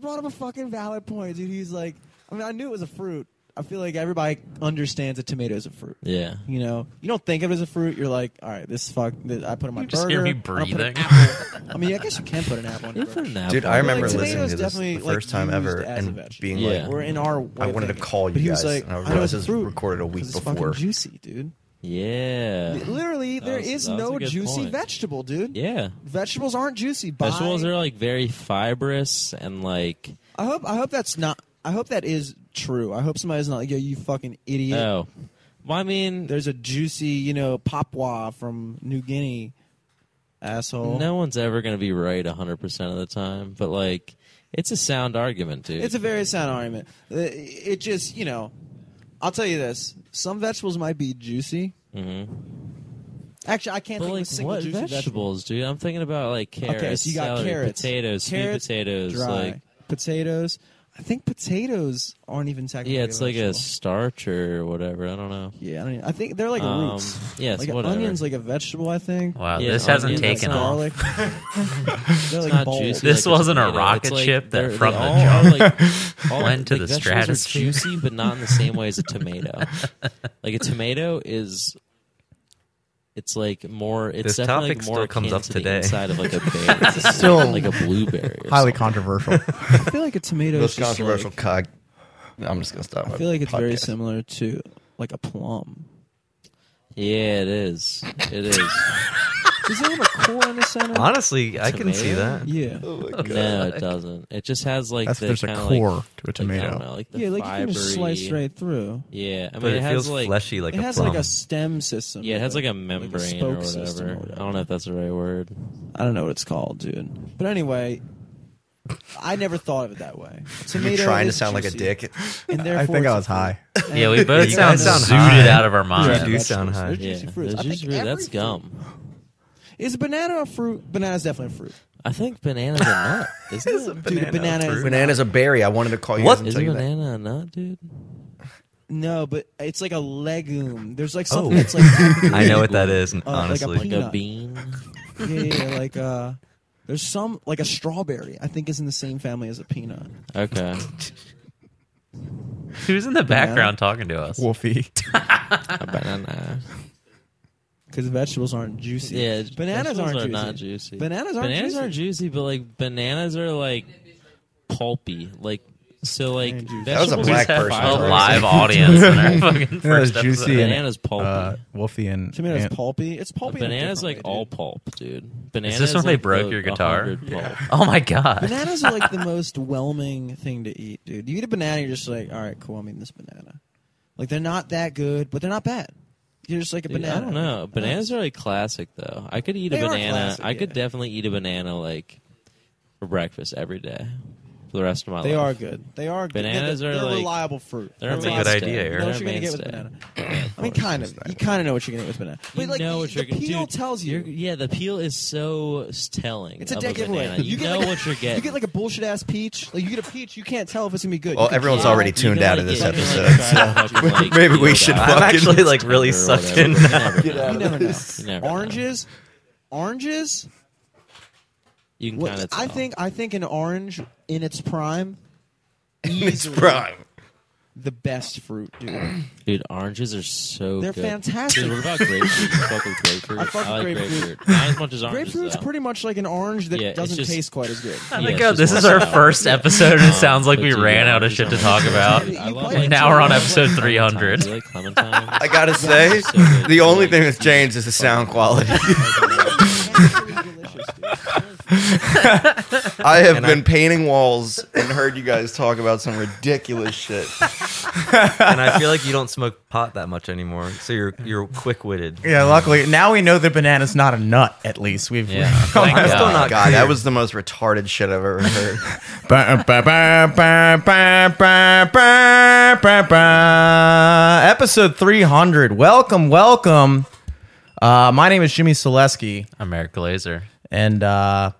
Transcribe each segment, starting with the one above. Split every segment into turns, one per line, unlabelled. brought up a fucking valid point, dude. He's like, I mean, I knew it was a fruit. I feel like everybody understands that tomato is a fruit.
Yeah.
You know, you don't think of it as a fruit. You're like, all right, this fuck. This, I put it in my
You
burger.
just hear me
I don't put an
breathing.
apple. I mean, I guess you can put an apple. In your
If
burger.
an apple,
Dude, I remember
Like,
listening
tomatoes
to this the
definitely, like,
first time ever
used as a
and
vegetable.
being
Yeah.
like,
We're in our. Way
I
of
wanted to
thinking.
call you
but he was
guys,
like,
and I
know
realized
it's a
it was
fruit
recorded a week
'cause it's
before.
Fucking juicy, dude.
yeah,
Literally, there
was-
is
that was a
no
good
juicy
point.
vegetable, dude.
yeah.
Vegetables aren't juicy. Buy-
Vegetables are like very fibrous and like
I hope. I hope that's not. I hope that is true. I hope somebody's not like, yo, you fucking idiot.
oh, well, I mean,
There's a juicy, you know, papua from New Guinea, asshole.
no one's ever gonna be right hundred percent of the time, but like it's a sound argument, dude.
It's a very sound argument. Uh, It just, you know, I'll tell you this: some vegetables might be juicy. Mm-hmm. Actually, I can't
but
think of a
like
single
what
juicy
vegetables,
vegetable.
dude? I'm thinking about like carrots,
okay, so you got
celery,
carrots,
potatoes,
Carrots,
sweet potatoes,
dry.
like
potatoes. I think potatoes aren't even technically.
yeah, it's like a
vegetable.
starch or whatever. I don't know.
Yeah, I, don't even- I think they're like
Um,
roots.
yes,
like an
whatever.
onion's like a vegetable. I think.
Wow,
Yeah,
this hasn't
onions,
taken
that's
off.
garlic. they're like
It's not
bulbs.
juicy
This
like
wasn't a
tomato.
rocket
It's like
ship that
they're-
from
they
the
all are, like, all-
Went to
like,
the
vegetables
stratosphere.
Are juicy, but not in the same way as a tomato. like a tomato is, it's like more. It's
This
definitely
topic
like more
still comes
akin
up
to the
today.
inside of like a berry, It's
Still
like a blueberry. Or
highly controversial.
I feel like a tomato. is
most
just
controversial
Like,
cog. I'm just gonna stop.
I feel like it's very similar to like a plum.
something. Yeah, it is. It is.
Does it have a core in the center?
Honestly, I can see
Tomato?
that.
yeah.
Oh
no, it doesn't. It just has like
That's
the
there's a
kinda,
core
like,
to a
Like, I
tomato.
don't know, like the
yeah, like you can just
fibery-
slice right through.
Yeah, I mean
But it,
has
feels
like
fleshy like
it
a
has
plum.
like a stem system.
yeah, it has like a membrane or,
spoke system
whatever.
or
I don't know if that's the right word.
I don't know what it's called, dude. But anyway, I never thought of it that way. Tomato
You're trying to
is
sound like a
juicy,
dick.
And
I
therefore
think I
it's a
was
fruit.
high.
yeah, we both
You
sound,
guys sound
zooted
high.
out of our
Yeah,
mind.
do
You do
vegetables.
sound
sound
high.
high. Juicy
yeah,
fruits.
there's
I think
juicy fruit. That's
every
gum.
Is a banana a fruit? Banana's definitely a fruit.
I think banana's a nut, isn't it?
Dude, a banana is
Banana's a berry. I wanted to call you
What?
guys and
Is
tell
a
you that.
banana a nut, dude?
No, but it's like a legume. There's like something
Oh.
that's like
I know what that is, honestly.
Like a
Peanut.
bean?
yeah, yeah, yeah, like uh there's some like a strawberry. I think is in the same family as a peanut.
Okay.
Who's in the background talking to us?
Wolfie. uh,
A banana.
Because vegetables aren't juicy.
Yeah,
bananas
vegetables
aren't
are
juicy.
not juicy.
Bananas aren't
Bananas
juicy.
are juicy, but like bananas are like pulpy. Like so, like
Banana juice.
That was a
vegetables
black
have
person.
A
fiber.
Alright.
live audience in our fucking
That was
first
juicy.
episode.
and,
Bananas pulpy.
Uh, Wolfie and
Tomatoes
and-
pulpy. It's pulpy. in a
Bananas
different
like
way, dude.
all pulp, dude. Bananas.
when they
like,
broke
the
your guitar?
100 pulp.
Oh my god.
Bananas are like the most whelming thing to eat, dude. You eat a banana, you're just like, all right, cool, I'm eating this banana. Like they're not that good, but they're not bad. You're just like a
Dude,
banana.
I don't know. Bananas are like classic though. I could eat
They
a
are
banana.
classic,
I could
yeah.
definitely eat a banana like for breakfast every day for the rest of my
They are
life.
good. They are good.
Bananas
they're,
are,
they're
like-
reliable fruit.
They're
That's a good
mainstay.
idea,
You
Eric.
know
They're
what you're gonna get with
mainstay.
banana. I mean, kind of. You kind of know what you're gonna get with banana. But
You
like,
know
the,
what
the
you're gonna-
peel
dude,
tells you.
you're- Yeah, the peel is so telling.
It's a
of
dead giveaway.
banana. You,
get
know
like a-
what you're getting.
You get like a bullshit ass peach. Like you get a peach, you can't tell if it's gonna be good.
Well,
You can
everyone's
try it.
already
You
tuned
know, like,
out of this
yeah, you're,
episode.
like, trying to fucking, like,
Maybe we
feel
should
that.
I'm
fucking-
actually like really
Or
sucked
whatever.
in
You
now.
You never
never know.
know.
You never know.
Oranges, oranges.
You can
Well,
kind of.
I think I think an orange in its prime,
It's prime.
the best fruit, dude.
Dude, oranges are so
They're
good.
fantastic.
Dude, what about grapefruit? You fuck with grapefruit?
I fuck
like
with
grapefruit.
grapefruit.
Not as much as oranges.
Grapefruit's
though.
pretty much like an orange that
Yeah, it's
doesn't
just-
taste quite as good.
Oh
Yeah,
my
it's
god,
just
this
one
is our
sour.
first episode and it sounds like
But
we
you got
ran out of
oranges
shit to
on
talk
it.
about.
You
I love
play
it.
it
Now we're on
too.
episode
You
300.
like clementines?
I gotta say,
so good.
the only thing that's changed is the sound quality.
Actually delicious, dude.
I have been painting walls and heard you guys talk about some ridiculous shit.
And I feel like you don't smoke pot that much anymore, so you're you're quick witted.
Yeah, luckily now we know that banana's not a nut. At least we've.
Yeah. Thank
I'm still
God.
not.
Oh God, that was the most retarded shit I've ever heard.
Ba- ba- ba- ba- ba- ba- ba- ba- ba. Episode 300. Welcome, welcome. Uh, my name is Jimmy Selesky,
I'm Eric Glazer.
and uh,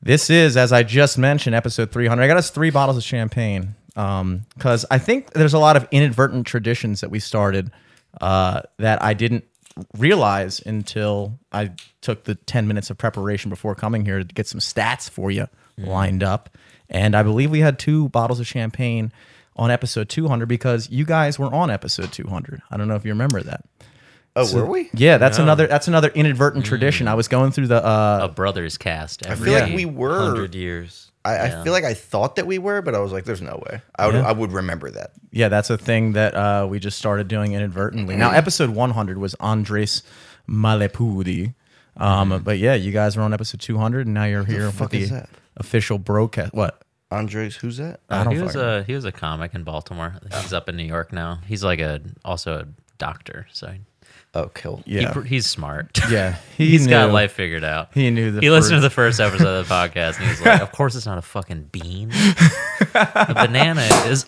this is, as I just mentioned, episode 300. I got us three bottles of champagne because I think there's a lot of inadvertent traditions that we started uh, that I didn't realize until I took the 10 minutes of preparation before coming here to get some stats for you lined up. And I believe we had two bottles of champagne on episode 200 because you guys were on episode 200. I don't know if you remember that.
Oh,
So-
were we?
Yeah, that's another that's another inadvertent tradition. I was going through the uh,
a brothers cast.
I
Every
feel like we were.
Hundred years.
I, I feel like I thought that we were, but I was like, "There's no way." I would. I would remember that.
yeah, that's a thing that uh, we just started doing inadvertently. Now, episode 100 was Andres Malepudi. Um, but yeah, you guys were on episode 200, and now you're here with
fuck
the
is that?
official broadcast. What?
Andres, who's that?
I don't
he was
fucking-
a he was a comic in Baltimore. I think He's up in New York now. He's like a also a doctor. So
Oh, kill.
he,
yeah,
pr- he's smart.
yeah. He
He's got
knew.
life figured out.
He knew the
He listened to the
first-
first episode of the podcast and he was like, "Of course, it's not a fucking bean. a banana is."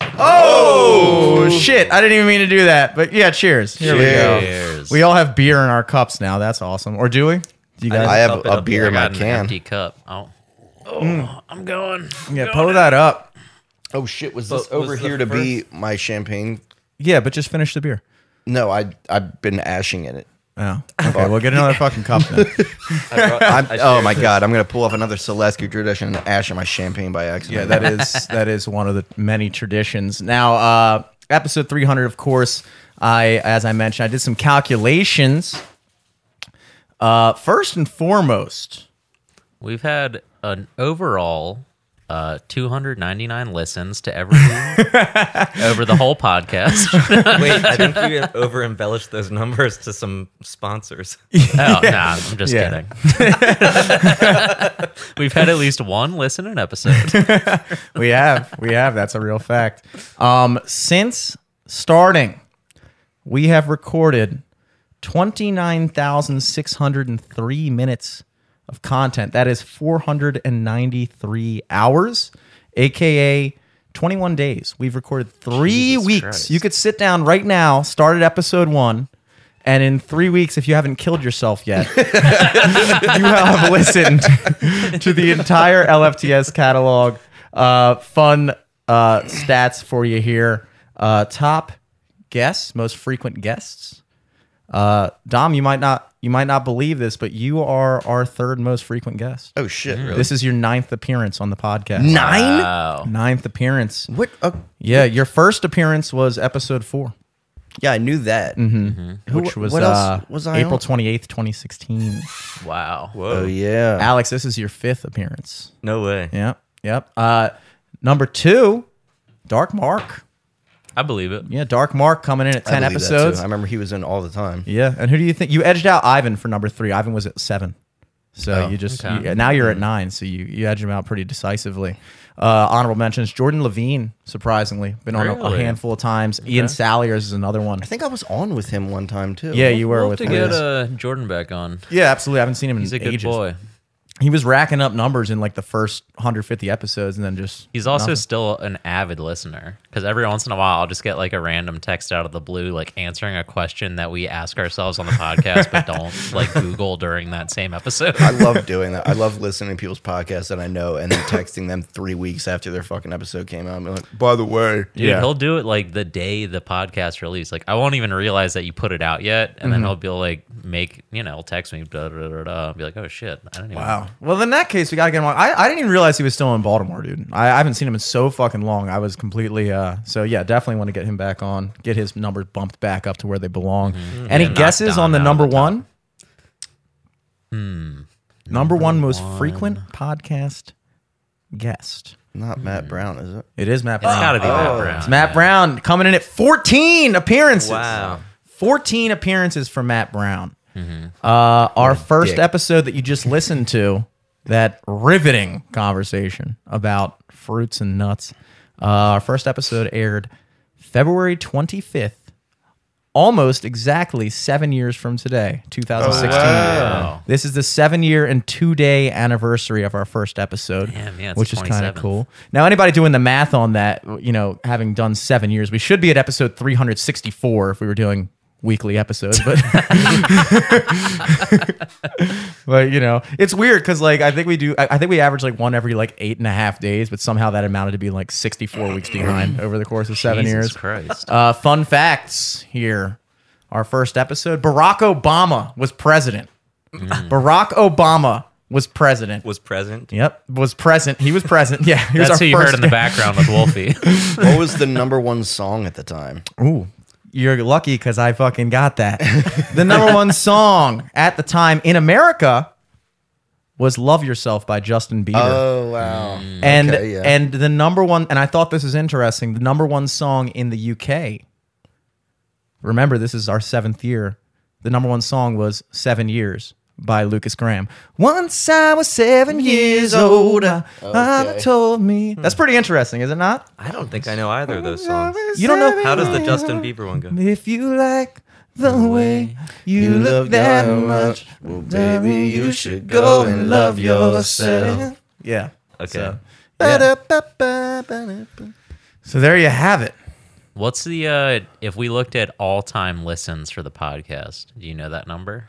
Oh shit! I didn't even mean to do that, but yeah, cheers. Here we go.
Cheers.
We all have beer in our cups now. That's awesome. Or do we? Do you guys?
I have
Cup it
a
up.
beer
I
in my
got an
can.
empty cup. Oh, oh I'm going.
yeah, pour that up.
Oh shit! Was this
But was
over
the
here to be my champagne?
Yeah, but just finish the beer.
No, I I've been ashing in it.
Oh, okay. we'll get another fucking cup then.
I brought,
I'm, oh my god! I'm gonna pull off another Celescu tradition and ash in my champagne by
yeah,
accident.
that is that is one of the many traditions. Now, uh, episode 300, of course, I as I mentioned, I did some calculations. Uh, first and foremost,
We've had an overall uh, 299 listens to everything over the whole podcast. oh,
Wait, I think you over embellished those numbers to some sponsors.
nah, Oh, I'm just
Yeah.
kidding. We've had at least one listen an episode.
we have we have that's a real fact. Um, since starting, we have recorded 29,603 minutes of content. That is 493 hours, aka 21 days. We've recorded three
Jesus
weeks.
Christ.
You could sit down right now, start at episode one, and in three weeks, if you haven't killed yourself yet, you have listened to the entire LFTS catalog. Uh, fun uh, stats for you here. Uh, top guests, most frequent guests. Uh, Dom, you might not you might not believe this, but you are our third most frequent guest.
oh shit! Really?
This is your ninth appearance on the podcast.
nine?
Wow.
Ninth appearance.
what? Oh,
Yeah, your first appearance was episode four,
yeah, I knew that.
which was
what else
uh,
was I
April
on?
twenty eighth, twenty sixteen.
Wow.
Oh
Whoa,
yeah.
Alex, this is your fifth appearance.
no way.
Yep. Yep. Uh, number two, Dark Mark.
I believe it.
Yeah, Dark Mark coming in at
I
ten
believe that, too.
episodes.
I remember he was in all the time.
Yeah, and who do you think you edged out Ivan for number three? Ivan was at seven, so
Oh,
you just
okay. Hmm.
you- now you're at nine, so you you edged him out pretty decisively. Uh, honorable mentions: Jordan Levine, surprisingly, been on a- a,
Really?
handful of times. Ian Saliers is another one.
I think I was on with him one time too.
Yeah, you were
We'll have
with
to
him.
get uh, Jordan back on.
yeah, absolutely. I haven't seen him in
He's a good
ages.
boy.
He was racking up numbers in like the first 150 episodes, and then just
He's also
nothing.
still an avid listener because every once in a while I'll just get like a random text out of the blue, like answering a question that we ask ourselves on the podcast but don't like Google during that same episode.
I love doing that. I love listening to people's podcasts that I know and then texting them three weeks after their fucking episode came out. I'm like, by the way,
Dude,
Yeah.
he'll do it like the day the podcast release. Like I won't even realize that you put it out yet, and
Mm-hmm.
then he'll be like, make you know, text me, da da da da, and be like, oh shit, I don't even.
Wow. Well, in that case, we gotta get him on. I, I didn't even realize he was still in Baltimore, dude. I, I haven't seen him in so fucking long. I was completely uh. So yeah, definitely want to get him back on. Get his numbers bumped back up to where they belong. Any
Mm-hmm. Yeah, knock
guesses
Don
on the
out of
number
the top.
one? Hmm. Number one most frequent podcast guest.
not
Mm.
Matt Brown, is it?
It is Matt
It's
Brown.
gotta be
Oh.
Matt Brown.
It's Matt Brown coming in at 14 appearances.
Wow.
14 appearances for Matt Brown. Uh, our first
dick.
episode that you just listened to, that riveting conversation about fruits and nuts. Uh, our first episode aired February 25th, almost exactly seven years from today, 2016.
Wow.
This is the seven year and two day anniversary of our first episode,
Damn, yeah, it's
which
the
is kind of
27th.
cool. Now, anybody doing the math on that, you know, having done seven years, we should be at episode 364 if we were doing weekly episodes, but. but you know, it's weird because like I think we do, I, I think we average like one every like eight and a half days, but somehow that amounted to be like sixty-four weeks behind over the course of seven
Jesus
years.
Christ.
Uh, fun facts here.
Mm.
Our first episode Barack Obama was president. Barack Obama was president.
was present.
Yep, was present. He was present. Yeah, he was
That's
our
who you
first
heard in the
guy.
background with Wolfie.
What was the number one song at the time?
Ooh, you're lucky because I fucking got that. the number one song at the time in America was "Love Yourself" by Justin Bieber.
Oh wow!
and
okay, yeah.
and the number one and I thought this was interesting. The number one song in the UK. Remember, this is our seventh year. The number one song was Seven Years by Lucas Graham. Once I was seven years Hmm. old, I mama
Okay.
told me. That's pretty interesting, is it not?
I don't think I know either of those songs.
You don't know
How does the Justin Bieber one go?
If you like the way you,
You
look
love
that
that
much,
much, well, baby, you should go and love yourself.
Yeah.
Okay.
So, yeah. so there you have it.
What's the uh if we looked at all time listens for the podcast, do you know that number?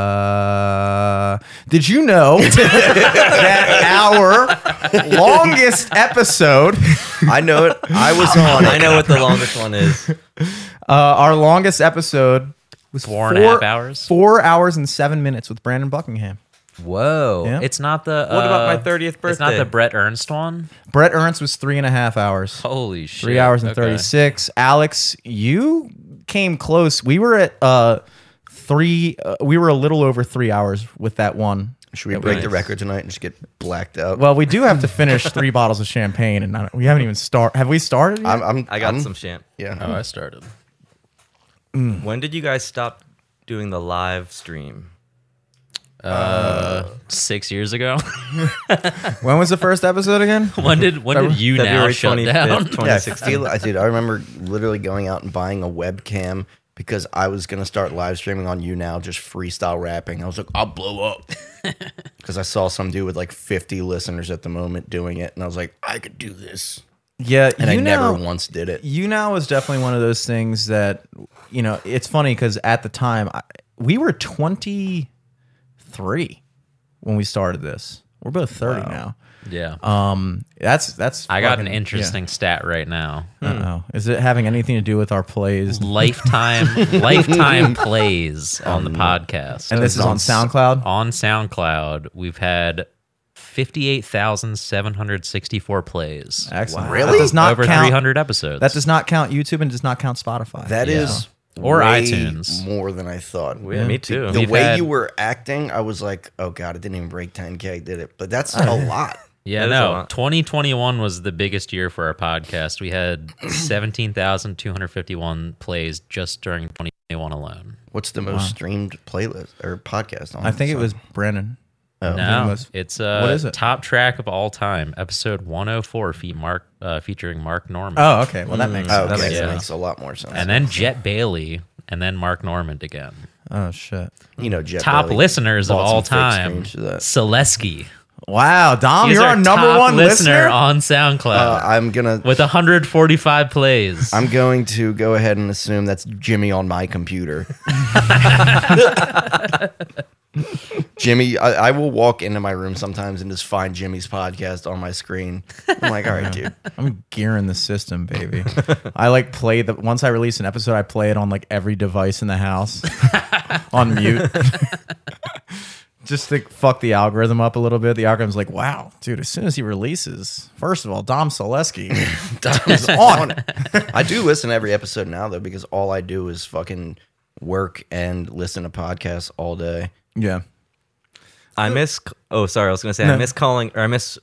Uh, did you know that our longest episode,
I know it. I was on
I
it.
know what the longest one is.
uh, our longest episode was
Four and a half hours?
four hours and seven minutes with Brandon Buckingham.
Whoa.
Yeah.
It's not the
What about
uh,
my 30th
It's not the
birthday?
Brett Ernst one.
Brett Ernst was three and a half hours,
Holy shit.
three hours and
Okay.
36. Alex, you came close. We were at, uh, three, uh, we were a little over three hours with that one.
Should we break the
nice.
record tonight and just get blacked out?
Well, we do have to finish three bottles of champagne, and I don't- we haven't even start. Have we started? Yet?
I'm, I'm,
I got
I'm-
some champ.
Yeah.
Oh, I started.
When did you guys stop doing the live stream?
Six years ago.
When was the first episode again?
when did when did you now
February
shut
25th,
down?
20
Yeah, I feel, I- dude, I remember literally going out and buying a webcam because I was going to start live streaming on you now, just freestyle rapping. I was like, I'll blow up. Because I saw some dude with like 50 listeners at the moment doing it. And I was like, I could do this.
Yeah,
And
you
I
now,
never once did it.
You now is definitely one of those things that you know. It's funny because at the time I, we were twenty three when we started this. We're both thirty
Yeah.
now. Um, that's that's.
I got an
fucking-
interesting stat right now.
Yeah. Uh-oh. Is it having anything to do with our plays?
Lifetime lifetime plays on the podcast.
Um, And this is on SoundCloud.
on SoundCloud, we've had 58,764 plays.
Excellent.
Really?
That does not
over
count.
300 episodes.
That does not count YouTube and does not count Spotify.
That is
Or
way
iTunes.
more than I thought.
Yeah, me too.
The
We've
way
had-
you were acting, I was like, oh God, it didn't even break 10K, did it? But that's a lot.
yeah,
that is a
no.
lot.
2021 was the biggest year for our podcast. We had 17,251 plays just during 2021 alone.
What's the most streamed playlist or podcast on?
I think it
Spotify?
was Brennan.
No,
Oh, was-
it's uh,
What is it?
top track of all time, episode 104, feat Mark, uh, featuring Mark Norman.
Oh, okay. Well, that makes
Oh,
sense.
okay.
makes
That
sense.
makes a lot more sense.
And then Jet Bailey, and then Mark Normand again.
Oh shit!
you know, Jet
Top
Belly
listeners of
bought some
all
fake
time,
streams to that.
Selesky.
Wow, Dom,
He's
Oh, you're our, number
top
one listener.
on SoundCloud
Uh, I'm gonna.
with 145 plays.
I'm going to go ahead and assume that's Jimmy on my computer. Jimmy, I, I will walk into my room sometimes and just find Jimmy's podcast on my screen. I'm like, all right, dude.
I'm gearing the system, baby. I like play the once I release an episode, I play it on like every device in the house on mute. Just to fuck the algorithm up a little bit. The algorithm's like, wow, dude, as soon as he releases, first of all, Dom Selesky.
Dom's on it. I do listen to every episode now though because all I do is fucking work and listen to podcasts all day.
yeah.
I miss. Oh, sorry. I was gonna say
No.
I miss calling or I miss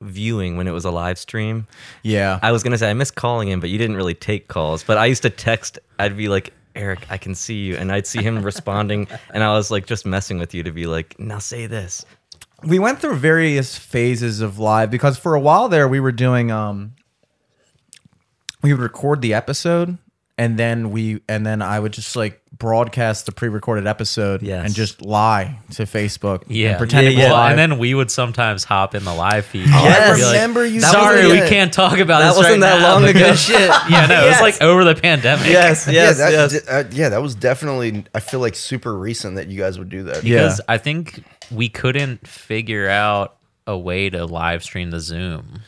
viewing when it was a live stream.
Yeah.
I was gonna say I miss calling him, but you didn't really take calls. But I used to text. I'd be like, Eric, I can see you, and I'd see him responding, and I was like, just messing with you to be like, now say this.
we went through various phases of live because for a while there we were doing um we would record the episode and then we and then I would just like broadcast the pre-recorded episode
Yes.
and just lie to Facebook
yeah,
and pretend it was
Well,
live. Oh,
and then we would sometimes hop in the live feed.
Yes.
I'd be like,
Remember you said
Sorry, we
that.
can't talk about
That
this
wasn't
right
that
now
long ago.
because- yeah, no, it was like over the pandemic.
Yes, yes,
yeah, that,
yes.
uh, yeah, that was definitely. I feel like super recent that you guys would do that.
Yeah.
because I think we couldn't figure out a way to live stream the Zoom.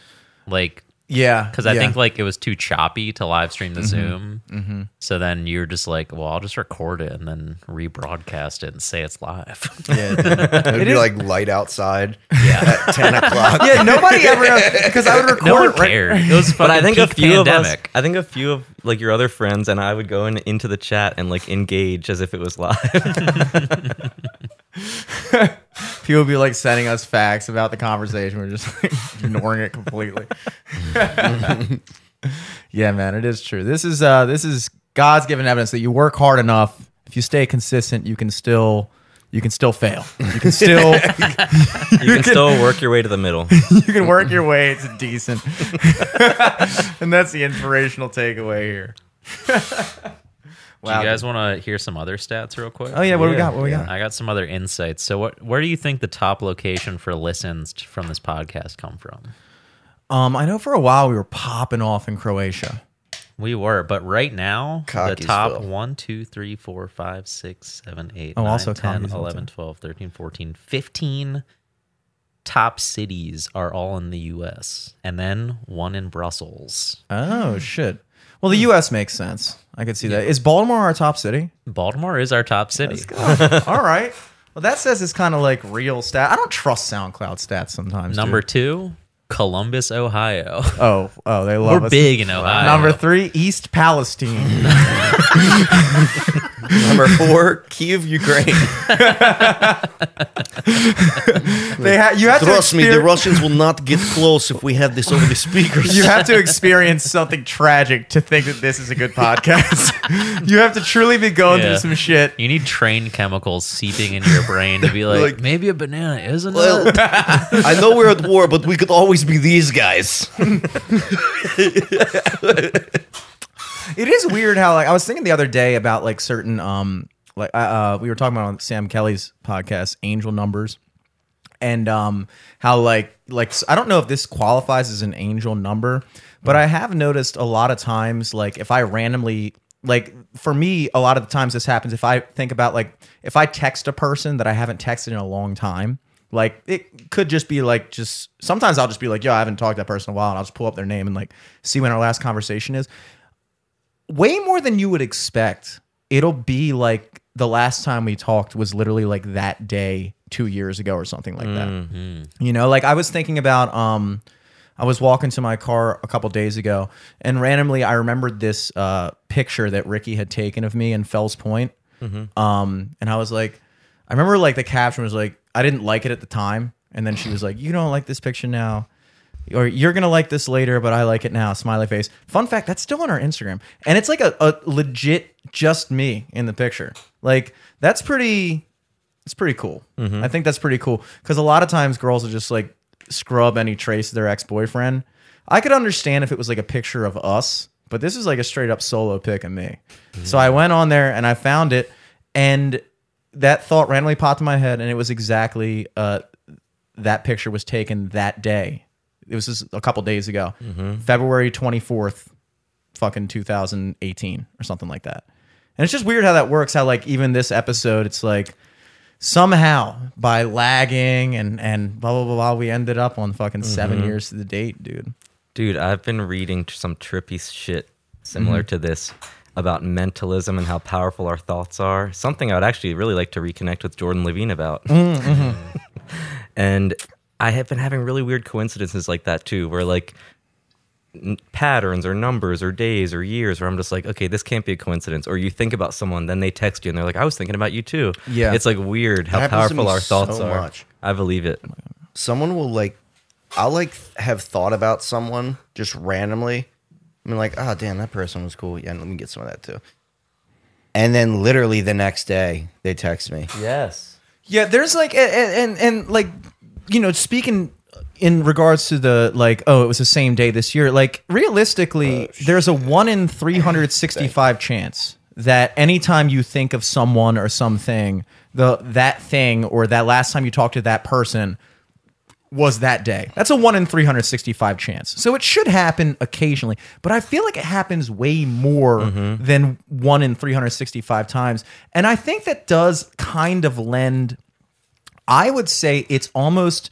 Like
Yeah,
because I think like it was too choppy to live stream the Zoom. Mm-hmm. So then you're just like, well, I'll just record it and then rebroadcast it and say it's live.
It'd be like light outside at 10 o'clock.
yeah, nobody ever knows because I would record
no one
right-
cared. It was
But I think a few
pandemic.
of us, I think a few of like your other friends and I would go in into the chat and like engage as if it was live.
people would be like sending us facts about the conversation. We're just like ignoring it completely. yeah, man, it is true. This is uh this is God's given evidence that you work hard enough. If you stay consistent, you can still you can still fail. You can still
you can still work your way to the middle.
you can work your way. It's decent, and that's the inspirational takeaway here.
Do you guys want to hear some other stats real quick?
Oh yeah, what do we got? What do we got?
I got some other insights. So, what, where do you think the top location for listens t- from this podcast come from?
Um, I know for a while we were popping off in Croatia.
We were, but right now, the top
Cockeysville.
1, 2, 3, 4, 5, 6, 7, 8,
Oh,
9,
also
10,
Cockeysville,
11,
too.
12, 13, 14, 15 top cities are all in the U.S., and then one in Brussels.
Oh shit. Well, the U.S. makes sense. I could see that. Is Baltimore our top city?
Baltimore is our top city.
All right. Well, that says it's kind of like real stat. I don't trust SoundCloud stats sometimes.
Number
dude.
two, Columbus, Ohio.
Oh, oh, they love
We're
us.
big in Ohio.
Number three, East Palestine.
Number four, Kiev, Ukraine.
they ha- you have to
Trust me, the
exper-
Russians will not get close if we have this over the speakers.
you have to experience something tragic to think that this is a good podcast. you have to truly be going
Yeah.
through some shit.
You need train chemicals seeping into your brain to be like,
Like-
maybe a banana is a
Well,
nut.
I know we're at war, but we could always be these guys.
It is weird how like I was thinking the other day about like certain um like uh, uh we were talking about on Sam Kelly's podcast Angel Numbers and um how like like s- I don't know if this qualifies as an angel number but I have noticed a lot of times like if I randomly like for me a lot of the times this happens if I think about like if I text a person that I haven't texted in a long time like it could just be like just sometimes I'll just be like yo I haven't talked to that person in a while and I'll just pull up their name and like see when our last conversation is way more than you would expect. It'll be like the last time we talked was literally like that day two years ago or something like that. You know, like I was thinking about um I was walking to my car a couple days ago and randomly I remembered this uh picture that Ricky had taken of me in Fells Point. Um and I was like I remember like the caption was like I didn't like it at the time and then she was like you don't like this picture now or you're gonna like this later, but I like it now. Smiley face. Fun fact, that's still on our Instagram, and it's like a, a legit just me in the picture. Like that's pretty. It's pretty cool. I think that's pretty cool because a lot of times girls will just like scrub any trace of their ex boyfriend. I could understand if it was like a picture of us, but this is like a straight up solo pic of me. So I went on there and I found it, and that thought randomly popped in my head, and it was exactly uh, that picture was taken that day. It was just a couple days ago, February 24th, fucking 2018 or something like that. And it's just weird how that works. How like even this episode, it's like somehow by lagging and and blah blah blah, blah we ended up on fucking seven years to the date, dude.
Dude, I've been reading tr- some trippy shit similar
Mm-hmm.
to this about mentalism and how powerful our thoughts are. Something I would actually really like to reconnect with Jordan Levine about.
Mm-hmm,
and I have been having really weird coincidences like that too, where like n- patterns or numbers or days or years where I'm just like, okay, this can't be a coincidence. Or you think about someone, then they text you and they're like, I was thinking about you too.
Yeah.
It's like weird how
That happens to
powerful
me
our thoughts
so
are.
much.
I believe it.
Someone will like, I'll like have thought about someone just randomly. I mean, like, oh, damn, that person was cool. Yeah, let me get some of that too. And then literally the next day, they text me.
Yes.
Yeah, there's like and and, and like you know speaking in regards to the like oh it was the same day this year like realistically there's a 1 in 365 chance that anytime you think of someone or something the that thing or that last time you talked to that person was that day. That's a 1 in 365 chance. So it should happen occasionally, but I feel like it happens way more than 1 in 365 times. And I think that does kind of lend I would say it's almost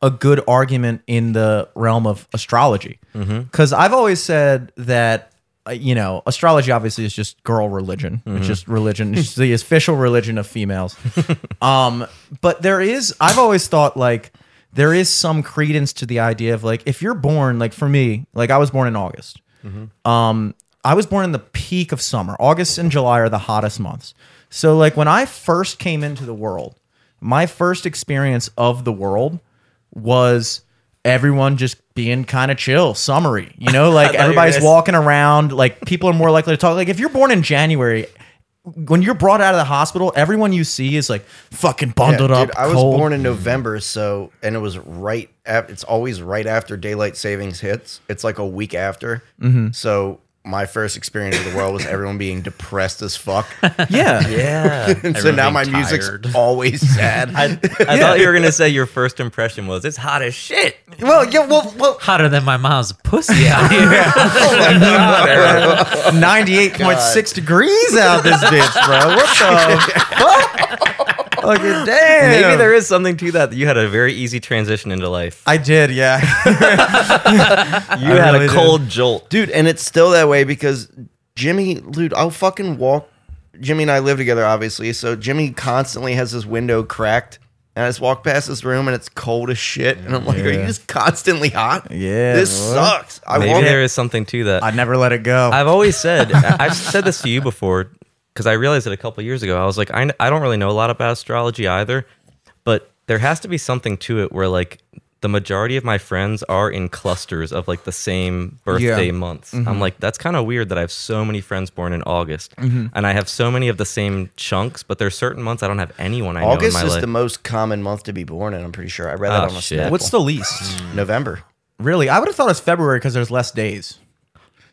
a good argument in the realm of astrology. Because I've always said that, uh, you know, astrology obviously is just girl religion. It's just religion. It's the official religion of females. um, but there is, I've always thought like, there is some credence to the idea of like, if you're born, like for me, like I was born in August. Um, I was born in the peak of summer. August and July are the hottest months. So, like, when I first came into the world, my first experience of the world was everyone just being kind of chill, summery. You know, like everybody's walking around. Like, people are more likely to talk. Like, if you're born in January, when you're brought out of the hospital, everyone you see is like fucking
Yeah,
bundled up.
dude, I was
cold.
born in November, so and it was right. Af- it's always right after daylight savings hits. It's like a week after. So my first experience of the world was everyone being depressed as fuck.
Yeah.
Yeah.
And so now
Everyone
my
being tired.
music's always sad.
I, I thought you were gonna say your first impression was it's hot as shit.
Well, yeah. Well, well
Hotter than my mom's pussy out here.
98.6 degrees out this bitch, bro. What the fuck? Fucking damn.
Maybe there is something to that. that You had a very easy transition into life.
I did, yeah.
you had
really
a
did.
cold jolt.
dude. And it's still that way because Jimmy, dude, I'll fucking walk. Jimmy and I live together, obviously. So Jimmy constantly has his window cracked, and I just walk past his room, and it's cold as shit. And I'm like, are you just constantly hot?
Yeah,
this
boy.
sucks. I
Maybe
walk.
there is something to that.
I never let it go.
I've always said, I've said this to you before because I realized it a couple years ago. I was like, I, I don't really know a lot about astrology either, but there has to be something to it where like the majority of my friends are in clusters of like the same birthday months.
Mm-hmm.
I'm like, that's kind of weird that I have so many friends born in August
Mm-hmm.
and I have so many of the same chunks, but there's certain months I don't have anyone I
August
know in my
is
life.
the most common month to be born in. I'm pretty sure I read
Oh,
that on a
shit.
Snapple.
What's the least?
November?
Mm. really? I would have thought it's February because there's less days.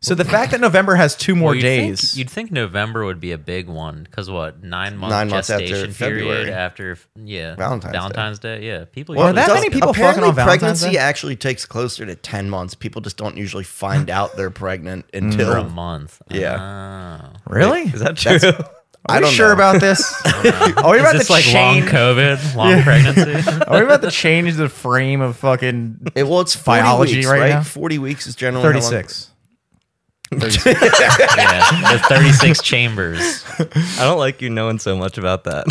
So the fact that November has two more
Well, you'd
days.
Think, you'd think November would be a big one because what nine month
Nine months after
gestation period
February.
after yeah
Valentine's Day.
Day. yeah people
Well,
usually
that
does-
many people fucking
apparently
on Valentine's
pregnancy
Day?
actually takes closer to ten months. People just don't usually find out they're pregnant
for a
until
month
Yeah.
Oh.
really?
is that true?
Are
I
we
don't
sure
know.
about this? Are we
is
about
this
to
like long
change?
COVID long pregnancy
Are we about to change the frame of fucking
it, Eh, well, it's 40
Biology
weeks,
right
right?
now?
Forty weeks is generally how long-
36?
yeah the thirty six chambers
I don't like you knowing so much about that.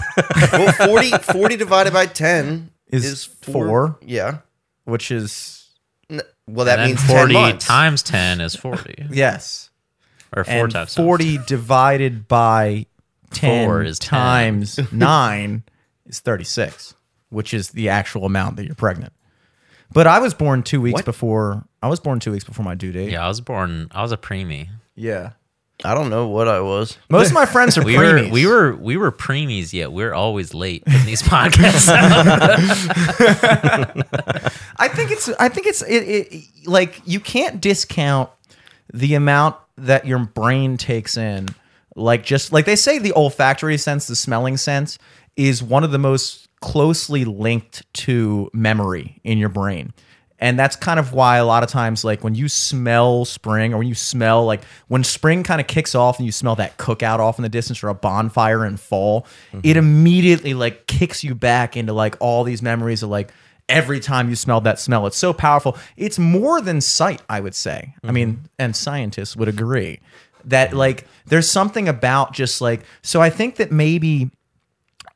well, 40, 40 divided by ten
Is
is,
four.
Yeah.
Which is
N- Well, that
and
means
then forty
10 months.
times ten is forty
yes.
or four
and
times 10.
40 divided by 10
Four is 10.
times 9 is 36 which is the actual amount that you're pregnant but i was born two weeks
What?
before i was born two weeks before my due date
Yeah, I was born. I was a preemie.
yeah
I don't know what I was.
most of my friends are
We
preemies.
were we were we were preemies. Yet we're always late in these podcasts.
I think it's I think it's it, it like you can't discount the amount that your brain takes in. Like just like they say the olfactory sense, the smelling sense is one of the most closely linked to memory in your brain. And that's kind of why a lot of times like when you smell spring or when you smell like when spring kind of kicks off and you smell that cookout off in the distance or a bonfire in fall, it immediately like kicks you back into like all these memories of like every time you smell that smell. It's so powerful. It's more than sight, I would say. I mean, and scientists would agree that like there's something about just like so I think that maybe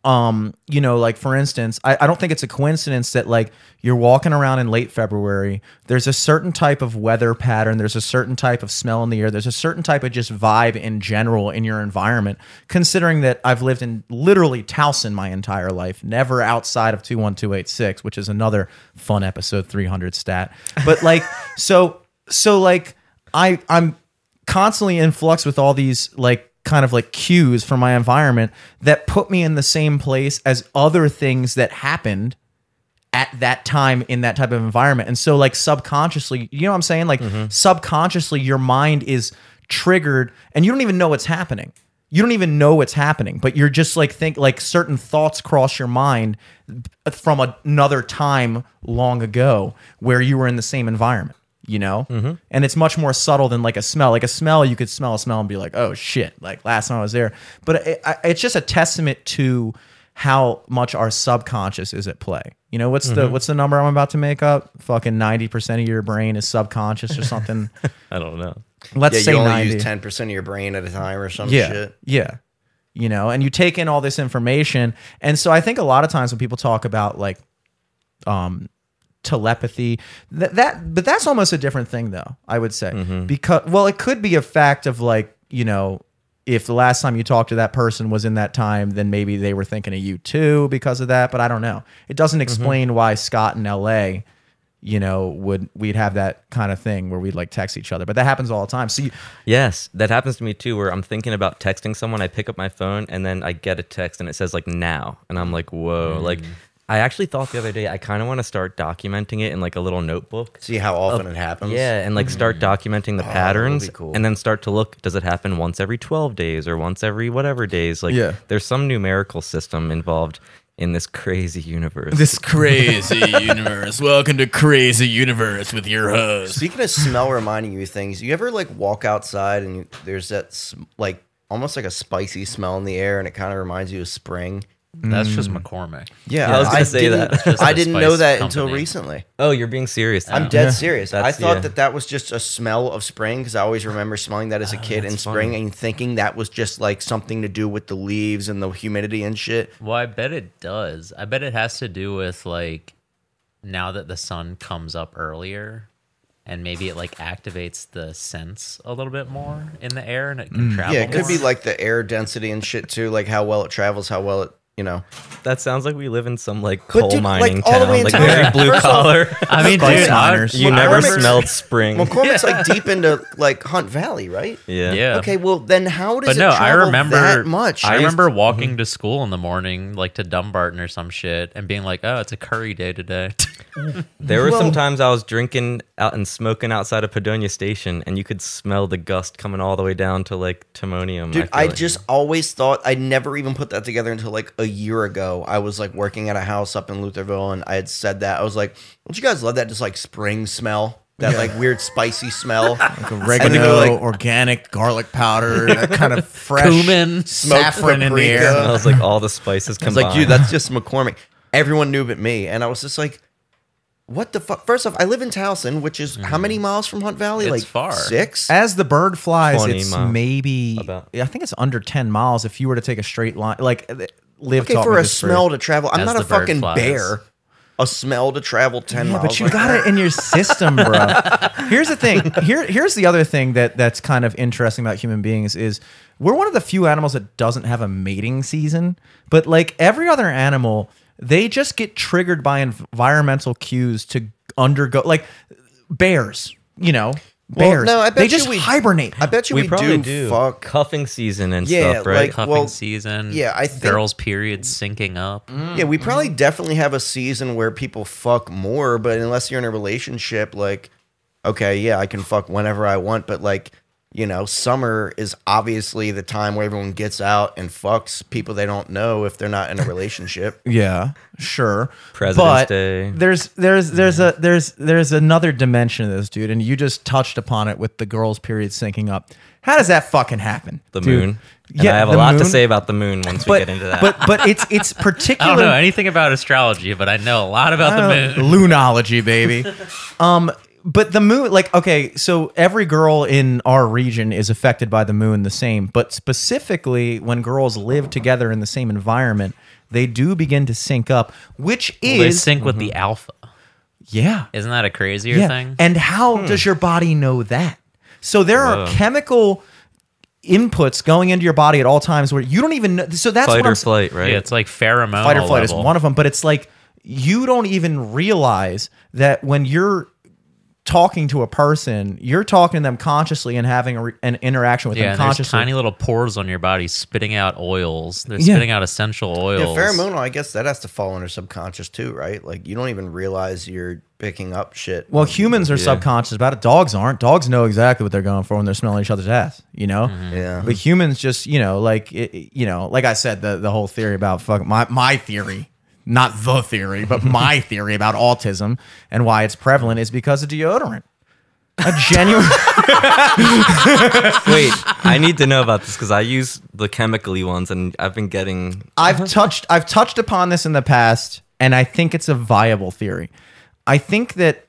um, you know, like for instance, I, I don't think it's a coincidence that like you're walking around in late February, there's a certain type of weather pattern, there's a certain type of smell in the air, there's a certain type of just vibe in general in your environment, considering that I've lived in literally Towson my entire life, never outside of 21286, which is another fun episode 300 stat. But like, so, so like, I, I'm constantly in flux with all these like kind of like cues from my environment that put me in the same place as other things that happened at that time in that type of environment. And so like subconsciously, you know what I'm saying? Like subconsciously your mind is triggered and you don't even know what's happening. You don't even know what's happening, but you're just like think like certain thoughts cross your mind from another time long ago where you were in the same environment, you know? And it's much more subtle than like a smell. Like a smell, you could smell a smell and be like, "Oh shit, like last time I was there." But it, I, it's just a testament to how much our subconscious is at play. You know, what's
Mm-hmm.
the what's the number I'm about to make up? Fucking ninety percent of your brain is subconscious or something.
I don't know.
Let's
Yeah,
say
you only
ninety.
use ten percent of your brain at a time or some
yeah,
shit.
yeah. You know, and you take in all this information, and so I think a lot of times when people talk about like um, telepathy. That, that but that's almost a different thing though, I would say.
Mm-hmm.
Because well, it could be a fact of like, you know, if the last time you talked to that person was in that time, then maybe they were thinking of you too because of that, but I don't know. It doesn't
Mm-hmm.
explain why Scott in LA you know, would we'd have that kind of thing where we'd like text each other, but that happens all the time. So, you,
Yes, that happens to me too. Where I'm thinking about texting someone, I pick up my phone and then I get a text and it says like now, and I'm like, whoa, like. I actually thought the other day I kind of want to start documenting it in like a little notebook. Mm.
See how often it happens.
Yeah, and like start documenting
that'd Oh,
the
be
patterns
cool.
and then start to look does it happen once every 12 days or once every whatever days? Like
Yeah.
there's some numerical system involved in this crazy universe.
This crazy universe. Welcome to crazy universe with your host.
Speaking of smell reminding you of things, you ever like walk outside and you, there's that sm- like almost like a spicy smell in the air, and it kind of reminds you of spring.
That's just McCormick.
Yeah,
I was gonna say
didn't-
that.
Just
I
a
didn't
spice
know that until
company.
recently.
oh, you're being serious.
I'm
now.
dead serious. I
That's-
thought
yeah.
that that was just a smell of spring because I always remember smelling that as a kid in spring and thinking that was just like something to do with the leaves and the humidity and shit.
Well, I bet it does. I bet it has to do with like now that the sun comes up earlier and maybe it like activates the sense a little bit more in the air and it can travel.
Mm. Yeah, it could be
more.
like the air density and shit too, like how well it travels, how well it, you know.
That sounds like we live in some like coal
dude, like,
mining
all the
town,
way in
like
town.
very blue
First off-
collar.
I mean, dude,
Spice
I,
miners.
you
I
never
remember-
smelled spring.
McCormick's like deep into like Hunt Valley, right?
yeah.
yeah.
Okay, well then how does
But
it
no, I
travel
remember
that much?
I remember walking to school in the morning, like to Dumbarton or some shit, and being like, "Oh, it's a curry day today."
There were some times I was drinking out and smoking outside of Padonia Station, and you could smell the gust coming all the way down to like Timonium.
Dude,
feel
I
like.
just uh, always thought I never even put that together until like a year ago. I was like working at a house up in Lutherville, and I had said that I was like, "Don't you guys love that? Just like spring smell, that like weird spicy smell." And they
oregano,
go, like-
organic garlic powder, that kind of fresh
Cumin,
smoked
saffron in the
paprika.
air.
I was like all the spices
I was
combined.
like, "Dude, that's just McCormick." Everyone knew but me, and I was just like, "What the fuck?" First off, I live in Towson, which is how many miles from Hunt Valley?
Mm-hmm. It's
like
far.
six.
As the bird flies,
20
it's
miles.
maybe
About.
I think it's under ten miles. If you were to take a straight line, like uh, live
okay
taught
for
me
a
this
smell to travel. I'm
As
not a
the bird
fucking
flies.
bear. A smell to travel ten
Yeah,
miles.
but you
like
got
that.
it in your system, bro. Here's the thing. Here, here's the other thing that that's kind of interesting about human beings is we're one of the few animals that doesn't have a mating season. But like every other animal, they just get triggered by environmental cues to undergo, like bears. You know,
Well,
bears.
no, I bet
they
you
just
we-
hibernate.
I bet you
we,
we,
probably do,
Fuck.
cuffing season and
Yeah,
stuff, right?
like-
cuffing
Well,
season.
yeah, I think-
girls' period syncing up.
Yeah, we probably definitely have a season where people fuck more, but unless you're in a relationship, like, okay, yeah, I can fuck whenever I want, but like, you know, summer is obviously the time where everyone gets out and fucks people they don't know if they're not in a relationship.
Yeah, sure.
President's
but
Day.
There's there's there's a there's there's another dimension of this, dude, and you just touched upon it with the girls' period syncing up. How does that fucking happen?
the
dude?
moon. And I have a
the
lot to
moon,
say about the moon once we
But
get into that.
but but it's
I
Mm.
it's
don't know
particular uh,
anything about astrology, but I know a lot about
Oh,
the moon.
lunology, baby. um, but the moon, like, okay, so every girl in our region is affected by the moon the same, but specifically when girls live together in the same environment, they do begin to sync up, which
Well, they
is
sync with
Mm-hmm.
the alpha.
yeah.
Isn't that a crazier thing?
And how
Hmm.
does your body know that? So there are chemical inputs going into your body at all times where you don't even know. So that's
Fight
what I'm
or
saying.
flight, Oh, right?
yeah, it's like pheromone.
Fight or flight
level.
is one of them, but it's like you don't even realize that when you're talking to a person, you're talking to them consciously and having a re- an interaction with
Yeah,
them
and there's
consciously.
tiny little pores on your body spitting out oils. They're
Yeah.
spitting out essential
Yeah,
oils.
pheromone, I guess that has to fall under subconscious too, right? Like, you don't even realize you're picking up shit.
well, humans are subconscious about it. Dogs aren't. Dogs know exactly what they're going for when they're smelling each other's ass. You know,
Mm-hmm.
yeah.
But humans just, you know, like it, it- you know, like I said, the the whole theory about fuck my my theory, not the theory, but my theory about autism and why it's prevalent is because of deodorant. A genuine.
Wait, I need to know about this because I use the chemically ones, and I've been getting.
I've touched I've touched upon this in the past, and I think it's a viable theory. I think that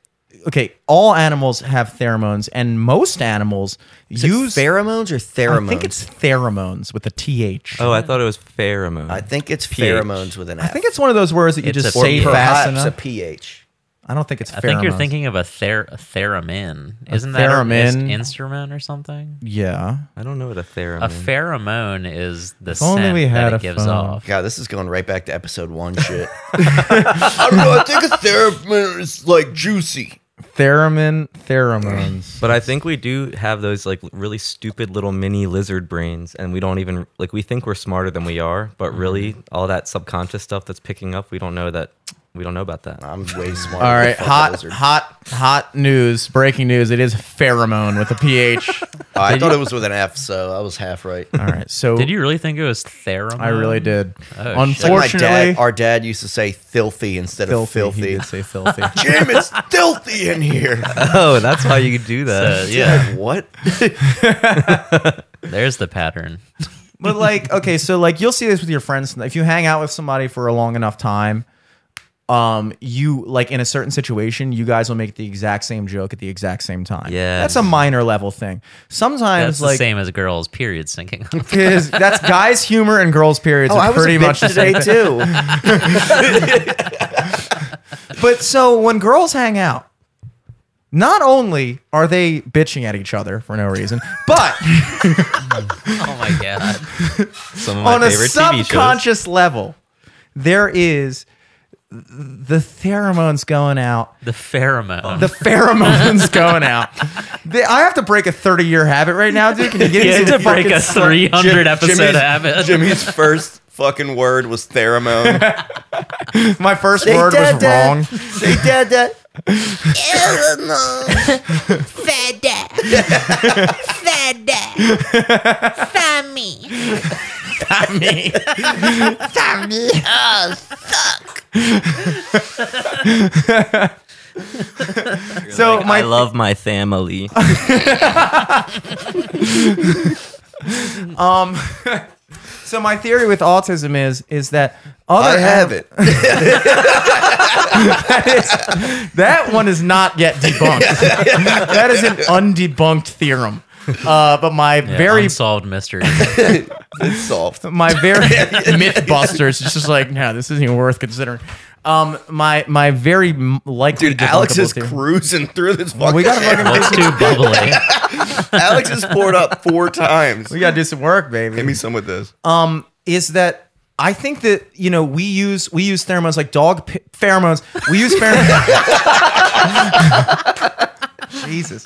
okay, all animals have pheromones, and most animals use
pheromones or
I
pheromones?
think it's pheromones with a th.
Oh, I thought it was pheromone.
I think it's
pH.
pheromones with an F.
I think it's one of those words that you
It's
just
a
say
pheromone.
fast
perhaps a
enough.
pH.
I don't think it's.
I think you're
pheromones.
thinking of a, ther- a theremin. Isn't that a- is
theremin.
instrument or something?
Yeah.
I don't know what a pheromone.
A pheromone is the
only
scent
we had
that
a
it gives
phone.
off.
God, this is going right back to episode one shit. I don't know. I think a pheromone is like juicy.
Theremin, pheromones.
but I think we do have those like really stupid little mini lizard brains, and we don't even like we think we're smarter than we are, but really all that subconscious stuff that's picking up, we don't know that we don't know about that.
I'm way smarter. than
All
a
right,
fucking
hot,
lizard.
hot, hot news! Breaking news: It is pheromone with a ph.
I thought it was with an F, so I was half right.
All right, so
Did you really think it was theremin?
I really did.
shit.
It's like my
Unfortunately,
dad, our dad used to say filthy instead of
He
filthy.
did say filthy.
Jim, it's filthy in here.
Oh, that's why you do that.
yeah,
what?
there's the pattern.
but like, okay, so like you'll see this with your friends. If you hang out with somebody for a long enough time, um, you like in a certain situation, you guys will make the exact same joke at the exact same time.
Yes.
that's a minor level thing. Sometimes
That's the
like
same as girls' period sinking.
because that's guys' humor and girls' periods
Oh, I
are
was
pretty
a bitch
much the
today
same.
too.
But so when girls hang out, not only are they bitching at each other for no reason, but
oh my god!
Some of my
on a
favorite TV shows.
subconscious level, there is the pheromones going out,
The pheromone.
the pheromones going out. They- I have to break a 30 year habit right now, dude. Can you get
you
into
had to break a 300 episode
Jimmy's-
habit.
Jimmy's first fucking word was pheromone.
My first word was wrong.
Say dad, dad.
Fada. Fada. Sammy. Sammy. Sammy. Oh, suck.
So
I
my
love my family.
Um, so my theory with autism is is that other
I have
anim-
it.
That one is not yet debunked. that is an undebunked theorem. Uh, but my
Yeah,
very
unsolved mystery.
It's solved.
my very MythBusters is just like no, this isn't even worth considering. Um, my my very m- likely
Dude, Alex
debunkable
is
theorem-
cruising through this fucking.
We gotta fucking-
Looks too bubbly.
Alex has poured up four times.
we gotta do some work, baby.
Give me some with this.
Um, is that I think that you know we use we use pheromones like dog p- pheromones. We use pheromones. Jesus,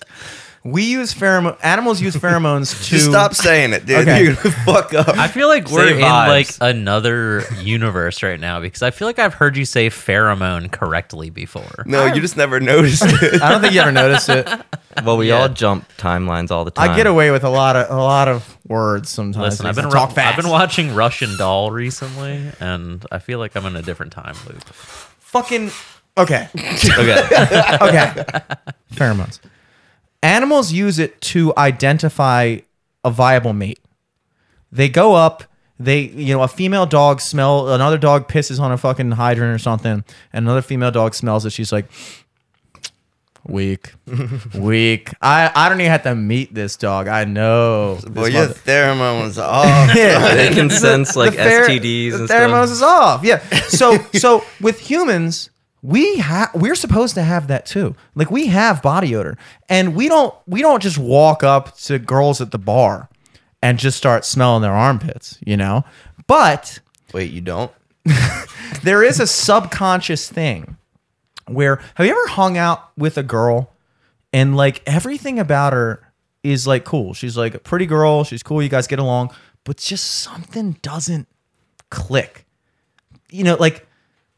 we use pheromone. Animals use pheromones to
Just stop saying it, dude.
Um, Okay.
You're gonna fuck up.
I feel like we're in
vibes.
like another universe right now because I feel like I've heard you say pheromone correctly before.
no, you just never noticed it.
I don't think you ever noticed it.
Well, we
Yeah.
all jump timelines all the time.
I get away with a lot of a lot of words sometimes.
Listen, I've been
I talk
ru-
fast.
I've been watching Russian Doll recently, and I feel like I'm in a different time loop.
fucking okay.
Okay.
Okay. Pheromones. Animals use it to identify a viable mate. They go up, they you know, a female dog smell another dog pisses on a fucking hydrant or something, and another female dog smells it, she's like Weak. Weak. I, I don't even have to meet this dog. I know. this
Well, your
mother-
pheromones off.
Yeah.
they can sense like
the pher-
STDs
the
and
pheromones
stuff.
is off. Yeah. So so with humans, we have we're supposed to have that too. Like we have body odor, and we don't we don't just walk up to girls at the bar and just start smelling their armpits, you know. But
Wait, you don't?
there is a subconscious thing where have you ever hung out with a girl and like everything about her is like cool. She's like a pretty girl, she's cool, you guys get along, but just something doesn't click. You know, like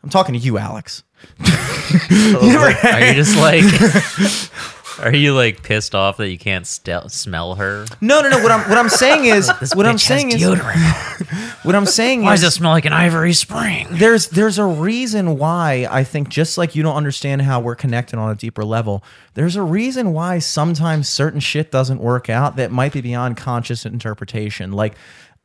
Oh,
I'm talking to you, Alex. You ever-
Are you just like Are you like pissed off that you can't stel- smell her?
No, no, no. What I'm what I'm saying is what I'm
Bitch has
saying is
deodorant.
what I'm saying
Why
is
does it smell like an ivory spring?
there's there's a reason why I think just like you don't understand how we're connected on a deeper level, there's a reason why sometimes certain shit doesn't work out that might be beyond conscious interpretation. Like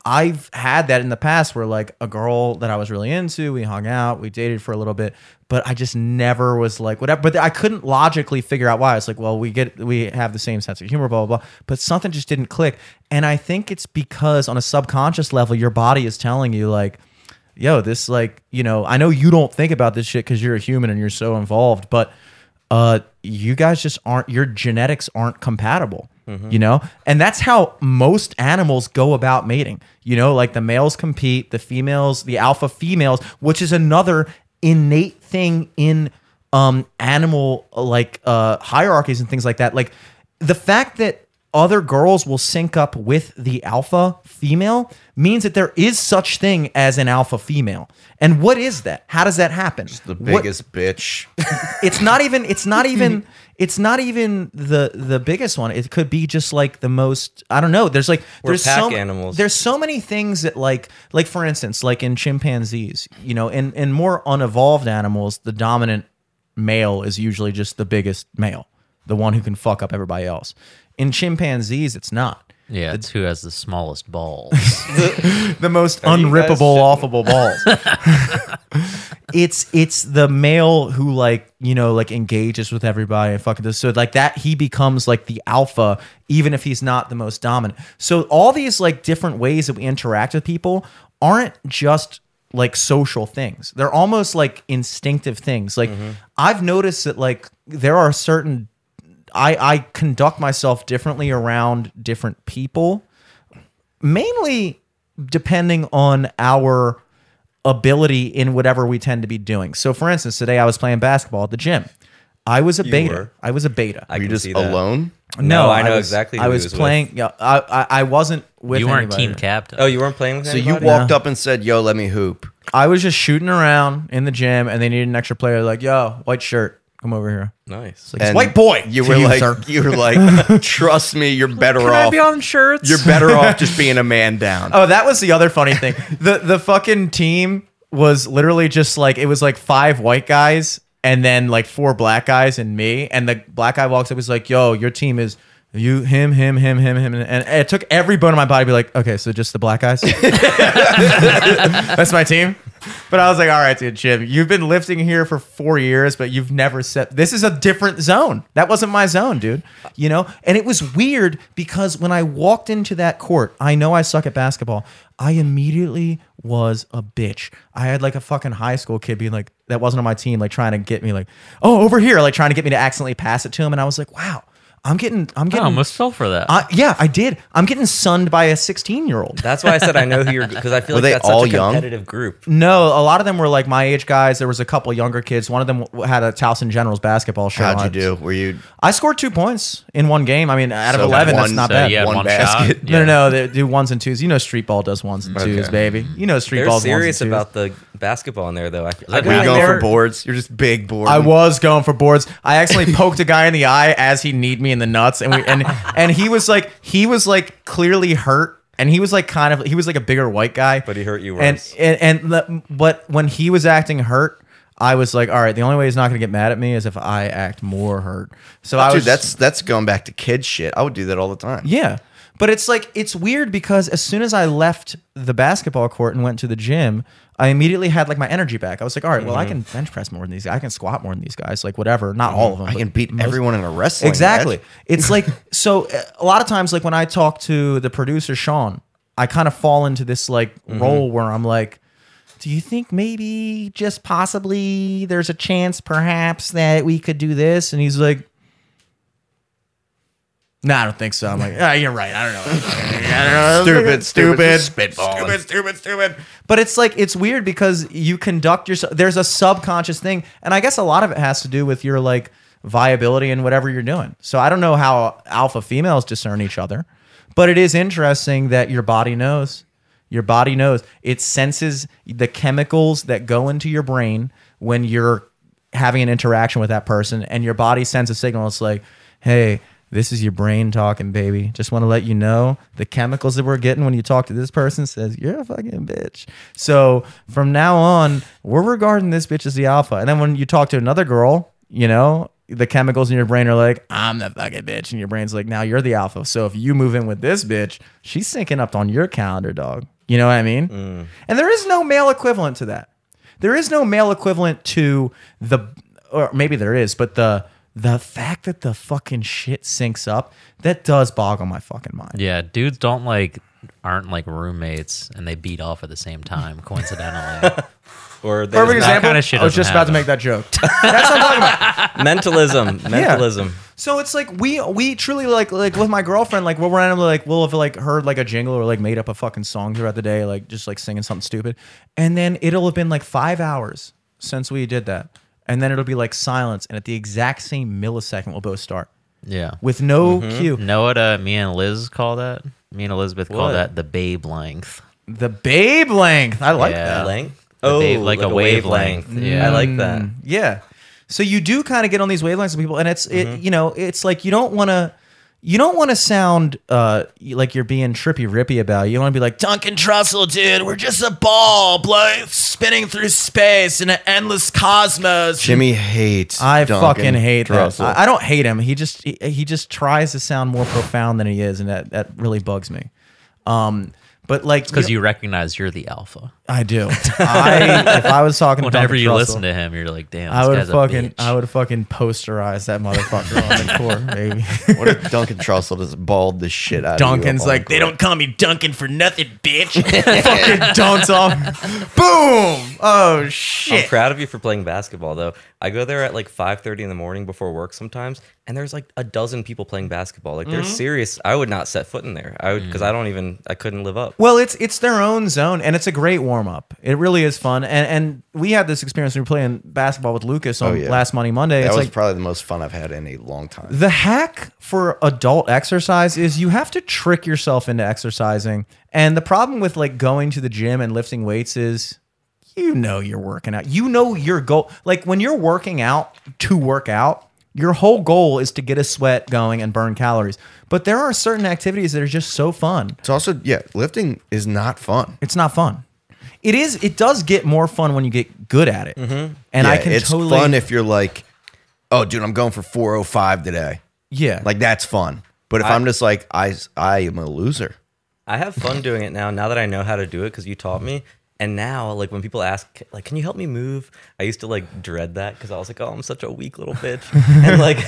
I've had that in the past where like a girl that I was really into, we hung out, we dated for a little bit, but I just never was like whatever. But I couldn't logically figure out why. It's like, well, we get we have the same sense of humor, blah blah blah. But something just didn't click, and I think it's because on a subconscious level, your body is telling you like yo, this like, you know, I know you don't think about this shit because you're a human and you're so involved, but uh, you guys just aren't, your genetics aren't compatible, you know? And that's how most animals go about mating, you know? Like the males compete, the females, the alpha females, which is another innate thing in um animal like uh hierarchies and things like that. Like the fact that other girls will sync up with the alpha female means that there is such thing as an alpha female. And what is that? How does that happen?
The
What-
biggest bitch.
it's not even it's not even it's not even the the biggest one. It could be just like the most I don't know. There's like
We're
there's so,
pack animals.
There's so many things that like like for instance, like in chimpanzees, you know, in in more unevolved animals, the dominant male is usually just the biggest male, the one who can fuck up everybody else. In chimpanzees, it's not.
Yeah, it's who has the smallest balls.
the most unrippable, offable balls. it's it's the male who like you know like engages with everybody and fucking does so like that he becomes like the alpha even if he's not the most dominant. So all these like different ways that we interact with people aren't just like social things. They're almost like instinctive things. Like I've noticed that like there are certain I I conduct myself differently around different people mainly depending on our ability in whatever we tend to be doing. So for instance, today I was playing basketball at the gym. I was a beta.
were.
I was a beta.
I
Are you
can
just
see that.
alone?
No, I know
was-
exactly
I
who he
was
was with.
playing. Yeah, I, I I wasn't with.
you weren't
anybody.
team captain.
Oh, you weren't playing with
So you
anybody?
walked up and said, "Yo, let me hoop."
I was just shooting around in the gym, and they needed an extra player. Like, yo, white shirt, come over here.
Nice.
Like, white boy.
You
to
were like,
sir.
you were like, trust me, you're better off.
shirts?
you're better off just being a man down.
Oh, that was the other funny thing. The the fucking team was literally just like it was like five white guys and then like four black guys and me. And the black guy walks up, he's like, "Yo, your team is you, him, him, him, him, him." And it took every bone in my body to be like, "Okay, so just the black guys." That's my team. But I was like, all right, dude, Jim, you've been lifting here for four years, but you've never set. This is a different zone. That wasn't my zone, dude. You know? And it was weird because when I walked into that court, I know I suck at basketball. I immediately was a bitch. I had like a fucking high school kid being like, that wasn't on my team, like trying to get me, like, oh, over here, like trying to get me to accidentally pass it to him. And I was like, wow, I'm getting, I'm
I
getting,
almost fell for that.
I, yeah, I did. I'm getting sunned by a 16 year old.
That's why I said I know who you're because I feel
Were
like
they
that's
all
such a
young?
competitive group.
No, a lot of them were like my age guys. There was a couple younger kids. One of them w- had a Towson Generals basketball shirt.
How'd you
on.
do? Were you
I scored two points in one game. I mean, out of
So
eleven, that's
one-
not
so
bad.
you had
one basket.
shot.
No, no, no. They do ones and twos. You know, street ball does ones and twos,
Okay.
baby. You know, street
They're
ball.
serious
ones and twos.
about the basketball in there, though. I, I,
Like,
were you
Right
going
there.
for boards? You're just big board.
I was going for boards. I actually poked a guy in the eye as he kneed me in the nuts, and we and and he was like he was like clearly hurt, and he was like kind of he was like a bigger white guy,
But he hurt you
And
worse.
and and the- but when he was acting hurt. I was like, all right. The only way he's not going to get mad at me is if I act more hurt. So I
Oh, Dude,
was
that's that's going back to kid shit. I would do that all the time.
yeah. But it's like it's weird because as soon as I left the basketball court and went to the gym, I immediately had like my energy back. I was like, all right, well,
Mm-hmm.
I can bench press more than these guys. I can squat more than these guys. Like whatever, not all of them.
I
but
can beat everyone in a wrestling
exactly.
match.
It's like so uh, a lot of times like when I talk to the producer Sean, I kind of fall into this like role where I'm like do you think maybe just possibly there's a chance perhaps that we could do this and he's like no, I don't think so. I'm like, ah, you're right. I don't know.
Stupid, stupid,
Stupid, stupid, stupid.
But it's like it's weird because you conduct yourself. There's a subconscious thing, and I guess a lot of it has to do with your like viability and whatever you're doing. So I don't know how alpha females discern each other, but it is interesting that your body knows. Your body knows. It senses the chemicals that go into your brain when you're having an interaction with that person, and your body sends a signal. It's like, hey, this is your brain talking, baby. Just want to let you know the chemicals that we're getting when you talk to this person says you're a fucking bitch. So from now on, we're regarding this bitch as the alpha. And then when you talk to another girl, you know, the chemicals in your brain are like, I'm the fucking bitch. And your brain's like, now you're the alpha. So if you move in with this bitch, she's syncing up on your calendar, dog. You know what I mean? And there is no male equivalent to that. There is no male equivalent to the, or maybe there is, but the the fact that the fucking shit syncs up, that does boggle my fucking mind.
Yeah, dudes don't like aren't like roommates and they beat off at the same time coincidentally.
Or there's
Perfect
That
example.
kinda shit
I was
doesn't
just about
happen.
to make that joke. That's what I'm talking about.
mentalism, mentalism.
So it's like we we truly like like with my girlfriend like we'll randomly like we'll have like heard like a jingle or like made up a fucking song throughout the day like just like singing something stupid, and then it'll have been like five hours since we did that, and then it'll be like silence, and at the exact same millisecond we'll both start
yeah.
with no cue.
Know what uh, me and Liz call that? Me and Elizabeth call
What?
that the babe length.
The babe length, I like
Yeah.
that.
Length.
The
Oh,
babe- like a wavelength. Mm.
Yeah, I like that.
Yeah. So you do kind of get on these wavelengths with people, and it's
Mm-hmm.
it you know it's like you don't want to. You don't want to sound uh, like you're being trippy rippy about it. You want to be like,
Duncan Trussell, dude, we're just a ball blow, spinning through space in an endless cosmos.
Jimmy hates.
I
Duncan
fucking hate that.
Trussell.
I, I don't hate him. He just he, he just tries to sound more profound than he is, and that that really bugs me. Um, but like,
Because you recognize you're the alpha.
I do. I if I was talking to
Whenever
Duncan
you
Trussell,
listen to him, you're like, damn,
I
this
would
guy's a
fucking
bitch.
I would fucking posterize that motherfucker on the court, baby.
what if Duncan Trussell just balled the shit out
Duncan's
of you up on
like,
the
they don't
Call me Duncan for nothing, bitch.
fucking dunks off. Boom! Oh shit!
I'm proud of you for playing basketball, though. I go there at like 5:30 in the morning before work sometimes, and there's like a dozen people playing basketball. Like they're
Mm-hmm.
serious. I would not set foot in there. I would because
Mm.
I don't even. I couldn't live up.
Well, it's it's their own zone, and it's a great warm up. It really is fun, and and we had this experience. when We were playing basketball with Lucas on
Oh, yeah.
last Money Monday.
That
it's
was
like
probably the most fun I've had in a long time.
the hack for adult exercise is you have to trick yourself into exercising, and the problem with like going to the gym and lifting weights is. You know you're working out. You know your goal. Like when you're working out to work out, your whole goal is to get a sweat going and burn calories. But there are certain activities that are just so fun.
It's also yeah, lifting is not fun.
It's not fun. It is. It does get more fun when you get good at it. And I
Mm-hmm. Yeah,
can
it's
totally.
fun if you're like, oh, dude, I'm going for 405 today.
yeah.
Like that's fun. But if I, am just like, I I am a loser.
I have fun doing it now. Now that I know how to do it, because you taught me. And now, like when people ask, like, "Can you help me move?" I used to like dread that because I was like, "Oh, I'm such a weak little bitch." and like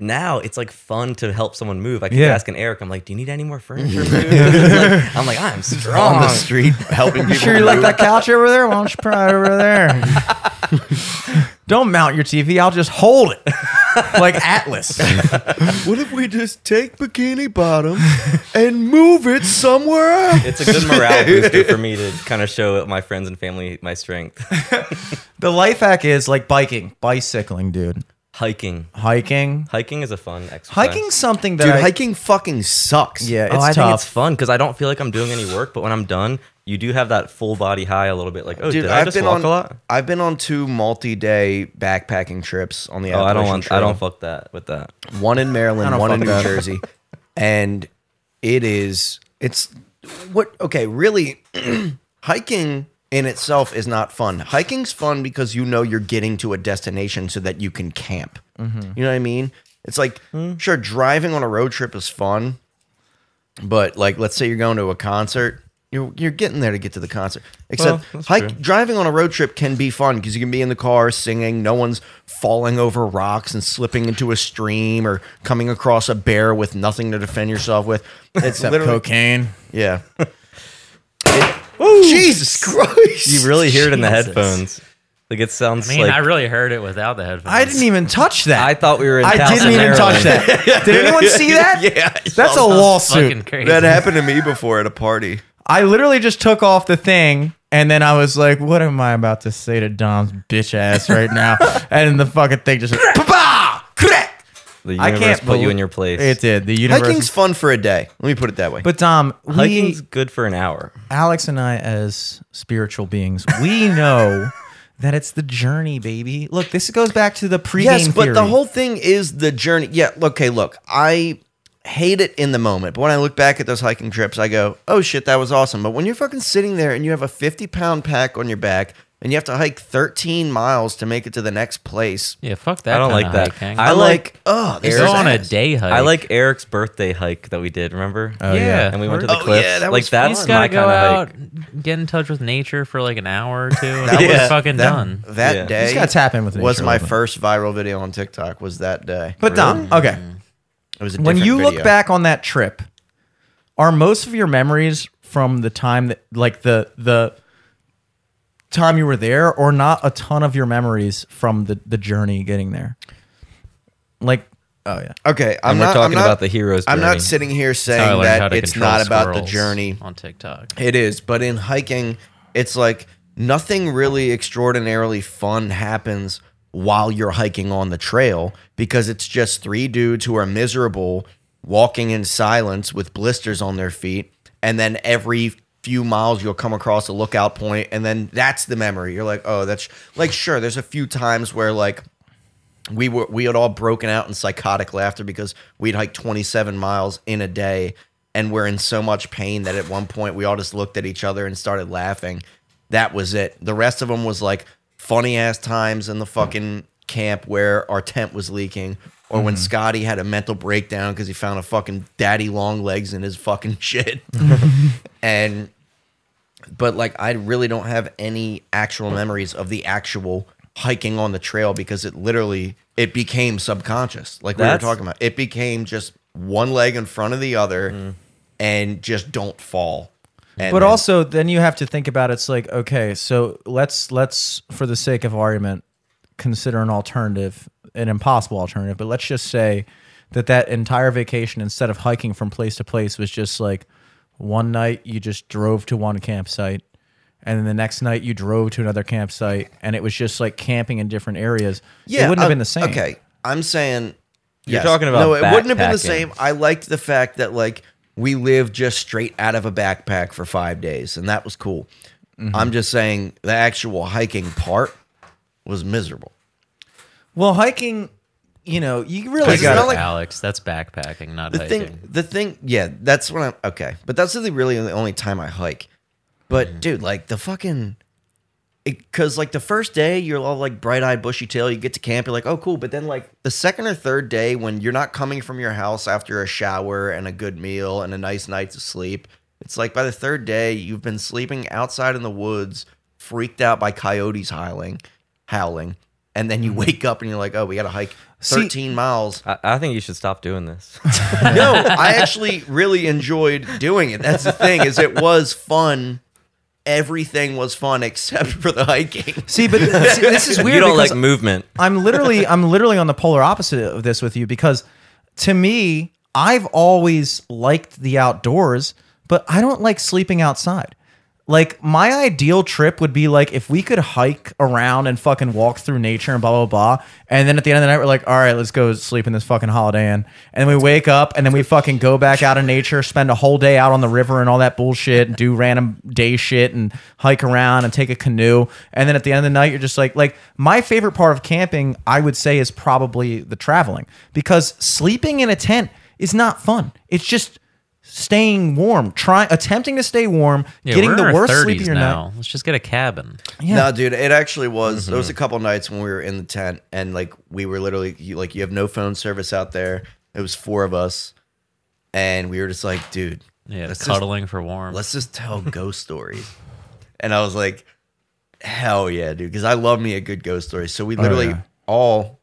now, it's like fun to help someone move. I keep
Yeah.
asking Eric, I'm like, "Do you need any more furniture?" Moved? Like, I'm like, "I'm strong."
On the street helping people.
Uh, sure you like
move.
that couch over there? Why don't you pry over there? Don't mount your TV. I'll just hold it like Atlas.
What if we just take Bikini Bottom and move it somewhere else?
It's a good morale booster for me to kind of show my friends and family my strength.
The life hack is like biking, bicycling, dude.
Hiking,
Hiking.
hiking is a fun exercise.
Hiking's something that
Dude,
I,
hiking fucking sucks.
Yeah, it's
oh, I
tough.
think it's fun because I don't feel like I'm doing any work, but when I'm done, you do have that full body high a little bit. Like, oh,
Dude,
did I
I've
just
been
walk
on
a lot?
I've been on two multi-day backpacking trips on the
Oh, I don't
Appalachian
want.
Trail.
I don't fuck that with that.
one in Maryland,
don't
one in
fuck
New
with that.
Jersey, and it is it's what okay really hiking in itself is not fun. Hiking's fun because you know you're getting to a destination so that you can camp. You know what I mean? It's like sure driving on a road trip is fun, but like let's say you're going to a concert. You're, you're getting there to get to the concert. Except
that's
hike,
true.
driving on a road trip can be fun because you can be in the car singing. No one's falling over rocks and slipping into a stream or coming across a bear with nothing to defend yourself with. It's literally
cocaine.
yeah. It- Jesus Christ!
You really hear it in the
Jesus.
headphones. Like it sounds
I mean,
like
I
I,
really heard it without the headphones.
didn't even touch that.
thought we were in.
I
Towson,
didn't even touch
Maryland.
that. Did anyone see that?
yeah,
That's a
That was
lawsuit.
Fucking crazy.
that happened to me before at a party.
I literally just took off the thing and then I was like, what am I about to say to Dom's bitch ass right now? and the fucking thing just pa crack.
The
I
universe
can't
put
believe-
you in your place.
It did. The universe.
Hiking's fun for a day. Let me put it that way.
but Dom, we,
Hiking's good for an hour.
Alex and I as spiritual beings, we know that it's the journey, baby. Look, this goes back to the pregame
Yes, but the
theory.
whole thing is the journey. Yeah, okay, look, I hate it in the moment, but when I look back at those hiking trips, I go, oh shit, that was awesome. But when you're fucking sitting there and you have a 50 pound pack on your back and you have to hike 13 miles to make it to the next place,
Yeah, fuck that.
I don't
kinda
like that.
hiking.
I
I
like,
like-
oh, this
Go
is
on a
ass."
day hike.
I like Eric's birthday hike that we did. Remember?
Oh, yeah.
and we went to
Oh,
the
yeah,
cliffs.
that
like
was fun.
You
that's
just gotta
my
go
kind of
out,
hike.
get in touch with nature for like an hour or two. and That
Yeah.
was fucking
That-
done.
That
Yeah.
day
Just gotta tap in with nature
was
a
my
little bit.
first viral video on TikTok was that day.
But Dom, okay,
it was a
when
different
you
video.
look back on that trip, are most of your memories from the time that, like the the time you were there, or not a ton of your memories from the the journey getting there? Like, oh yeah,
Okay, I'm
And we're
not, I'm
talking
not-
about the hero's
I'm
journey.
not sitting here
That's how I
saying
learned how
that
to
it's
control
not about the
squirrels
journey.
on TikTok.
It is, but in hiking, it's like nothing really extraordinarily fun happens while you're hiking on the trail because it's just three dudes who are miserable walking in silence with blisters on their feet. And then every few miles, you'll come across a lookout point, and then that's the memory. You're like, oh, that's like, sure, there's a few times where like, we were we had all broken out in psychotic laughter because we'd hiked 27 miles in a day and we're in so much pain that at one point we all just looked at each other and started laughing that was it the rest of them was like funny ass times in the fucking camp where our tent was leaking or when Scotty had a mental breakdown because he found a fucking daddy long legs in his fucking shit. and but like I really don't have any actual memories of the actual hiking on the trail because it literally it became subconscious. Like
That's-
we were talking about, it became just one leg in front of the other, and just don't fall. And
but
then-
also then you have to think about it's like okay so let's let's for the sake of argument consider an alternative an impossible alternative but let's just say that that entire vacation instead of hiking from place to place was just like one night you just drove to one campsite and then the next night you drove to another campsite and it was just like camping in different areas it wouldn't have
uh,
been the same
Okay, I'm saying
You're
yes.
talking about
no, it wouldn't have been the
backpacking.
same. I liked the fact that like we lived just straight out of a backpack for five days, and that was cool.
Mm-hmm.
I'm just saying the actual hiking part was miserable.
well hiking you know you really
Because it's
got
not like-
Alex, that's backpacking, not
the
hiking.
thing the thing yeah that's when i'm okay but that's really really the only time i hike
Mm-hmm.
but dude like the fucking because like the first day you're all like bright-eyed bushy tail you get to camp you're like oh cool but then like the second or third day when you're not coming from your house after a shower and a good meal and a nice night's of sleep it's like by the third day you've been sleeping outside in the woods freaked out by coyotes howling howling and then you
Mm-hmm.
wake up and you're like oh we gotta hike 13 miles
I, I think you should stop doing this.
no, I actually really enjoyed doing it. That's the thing is it was fun. Everything was fun except for the hiking.
see but see, this is weird
you don't
because
like movement.
I'm literally I'm literally on the polar opposite of this with you because to me, I've always liked the outdoors, but I don't like sleeping outside. Like my ideal trip would be like if we could hike around and fucking walk through nature and blah blah blah, and then at the end of the night we're like, all right, let's go sleep in this fucking Holiday Inn, and we wake up and then we fucking go back out in nature, spend a whole day out on the river and all that bullshit, and do random day shit and hike around and take a canoe, and then at the end of the night you're just like, like my favorite part of camping, I would say, is probably the traveling because sleeping in a tent is not fun. It's just staying warm, trying attempting to stay warm,
Yeah,
getting
we're
the
in our
worst
30s
sleep of your
now.
night.
Let's just get a cabin.
Yeah.
No, dude, it actually was. There was a couple nights when we were in the tent and like we were literally you, like you have no phone service out there. It was four of us, and we were just like, dude,
Yeah,
let's just-
cuddling for warmth.
let's just tell ghost stories. And I was like, hell yeah, dude, because I love me a good ghost story. So we literally
Oh, yeah.
all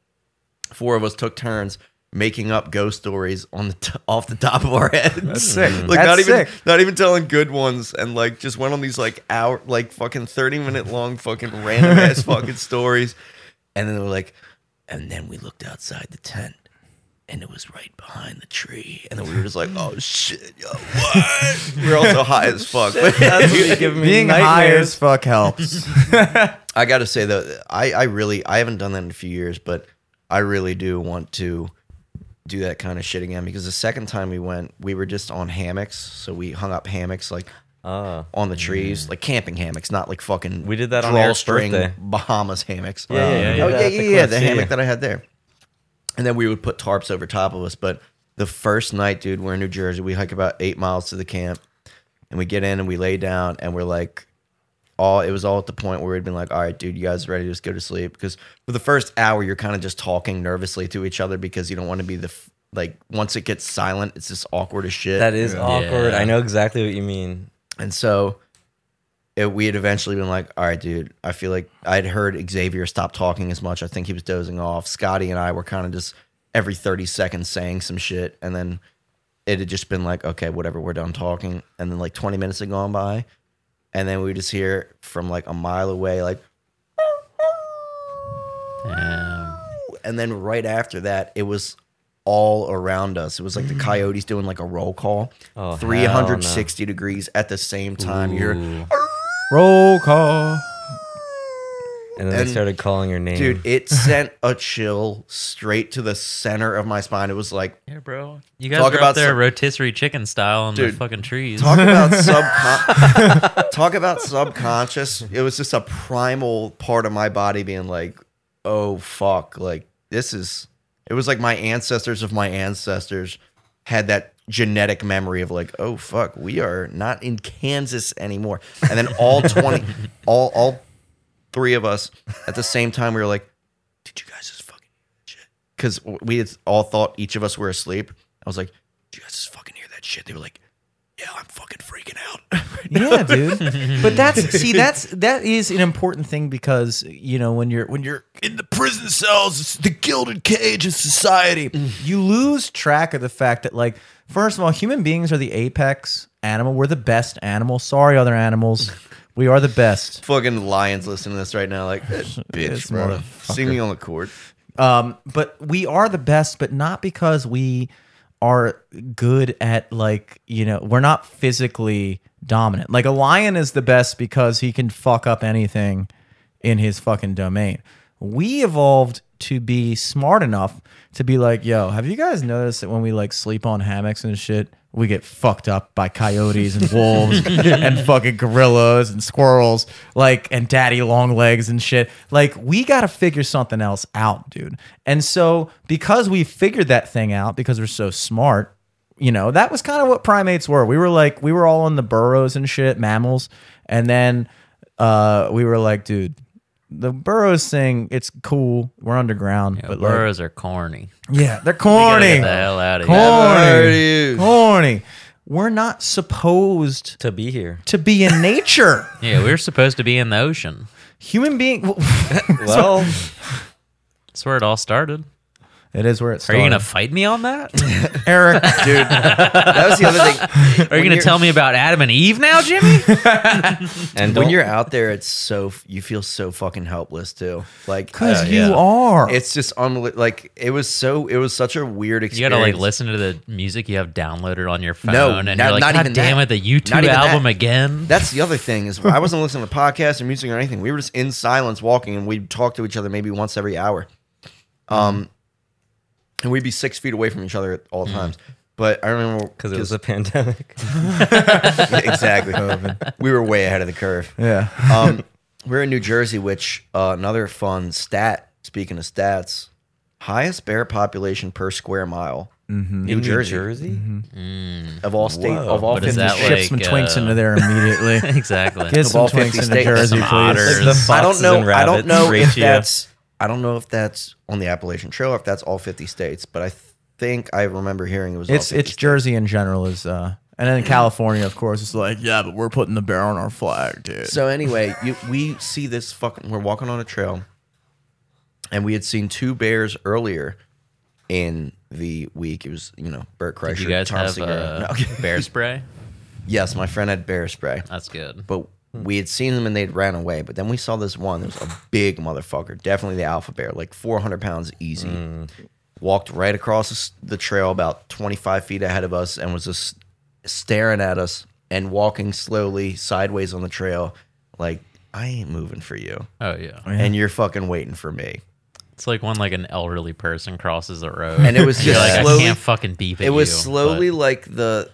four of us took turns making up ghost stories on the t- off the top of our heads.
sick.
like
That's
not even
sick.
not even telling good ones, and like just went on these like hour like fucking thirty minute long fucking random ass fucking stories. And then they were like, and then we looked outside the tent. And it was right behind the tree, and then we were just like, "Oh shit, yo, what?" we were all so high as fuck.
Being high as fuck helps.
I got to say though, I, I really I haven't done that in a few years, but I really do want to do that kind of shit again because the second time we went, we were just on hammocks, so we hung up hammocks like
Ah,
on the trees, like camping hammocks, not like fucking
Mm. We did that on Eric's
drawstring
birthday.
Bahamas hammocks.
Yeah, yeah, yeah,
oh yeah,
yeah, at the
yeah, yeah,
Quincy,
the hammock
yeah.
that I had there. And then we would put tarps over top of us. But the first night, dude, we're in New Jersey. We hike about eight miles to the camp, and we get in and we lay down, and we're like, all it was all at the point where we'd been like, all right, dude, you guys ready to just go to sleep? Because for the first hour, you're kind of just talking nervously to each other because you don't want to be the f- like once it gets silent, it's just awkward as shit.
That is awkward.
Yeah.
I know exactly what you mean.
And so it, we had eventually been like, all right, dude, I feel like I'd heard Xavier stop talking as much. I think he was dozing off. Scotty and I were kind of just every 30 seconds saying some shit. And then it had just been like, okay, whatever, we're done talking. And then like 20 minutes had gone by. And then we just hear from like a mile away, like,
Um,
and then right after that, it was all around us. It was like the coyotes doing like a roll call,
Mm. Oh, hell no.
360 degrees at the same time. You're
ooh.
Roll call.
And then
And-
they started calling your name.
Dude, it sent a chill straight to the center of my spine. It was like,
Yeah, bro. You guys
Talk
were
about
up there
some-
rotisserie chicken style in
Dude,
the fucking trees.
talk about subcon- talk about subconscious. It was just a primal part of my body being like, "Oh fuck, like this is it was like my ancestors of my ancestors had that genetic memory of like, "Oh fuck, we are not in Kansas anymore." And then all 20 all all three of us at the same time we were like, "Did you guys just fucking because we had all thought each of us were asleep. I was like, "Did you guys just fucking hear that shit?" They were like, "Yeah, I'm fucking freaking out."
Yeah, dude. But that's see, that's that is an important thing because you know when you're when you're
In the prison cells, it's the gilded cage of society.
you lose track of the fact that like first of all human beings are the apex animal we're the best animal sorry other animals we are the best
fucking lions listening to this right now, like, "Eh, "Bitch, bro, see me on the court."
um but we are the best but not because we are good at like you know we're not physically dominant like a lion is the best because he can fuck up anything in his fucking domain we evolved to be smart enough to be like yo have you guys noticed that when we like sleep on hammocks and shit we get fucked up by coyotes and wolves and fucking gorillas and squirrels, like and daddy long legs and shit. Like we got to figure something else out, dude. And so because we figured that thing out because we're so smart, you know, that was kind of what primates were. We were like we were all in the burrows and shit, mammals, and then uh we were like, dude, the burrows thing, it's cool. We're underground, but like,
Burrows are corny.
yeah, they're
Gotta
corny.
Get the hell out of here.
Corny. Corny. We're not supposed
to be here.
to be in nature.
Yeah, we were supposed to be in the ocean.
Human being.
Well,
That's where it all started.
it is where it
Are
started.
you gonna fight me on that?
Eric?
Dude, that was the other thing.
Are you gonna tell me about Adam and Eve now, Jimmy?
and
when
don't-
you're out there? It's so you feel so fucking helpless too. Like,
Because
uh,
you are.
it's just unbelievable. Like, it was so it was such a weird
You
experience.
gotta like listen to the music you have downloaded on your phone,
No,
and
not-
you're like,
not
God
even
damn
that.
it, the
Not
YouTube
even
album
that.
again.
That's the other thing is I wasn't listening to podcasts or music or anything. We were just in silence walking and we'd talk to each other maybe once every hour. Um and we'd be six feet away from each other at all times. But I remember
because it was a pandemic.
exactly we were way ahead of the curve.
yeah.
Um, we're in New Jersey, which uh, another fun stat. Speaking of stats, highest bear population per square mile
Mm-hmm.
New,
Jersey.
Jersey?
of all state
Whoa.
of all
But is
50
that
states.
Ship
like,
some twinks
uh,
into there immediately.
exactly.
Get some
all
twinks
50
into
states,
Jersey,
some otters.
please.
There's
I don't
foxes
know.
and
I don't
rabbits
know if
ratio.
that's. I don't know if that's on the Appalachian Trail or if that's all fifty states, but I think I remember hearing it was.
It's
all 50
it's Jersey in general is, uh, and
Mm.
then California, of course, is like, yeah, but we're putting the bear on our flag, dude.
states. So anyway, you, we see this fucking. We're walking on a trail, and we had seen two bears earlier in the week. It was you know Bert Kreischer,
Did you guys
Tom
have
Segura.
uh,
No,
bear spray?
yes, my friend had bear spray.
That's good.
but
Hmm.
we had seen them and they'd ran away. But then we saw this one that was a big motherfucker, definitely the alpha bear, like 400 pounds easy.
Hmm.
Walked right across the s- the trail about 25 feet ahead of us and was just staring at us and walking slowly sideways on the trail, like, I ain't moving for you.
Oh yeah.
And you're fucking waiting for me.
It's like when like an elderly person crosses the road,
And it was
you're
just
like, I
slowly.
can't fucking beep at
It was
you,
slowly
but
like the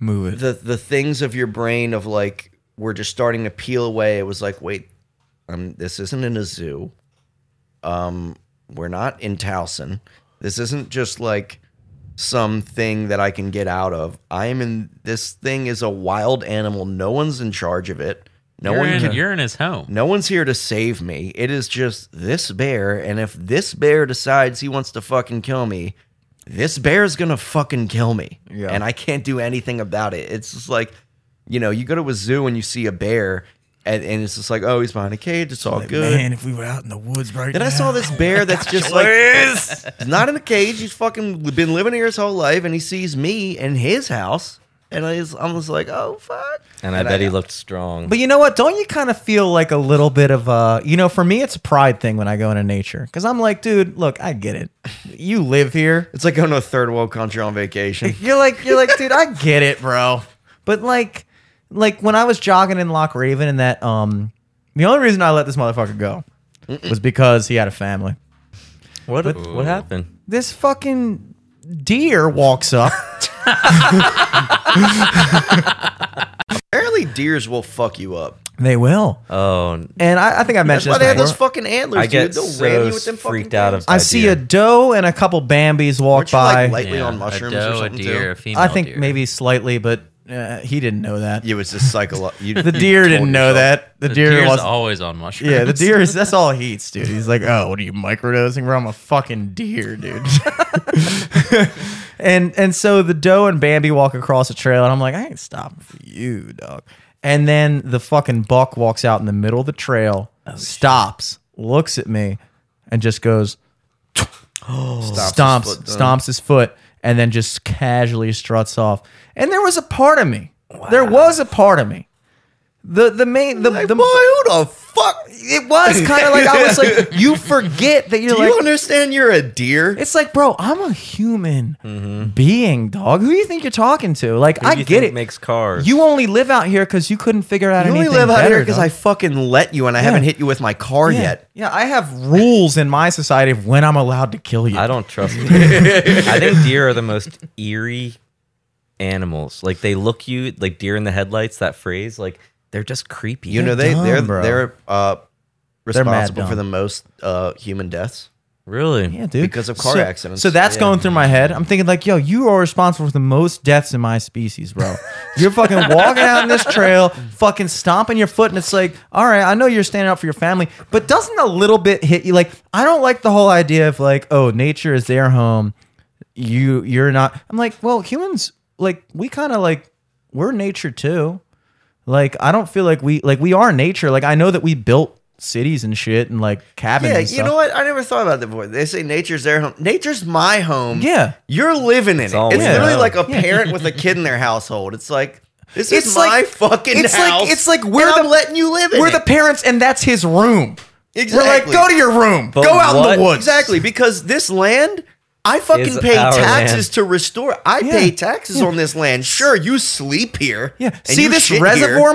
Move it.
the the things of your brain of like were just starting to peel away. It was like, wait, um, this isn't in a zoo. Um, we're not in Towson. This isn't just like something that I can get out of. I am in this thing is a wild animal. No one's in charge of it. No
you're,
one
in,
can
you're in his home.
no one's here to save me. It is just this bear, and if this bear decides he wants to fucking kill me, this bear's gonna fucking kill me.
Yeah.
And I can't do anything about it. It's just like, you know, you go to a zoo and you see a bear, and, and it's just like, oh, he's behind a cage, it's all good.
Man, if we were out in the woods right
Then
now.
I saw this bear that's just like he's not in a cage. He's fucking been living here his whole life, and he sees me in his house, and I was, I'm just like, oh fuck.
And I bet he looked strong.
But you know what? Don't you kind of feel like a little bit of a, you know, for me, it's a pride thing when I go into nature because I'm like, dude, look, I get it. You live here.
It's like going to a third world country on vacation.
You're like, you're like, dude, I get it, bro. But like, like when I was jogging in Lock Raven and that, um, the only reason I let this motherfucker go was because he had a family.
what what happened?
This fucking deer walks up.
Apparently, deers will fuck you up.
they will.
Oh,
And I, I think I
That's
mentioned
why
this
they have
before.
those fucking antlers,
I get
dude. They'll
so
ram you with them
freaked
fucking
out
things.
of.
I
that
see
deer.
a doe and a couple Bambies
Aren't
walk
you, like,
by.
lightly
Yeah,
on mushrooms
a
or
doe,
something,
a deer,
too?
a female
I think
deer.
maybe slightly, but uh, he didn't know that.
It was just psycholo- you
The deer didn't know that. The,
the
deer
deer's
was.
always on mushrooms.
Yeah, the deer is. That's all he eats, dude. He's like, oh, what are you microdosing? Bro, I'm a fucking deer, dude. and and so the doe and Bambi walk across a trail, and I'm like, I ain't stopping for you, dog. And then the fucking buck walks out in the middle of the trail, stops, looks at me, and just goes, stomps,
his foot down.
stomps his foot, and then just casually struts off. And there was a part of me. There was a part of me. The the main the, the boy who the fuck it was kind of like I was like you forget that you're
Do
like
you understand? You're a deer.
it's like bro I'm a human being dog who do you think you're talking to like
Who
I
do you
get
think
it
Makes cars.
you only live out here because you couldn't figure out
You only
anything
live out here
better,
because
dog.
I fucking let you, and I haven't hit you with my car
yeah.
yet.
yeah I have rules in my society of when I'm allowed to kill you
I don't trust. them. I think deer are the most eerie animals. Like they look you like deer in the headlights. That phrase, like they're just creepy.
You know they
dumb,
they're
bro.
they're uh,
mad
responsible for
dumb.
the most uh, human deaths.
really?
yeah dude
because of car
So-
accidents.
so that's
Yeah.
going through my head I'm thinking like yo you are responsible for the most deaths in my species bro you're fucking walking out in this trail fucking stomping your foot and it's like all right I know you're standing up for your family but doesn't a little bit hit you like I don't like the whole idea of like oh nature is their home you you're not i'm like well humans like we kind of like we're nature too like i don't feel like we like we are nature like i know that we built cities and shit and like cabins
Yeah,
and
you know
stuff.
what? I never thought about that before. They say nature's their home. Nature's my home.
Yeah.
You're living in it. It's
all we
literally
know.
like a parent with a kid in their household. It's like this
It's
is
like-
my fucking
it's like-
house.
it's like
and
we're
I'm
the-
letting you live in
we're
it.
the parents and that's his room
Exactly.
we're like go to your room
But
go out in
what-
the woods
Exactly, because this land, I fucking
Is
pay
our
taxes
land.
to restore. I
Yeah.
pay taxes on this land. Sure, you sleep here.
yeah
and
see
you
this
shit
reservoir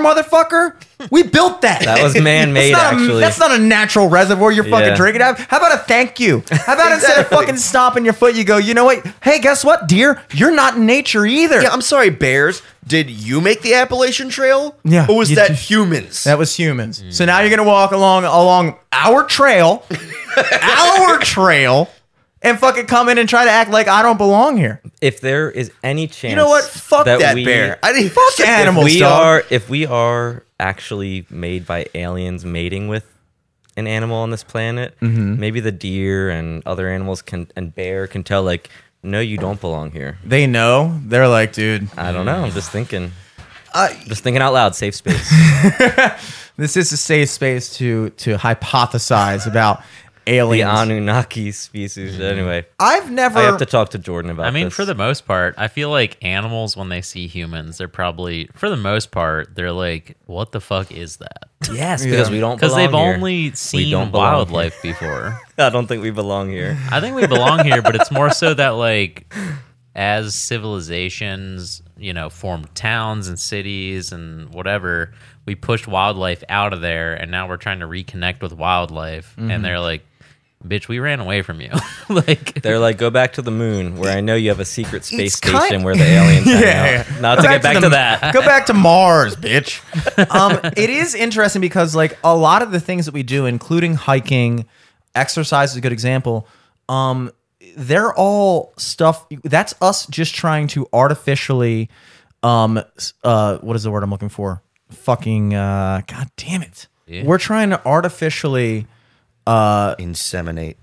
here.
motherfucker we built that
That was man-made.
that's not,
actually,
a, that's not a natural reservoir you're fucking
Yeah.
drinking out of. How about a thank you? How about instead of
Exactly.
fucking stomping your foot, you go, you know what? Hey, guess what, dear? You're not in nature either.
Yeah, I'm sorry, bears. Did you make the Appalachian Trail?
Yeah,
Or was
you
that
did.
humans?
That was humans.
Mm.
So now you're gonna walk along along our trail, our trail, and fucking come in and try to act like I don't belong here.
if there is any chance,
you know what? Fuck that,
we-
bear. I didn't
Fuck
If
animals.
we
dog.
are if we are actually made by aliens mating with an animal on this planet
Mm-hmm.
maybe the deer and other animals can and bear can tell like no you don't belong here
They know. They're like, dude,
i don't know i'm just thinking just thinking out loud safe space
this is a safe space to to hypothesize about
the
aliens. Mm-hmm.
anunnaki species anyway
I've never.
i have to talk to jordan about
I mean,
this.
for the most part, I feel like animals when they see humans, they're probably for the most part, they're like, "What the fuck is that?"
yes because we don't
Because
belong
they've
here.
only seen
don't belong
wildlife before.
i don't think we belong here
I think we belong here, but it's more so that like as civilizations, you know, formed towns and cities and whatever,
Mm-hmm.
we pushed wildlife out of there and now we're trying to reconnect with wildlife and they're like bitch, we ran away from you. like
They're like, go back to the moon, where I know you have a secret space
kind-
station where the aliens hang
Yeah.
out. Not to get back to, that.
Go back to Mars, bitch. um, it is interesting because like a lot of the things that we do, including hiking, exercise is a good example. Um, they're all stuff that's us just trying to artificially, um, s- uh, what is the word I'm looking for? Fucking, uh, god damn it. We're trying to artificially.
Inseminate.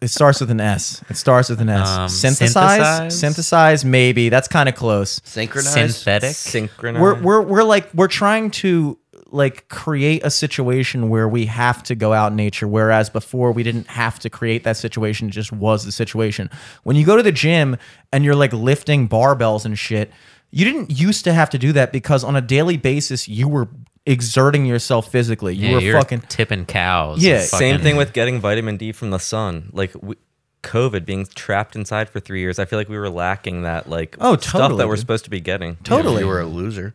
It starts with an S. It starts with an S.
Um,
synthesize,
synthesize?
synthesize, maybe that's kind of close.
Synchronize.
synthetic.
Synchronized.
we're we're we're like we're trying to like create a situation where we have to go out in nature whereas before we didn't have to create that situation it just was the situation when you go to the gym and you're like lifting barbells and shit you didn't used to have to do that because on a daily basis you were exerting yourself physically you
yeah,
were
you're
fucking
tipping cows. and
Yeah,
fucking-
Same thing with getting vitamin D from the sun. Like we, COVID, being trapped inside for three years, I feel like we were lacking that like
Oh,
stuff
totally,
that we're
dude.
supposed to be getting.
totally
You were a loser.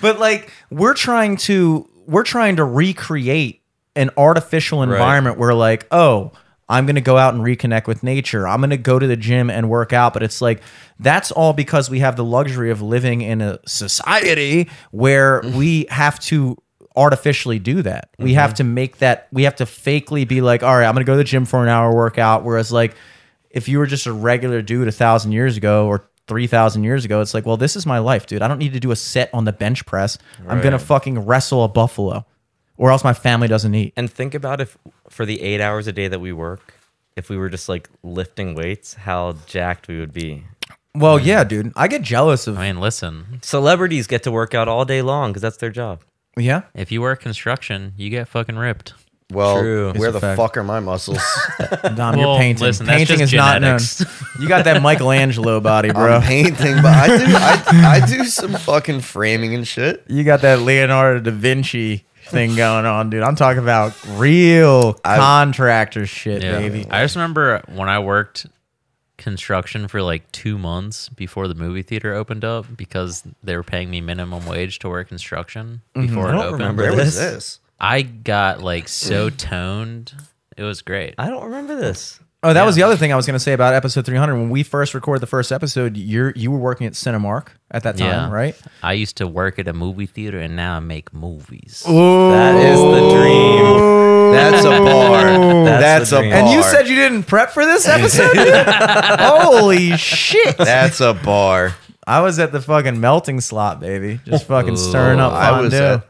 but like we're trying to we're trying to recreate an artificial environment where like oh i'm gonna go out and reconnect with nature i'm gonna go to the gym and work out but it's like that's all because we have the luxury of living in a society where we have to artificially do that we have to make that we have to fakely be like all right i'm gonna go to the gym for an hour workout whereas like if you were just a regular dude a thousand years ago or three thousand years ago, it's like, well, this is my life, dude. I don't need to do a set on the bench press. I'm gonna fucking wrestle a buffalo, or else my family doesn't eat.
And think about if for the eight hours a day that we work, if we were just like lifting weights, how jacked we would be.
Well, yeah, dude. I get jealous of
I mean, listen,
Celebrities get to work out all day long because that's their job.
yeah.
if you work construction, you get fucking ripped.
Well,
True. It's
where
a
the
fact.
fuck are my muscles?
Dom,
Well,
you're painting.
listen, that's
painting is
just
not
genetics.
known. You got that Michelangelo body, bro.
I'm painting, but I do I, I do some fucking framing and shit.
you got that Leonardo da Vinci thing going on, dude. I'm talking about real contractor shit,
Yeah.
baby.
I just remember when I worked construction for like two months before the movie theater opened up because they were paying me minimum wage to work construction before
Mm-hmm. I
it
don't
opened.
remember
Where was
this.
this?
I got like so toned. It was great.
I don't remember this.
Oh, that was the other thing I was going to say about episode 300. When we first recorded the first episode, you are you were working at Cinemark at that time,
Yeah.
right?
I used to work at a movie theater and now I make movies.
That is the dream.
That's a bar. That's,
That's the
a bar.
dream.
And you said you didn't prep for this episode? dude? Holy shit.
that's a bar.
I was at the fucking melting slot, baby. Just fucking stirring up
I was
fondue.
at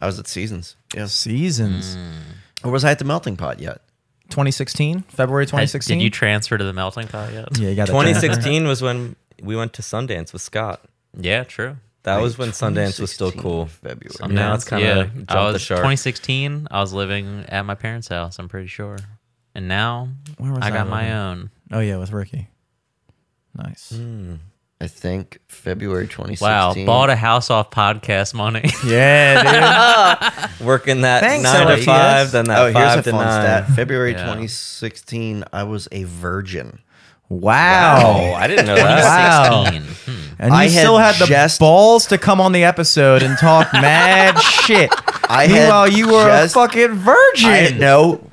I was at Seasons. Yes.
Seasons.
Mm.
Or was I at the melting pot yet?
2016, February
Had-
2016.
Did you transfer to the melting pot yet?
yeah, you got that
2016 was when we went to Sundance with Scott.
Yeah, true.
That was when Sundance was still
2016,
cool.
February.
Sundance,
Now it's kinda
yeah.
jumped
I
the
was
shark.
2016. I was living at my parents' house. I'm pretty sure. And now
Where was
I got my uh,
living?
own.
Oh, yeah, with Ricky. Nice.
Mm.
I think February 2016.
Wow, bought a house off podcast money.
Yeah,
Working that
Thanks,
nine to
LATS.
five, then that
Oh,
five
here's a
to
fun
nine.
stat. February
Yeah.
2016, I was a virgin.
dude. Wow.
Oh, I didn't know that.
Wow.
16. Hmm.
And you
I had
still had the
just-
balls to come on the episode and talk mad shit.
I had
Meanwhile, you were
just-
a fucking virgin.
I know.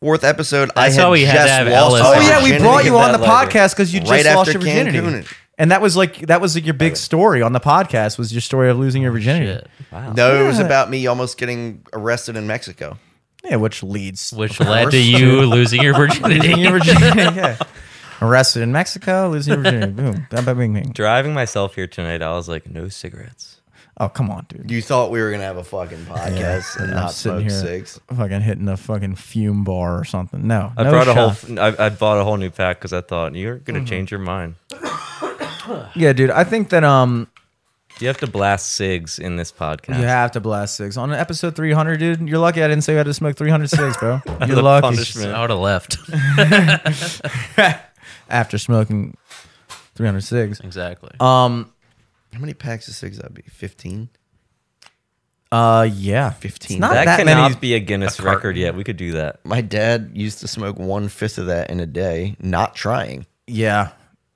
Fourth episode, I
That's
had
why we
just
had to have
lost.
Ellis
my
Oh
on.
yeah, we
virginity.
brought you
Get
on the
that letter.
podcast because you just
Right
lost
after
your virginity,
Cancun.
and that was like that was like your big story on the podcast was your story of losing your virginity.
Shit.
No, it was
Yeah.
about me almost getting arrested in Mexico.
Yeah, which leads
Which led to you losing your
losing
virginity.
your virginity. yeah. Arrested in Mexico, losing your virginity. Boom, bam, bam, bing, bing.
Driving myself here tonight, I was like, no cigarettes.
Oh come on, dude.
You thought we were gonna have a fucking podcast and
I'm
not
sitting
smoke
here
six.
fucking hitting a fucking fume bar or something. No,
I
no
brought a
shot.
whole. I, I bought a whole new pack because I thought you're gonna change your mind.
Yeah, dude. I think that um
You have to blast cigs in this podcast.
You have to blast six on episode 300, dude. You're lucky I didn't say you had to smoke 300 cigs, bro. You're
The
lucky
punishment.
I would have left.
after smoking 300 cigs.
exactly.
Um,
How many packs of cigs that'd be? Fifteen.
uh, yeah,
15.
It's not
That,
that,
cannot
many.
be a Guinness
a
record yet. We could do that.
My dad used to smoke one fifth of that in a day, not trying.
yeah,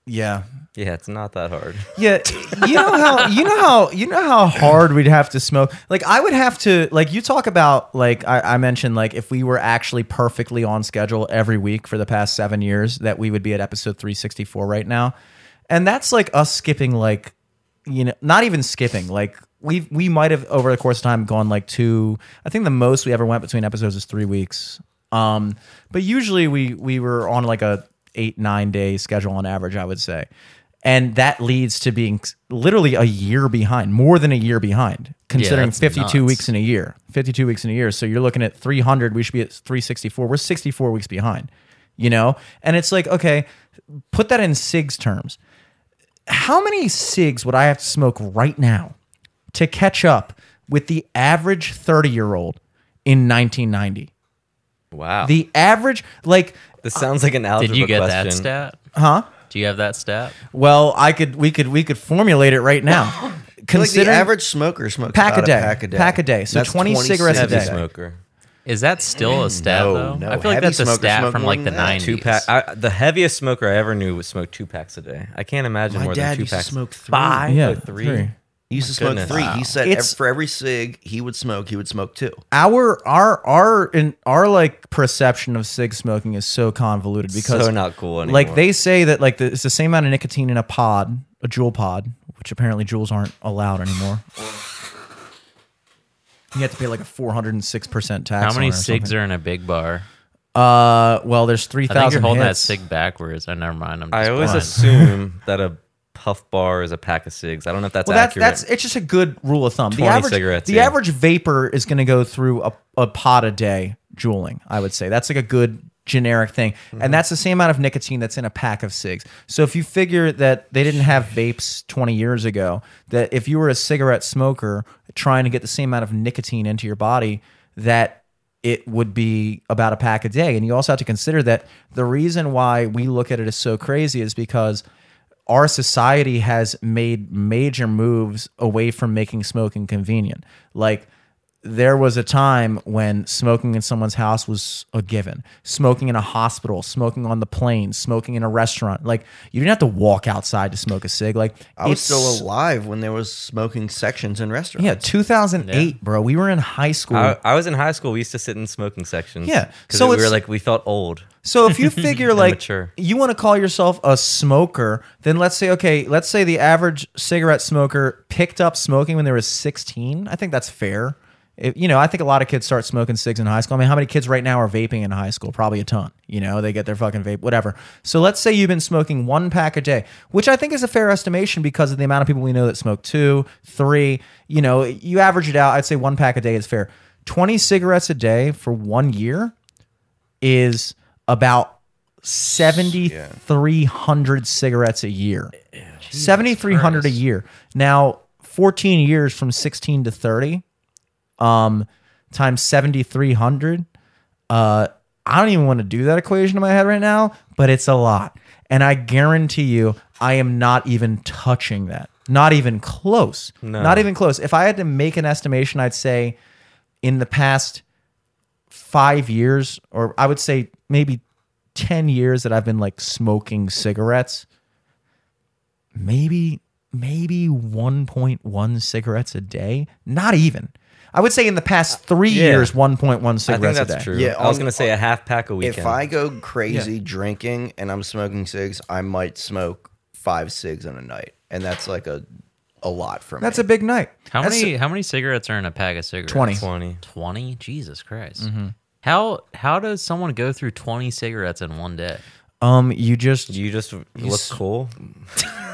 yeah.
Yeah, it's not that hard.
Yeah, you know how you know how you know how hard we'd have to smoke. Like I would have to like you talk about like I, I mentioned like if we were actually perfectly on schedule every week for the past seven years that we would be at episode three sixty four right now, and that's like us skipping like you know not even skipping like we we might have over the course of time gone like two. I think the most we ever went between episodes is three weeks. Um, but usually we we were on like a eight nine day schedule on average. I would say and that leads to being s- literally a year behind, more than a year behind, considering
that's
52
nuts.
weeks in a year. 52 weeks in a year. So you're looking at 300. We should be at 364. We're 64 weeks behind, you know? And it's like, okay, put that in SIGs terms. How many SIGs would I have to smoke right now to catch up with the average 30 year old in 1990?
Wow.
The average, like,
this sounds like an algebra
Did you get
question.
that stat?
huh?
Do you have that stat?
Well, I could, we could, we could formulate it right now.
feel like the
Considering-
average smoker smokes
pack a
about
day.
pack a day.
Pack a day. So 20 cigarettes a
Heavy
day.
smoker.
Is that still a stat
No,
though?
no.
I feel like
Heavy
that's a
smokers
stat
smoke
from
more
like the
than that.
nineties.
Two pack. I, the heaviest smoker I ever knew was smoked two packs a day. I can't imagine
My
more than
dad
two
used to
packs.
smoke three.
Five
Yeah,
or three.
three.
He used to smoke
goodness.
three. He said
It's-
ev- for every cig he would smoke, he would smoke two.
Our our our and our like perception of cig smoking is so convoluted because
so not cool anymore.
like they say that like the, it's the same amount of nicotine in a pod, a jewel pod, which apparently jewels aren't allowed anymore. You have to pay like a four hundred and six percent tax.
How many
on it or
cigs are in a big bar?
Uh, well, there's three
I think you're
thousand.
holding
hits.
that cig backwards. Oh, never mind. I'm just
I always
blind.
assume that a puff bar is a pack of cigs. I don't know if that's
Well, that's
accurate.
that's it's just a good rule of thumb. The
20
average
cigarettes,
the
yeah.
average vapor is going to go through a, a pot a day juuling. I would say that's like a good generic thing,
Mm-hmm.
and that's the same amount of nicotine that's in a pack of cigs. So if you figure that they didn't have vapes twenty years ago, that if you were a cigarette smoker trying to get the same amount of nicotine into your body, that it would be about a pack a day. And you also have to consider that the reason why we look at it as so crazy is because our society has made major moves away from making smoking convenient. Like there was a time when smoking in someone's house was a given. Smoking in a hospital, smoking on the plane, smoking in a restaurant. Like you didn't have to walk outside to smoke a cig. Like
I was
it's-
still alive when there was smoking sections in restaurants.
Yeah, 2008, bro. We were in high school.
I, I was in high school. We used to sit in smoking sections.
Yeah, so
so we were
it's-
like we felt old.
So if you figure like
mature.
you want to call yourself a smoker, then let's say okay, let's say the average cigarette smoker picked up smoking when they were 16. I think that's fair. If, you know, I think a lot of kids start smoking cigs in high school. I mean, how many kids right now are vaping in high school? Probably a ton. You know, they get their fucking vape, whatever. So let's say you've been smoking one pack a day, which I think is a fair estimation because of the amount of people we know that smoke two, three. You know, you average it out. I'd say one pack a day is fair. 20 cigarettes a day for one year is about 7,300 cigarettes a year. 7,300 a year. Now, 14 years from 16 to 30 um, times 7,300. Uh, I don't even want to do that equation in my head right now, but it's a lot. And I guarantee you, I am not even touching that. Not even close.
No.
Not even close. If I had to make an estimation, I'd say in the past five years, or I would say maybe 10 years that I've been like smoking cigarettes, maybe, maybe 1.1 cigarettes a day. Not even. I would say in the past three years, 1.1
I think
cigarettes a day.
that's true.
Yeah,
I was
on-
gonna say a half pack a weekend.
If I go crazy drinking and I'm smoking cigs, I might smoke five cigs in a night, and that's like a a lot for me.
That's a big night.
How
That's-
many how many cigarettes are in a pack of cigarettes?
20.
twenty.
20? Jesus Christ. How how does someone go through 20 cigarettes in one day?
Um, you just
You just look cool.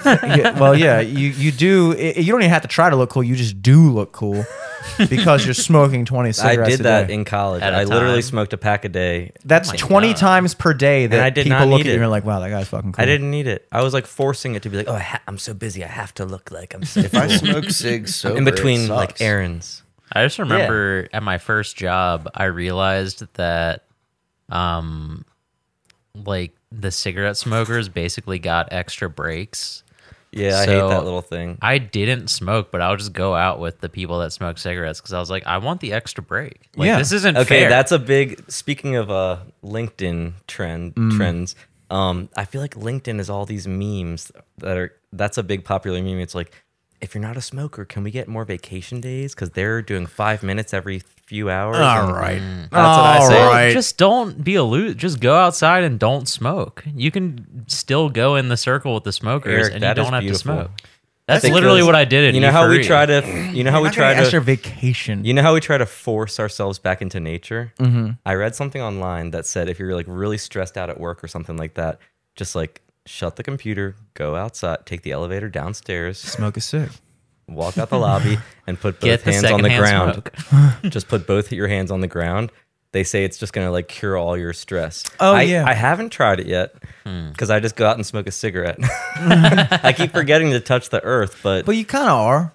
yeah, well, yeah, you you do. i you don't even have to try to look cool. You just do look cool because you're smoking 20
I
cigarettes.
did
a
that Oh
day.
in college.
At a
I literally
time.
smoked a pack a day.
That's
my
20
God.
times per day that
I did
people
not
look
need
at you
it.
and are like, wow, that guy's fucking cool.
I didn't need it. I was like forcing it to be like, oh, I ha- I'm so busy. I have to look like I'm so
if I smoke cigs sober,
in
it
between like
sucks.
errands.
I just remember at my first job, I realized that, um, like the cigarette smokers basically got extra breaks.
Yeah, I
So-
hate that little thing.
I didn't smoke, but I would just go out with the people that smoke cigarettes because I was like, I want the extra break. Like,
Yeah.
this isn't
Okay,
fair. Mm.
that's a big. Speaking of uh, LinkedIn trend trends, Um, I feel like LinkedIn is all these memes that are that's a big popular meme. It's like, if you're not a smoker, can we get more vacation days? Because they're doing five minutes every few hours.
All
and
right.
Mm. That's what I say.
All right.
Just don't be a loser. Just go outside and don't smoke. You can still go in the circle with the smokers,
Eric,
and you
that is
don't have to
beautiful.
smoke. That's
Because
literally what I did. At E
You know how we
E3.
try to. You know how we try to.
extra vacation.
You know how we try to force ourselves back into nature? Mm-hmm. I read something online that said if you're like really stressed out at work or something like that, just like shut the computer, go outside, take the elevator downstairs,
Smoke a cig.
walk out the lobby, and put both
get the
hands on the
secondhand
ground.
smoke.
just put both your hands on the ground. They say it's just gonna like cure all your stress.
Oh,
I,
yeah.
I haven't tried it yet
Hmm.
because I just go out and smoke a cigarette. I keep forgetting to touch the earth, but,
But you kind of are.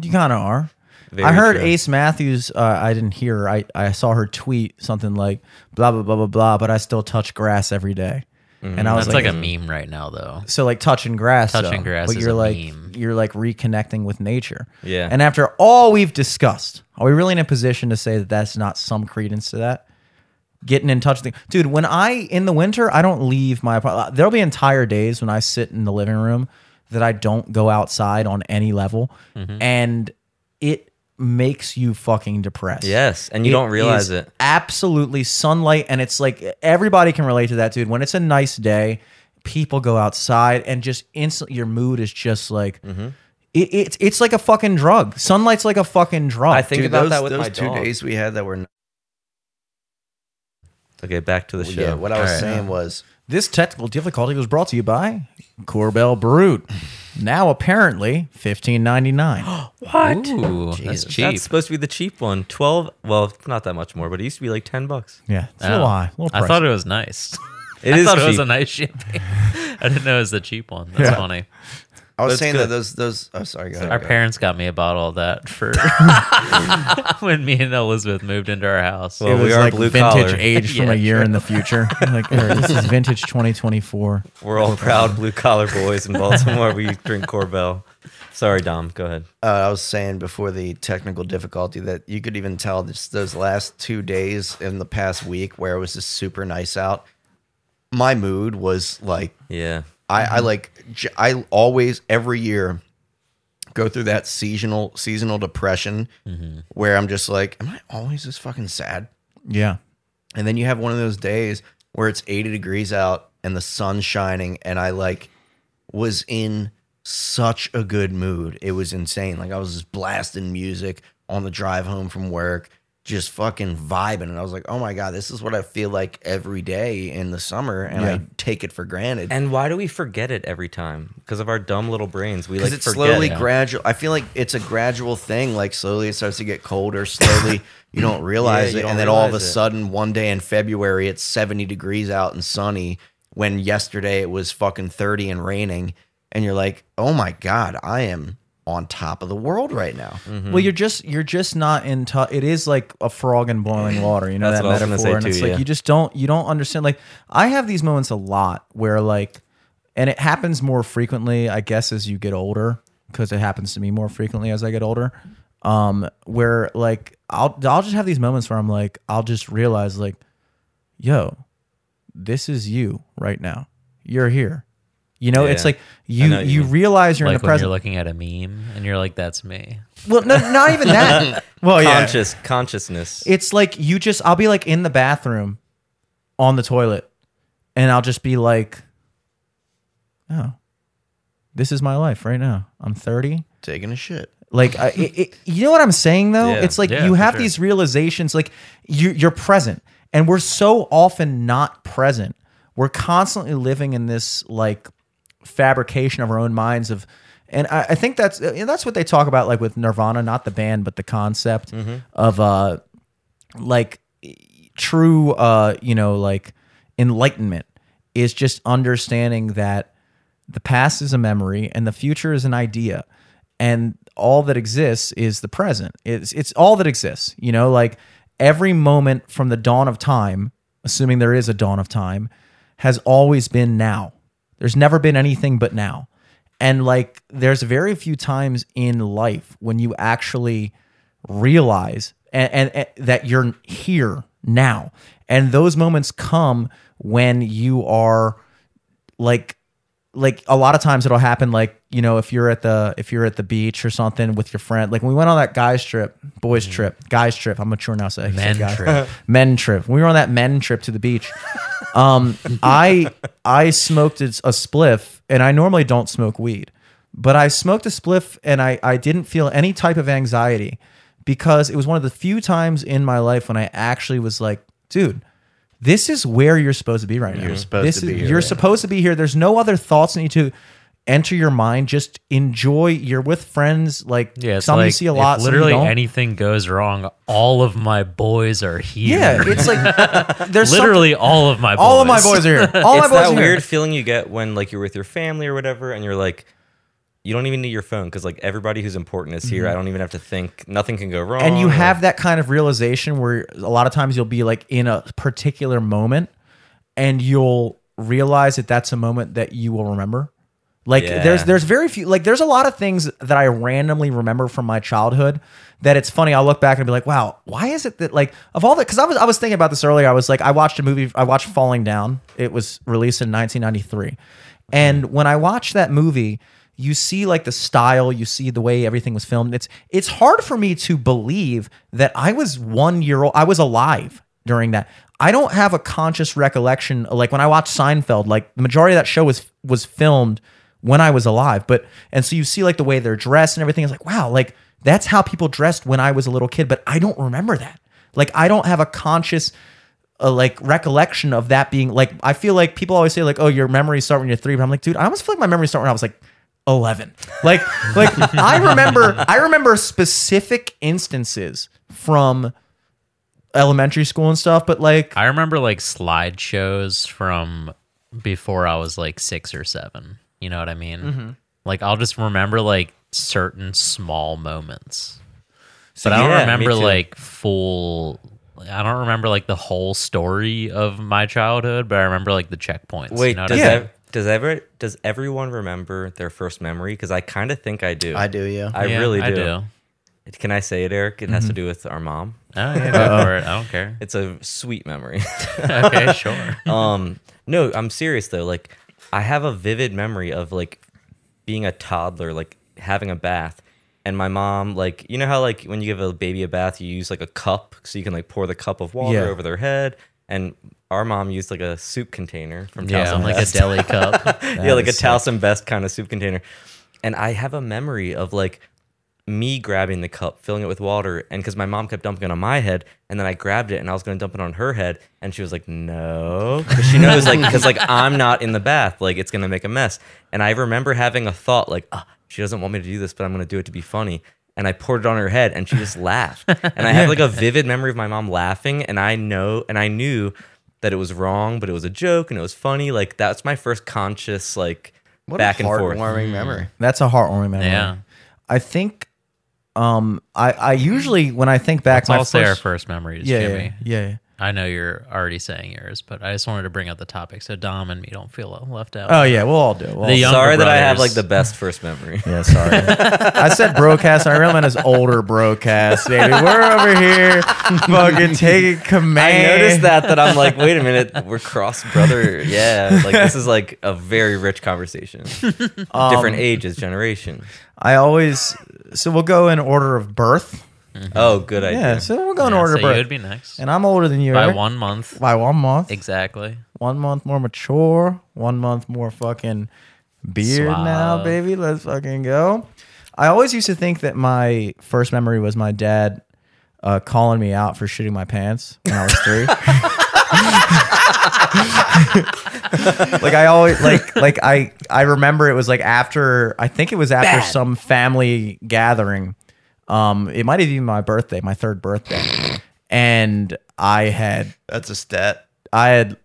you kind of are. I
Very
heard
true.
Ace Matthews. Uh, I didn't hear. her. I, I saw her tweet something like blah blah blah blah blah. But I still touch grass every day.
Mm.
And I was
That's like a meme right now, though.
so like touching grass.
Touching
though.
grass
But
is
you're
a
like
meme.
you're like reconnecting with nature.
Yeah.
And after all we've discussed, are we really in a position to say that that's not some credence to that? Getting in touch with the, dude. When I in the winter, I don't leave my apartment. There'll be entire days when I sit in the living room that I don't go outside on any level,
Mm-hmm.
and it makes you fucking depressed.
yes, and you
It
don't realize
is
it.
Absolutely sunlight and it's like everybody can relate to that dude. When it's a nice day, people go outside and just instantly your mood is just like
Mm-hmm.
it, it's it's like a fucking drug. Sunlight's like a fucking drug.
I think
Dude,
about
those,
that with
those
my
two
dog.
days we had that were not,
Okay, back to the show.
Oh, yeah. What I was
Alright.
saying was
This technical difficulty was brought to you by Corbel Brewed. Now apparently fifteen ninety nine.
What? Ooh, that's cheap.
That's supposed to be the cheap one. Twelve. Well, it's not that much more, but it used to be like ten bucks.
yeah, it's a little high, a little
Oh. I
pricey.
thought it was nice.
It
I
is
thought it was
cheap.
a nice champagne. I didn't know it was the cheap one. That's funny.
I was
That's
saying that
good.
those those oh sorry go ahead,
Our
go ahead.
parents got me a bottle of that for when me and Elizabeth moved into our house.
Well,
It
we
was
are
like
blue
vintage
collar.
age from
Yeah,
a year in the future. like "Here, this is vintage twenty twenty four.
We're all proud blue collar boys in Baltimore. we drink Corbel. Sorry, Dom. Go ahead.
uh, I was saying before the technical difficulty that you could even tell just those last two days in the past week where it was just super nice out. My mood was like
Yeah.
I,
Mm-hmm.
I like j- I always every year go through that seasonal seasonal depression
Mm-hmm.
where I'm just like, am I always this fucking sad?
Yeah.
And then you have one of those days where it's 80 degrees out and the sun's shining, and I like was in such a good mood. It was insane. Like I was just blasting music on the drive home from work, just fucking vibing. And I was like, oh my God, this is what I feel like every day in the summer. And I
Yeah.
take it for granted.
And why do we forget it every time? Because of our dumb little brains. We
because
like
it's
forget
slowly
it.
gradual. I feel like it's a gradual thing. Like slowly it starts to get colder. Slowly you don't realize
you
it,
don't
and then all of a
realize it.
sudden one day in February it's seventy degrees out and sunny. When yesterday it was fucking thirty and raining, and you're like, oh my god, I am on top of the world right now.
Mm-hmm. Hmm.
Well, you're just you're just not in touch. It is like a frog in boiling water. You know
That's
that
what I was
metaphor,
gonna say
and
too,
it's like
yeah.
you just don't you don't understand. Like I have these moments a lot where like, and it happens more frequently, I guess, as you get older, because it happens to me more frequently as I get older. Um, where like I'll I'll just have these moments where I'm like I'll just realize like, yo, this is you right now. You're here. You know, it's
Yeah.
like you you,
know what you mean.
realize you're
like
in the
when you're
present.
looking at a meme and you're like, "That's me."
well, no, not even that. well, Oh, yeah.
Conscious consciousness.
It's like you just I'll be like in the bathroom on the toilet and I'll just be like oh this is my life right now. I'm 30.
Taking a shit.
Like I, it, it- you know what I'm saying though?
Yeah.
It's like
Yeah,
you
for
have
sure.
these realizations like you you're present and we're so often not present. We're constantly living in this like fabrication of our own minds of and I, I think that's and that's what they talk about like with Nirvana, not the band, but the concept
Mm-hmm.
of uh like true uh you know like enlightenment is just understanding that the past is a memory and the future is an idea and all that exists is the present it's it's all that exists you know like every moment from the dawn of time assuming there is a dawn of time has always been now there's never been anything but now and like there's very few times in life when you actually realize and, and, and that you're here now. And those moments come when you are like like a lot of times it'll happen like you know if you're at the if you're at the beach or something with your friend like when we went on that guys trip boys trip guys trip i'm mature now so I can say
Mm. Men
guys.
trip.
men trip when we were on that men trip to the beach um i i smoked a a spliff and i normally don't smoke weed but i smoked a spliff and i i didn't feel any type of anxiety because it was one of the few times in my life when i actually was like dude this is where you're supposed to be right now. You're
supposed to be here
You're
right
supposed to be here. There's no other thoughts that need to enter your mind. Just enjoy. You're with friends. Like
Yeah, it's
some
like
you see a lot.
If
some you
literally,
don't.
anything goes wrong, all of my boys are here.
Yeah, it's like there's something-
literally all of my boys.
all of my boys are here. All my
it's
boys
that
are
weird
here.
feeling you get when like you're with your family or whatever, and you're like, you don't even need your phone because like everybody who's important is here. I don't even have to think. Nothing can go wrong.
Mm-hmm. And you
or-
have that kind of realization where a lot of times you'll be like in a particular moment, and you'll realize that that's a moment that you will remember. Like
Yeah.
there's there's very few like there's a lot of things that I randomly remember from my childhood that it's funny I'll look back and be like wow why is it that like of all that because I was I was thinking about this earlier I was like I watched a movie I watched Falling Down it was released in 1993 and when I watched that movie you see like the style you see the way everything was filmed it's it's hard for me to believe that I was one year old I was alive during that. I don't have a conscious recollection like when I watched Seinfeld, like the majority of that show was was filmed when I was alive. But and so you see like the way they're dressed and everything is like, wow, like that's how people dressed when I was a little kid, but I don't remember that. Like I don't have a conscious uh, like recollection of that being like I feel like people always say like, oh, your memories start when you're three, but I'm like, dude, I almost feel like my memories start when I was like 11 like like i remember i remember specific instances from elementary school and stuff, but like
I remember like slideshows from before I was like six or seven. You know what I mean?
Mm-hmm.
Like I'll just remember like certain small moments, but I
yeah,
don't
me
remember
too.
like full. I don't remember like the whole story of my childhood, but I remember like the checkpoints.
Wait,
you know what
does
I mean?
ev- does ever does everyone remember their first memory? Because I kind of think I do.
I do, yeah.
I
Yeah,
really do.
I do.
Can I say it, Eric? It has
Mm-hmm.
to do with our mom.
Oh, yeah, go for it. I don't care.
It's a sweet memory.
okay, sure.
um, no, I'm serious though. Like, I have a vivid memory of like being a toddler, like having a bath, and my mom, like, you know how like when you give a baby a bath, you use like a cup so you can like pour the cup of water
Yeah.
over their head, and our mom used like a soup container from
Yeah,
Towson
I'm like a
Best.
deli cup.
yeah, like a Towson Best kind of soup container. And I have a memory of like me grabbing the cup, filling it with water, and because my mom kept dumping it on my head, and then I grabbed it and I was going to dump it on her head, and she was like, "No," 'Cause she knows like because like I'm not in the bath, like it's going to make a mess. And I remember having a thought like, ah, "She doesn't want me to do this, but I'm going to do it to be funny." And I poured it on her head, and she just laughed. And I have like a vivid memory of my mom laughing, and I know, and I knew that it was wrong, but it was a joke and it was funny. Like that's my first conscious like
What
back
a
and forth. Mm.
heartwarming memory.
that's a heartwarming memory.
Yeah.
I think um I I usually when I think back
Let's
my
all say our
first,
first memories,
yeah,
Jimmy.
yeah, yeah.
I know you're already saying yours, but I just wanted to bring up the topic so Dom and me don't feel left out.
Oh yeah, we'll all do. it. We'll all
The
do it.
young-
Sorry that I have like
brothers.
the best first memory.
yeah, sorry. I said broadcast. I really meant his older broadcast, baby. We're over here fucking taking
I
command.
noticed that that I'm like, wait a minute, we're cross brother. Yeah, like this is like a very rich conversation. Different
Um,
ages, generation.
I always so we'll go in order of birth.
Oh, good idea.
Yeah, so we'll go in
Yeah,
order
so
of
you
birth.
would be next.
and I'm older than you.
By
Eric.
one month.
by one month.
Exactly.
one month more mature, one month more fucking beard now,
Suave.
baby. Let's fucking go. I always used to think that my first memory was my dad uh, calling me out for shitting my pants when I was three. like I always like like I I remember it was like after I think it was after some family gathering. Um, it might have even been my birthday, my third birthday, and I had
That's a stat.
I had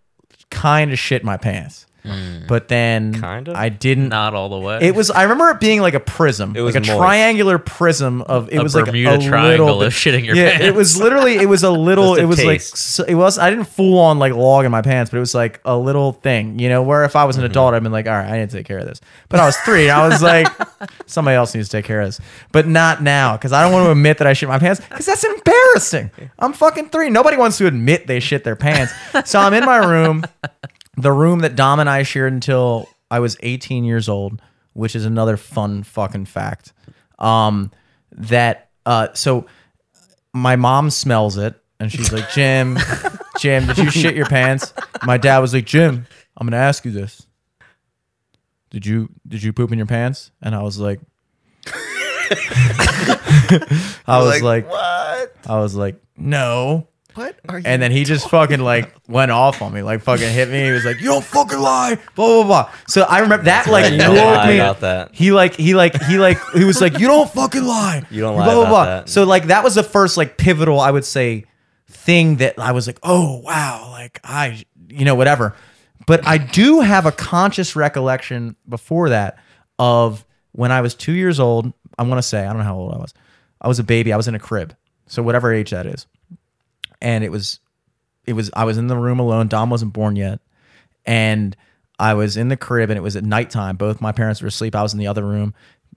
kind of shit my pants.
Hmm.
But then
Kind of?
I didn't.
Not all the way.
It was. I remember it being like a prism,
It was
like a
moist.
triangular prism of. It
A
was like
Bermuda
a
Triangle
little bit,
of shitting your
yeah,
pants.
it was literally. It was a little.
Just a
it was like.
taste.
So it was. I didn't full on like log in my pants, but it was like a little thing, you know. Where if I was an
Mm-hmm.
adult, I'd been like, all right, I need to take care of this. But I was three, and I was like, somebody else needs to take care of this, but not now because I don't want to admit that I shit my pants because that's embarrassing. I'm fucking three. Nobody wants to admit they shit their pants. So I'm in my room the room that Dom and I shared until I was 18 years old, which is another fun fucking fact. Um, that uh, so my mom smells it and she's like, Jim, Jim, did you shit your pants? My dad was like, Jim, I'm gonna ask you this. Did you did you poop in your pants? And I was like, I was like,
what?
I was like, no.
What are you?
And then he just fucking like went off on me, like fucking hit me. He was like, "You don't fucking lie," blah blah blah. So I remember that like
You don't
woke
lie
me
about that.
He like he like he like he was like, "You don't fucking lie."
You don't lie about that.
So like that was the first like pivotal, I would say, thing that I was like, "Oh wow," like I you know whatever. But I do have a conscious recollection before that of when I was two years old. I want to say I don't know how old I was. I was a baby. I was in a crib. So whatever age that is and it was it was I was in the room alone. Dom wasn't born yet. And I was in the crib and it was at nighttime. Both my parents were asleep. I was in the other room,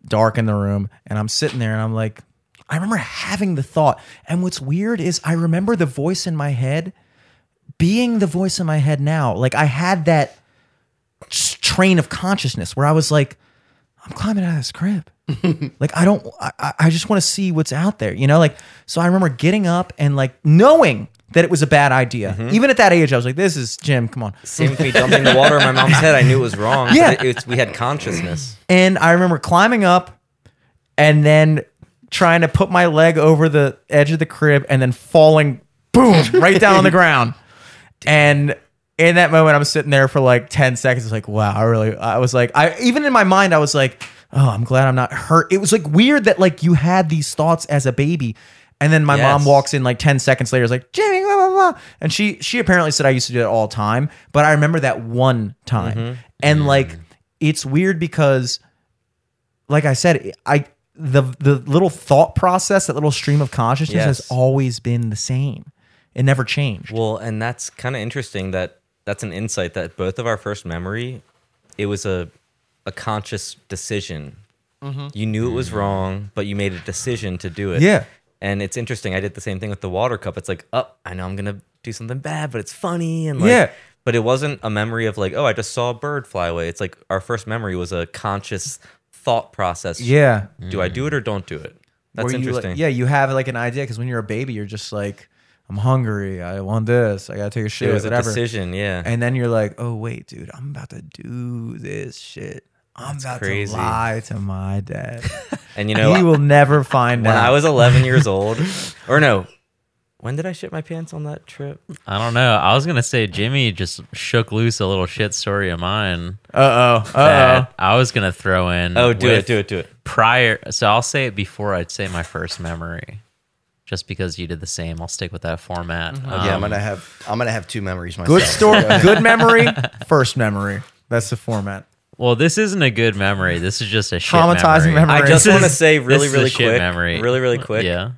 dark in the room, and I'm sitting there and I'm like, I remember having the thought. And what's weird is I remember the voice in my head being the voice in my head now. Like I had that s- train of consciousness where I was like, I'm climbing out of this crib. like I don't, I- I, I just want to see what's out there, you know. Like so, I remember getting up and like knowing that it was a bad idea. Even at that age, I was like, "This is Jim, come on."
Same with me dumping the water in my mom's head. I knew it was wrong.
Yeah.
But it- it's- we had consciousness.
And I remember climbing up and then trying to put my leg over the edge of the crib and then falling, boom, right down on the ground. And in that moment, I'm sitting there for like 10 seconds. It's like, wow, I really, I was like, I, even in my mind, I was like, oh, I'm glad I'm not hurt. It was like weird that like you had these thoughts as a baby. And then my mom
Yes.
walks in like 10 seconds later, is like, Jimmy, blah, blah, blah. And she, she apparently said I used to do it all the time, but I remember that one time. And like, it's weird because like I said, I the the little thought process, that little stream of consciousness has
Yes.
always been the same. It never changed.
Well, and that's kind of interesting that that's an insight that both of our first memory, it was a, a conscious decision. You knew it was wrong, but you made a decision to do it.
Mm-hmm. Yeah.
And it's interesting. I did the same thing with the water cup. It's like, oh, I know I'm going to do something bad, but it's funny. And like,
Yeah.
but it wasn't a memory of like, oh, I just saw a bird fly away. It's like our first memory was a conscious thought process.
yeah.
Do I do it or don't do it? That's
Where you, like-
interesting.
yeah, you have like an idea because when you're a baby, you're just like, I'm hungry. I want this. I gotta take a shit.
It was a
whatever.
decision. Yeah.
And then you're like, oh wait, dude, I'm about to do this shit. I'm about
crazy.
to lie to my dad.
And you know,
he will never find
when
out.
I was 11 years old, or no, when did I shit my pants on that trip?
I don't know. I was gonna say Jimmy just shook loose a little shit story of mine
uh oh. Uh
that I was gonna throw in.
Oh, do
with
it, do it, do it.
Prior, so I'll say it before I'd say my first memory, just because you did the same. I'll stick with that format.
Mm-hmm.
yeah, I'm
Um,
gonna have I'm gonna have two memories myself.
Good story. good memory. First memory. That's the format.
Well, this isn't a good memory. This is just a shit
Traumatizing memory.
I just
This
want to
is-
say
This
really,
is a
really
shit
quick,
memory.
really, really quick.
Yeah.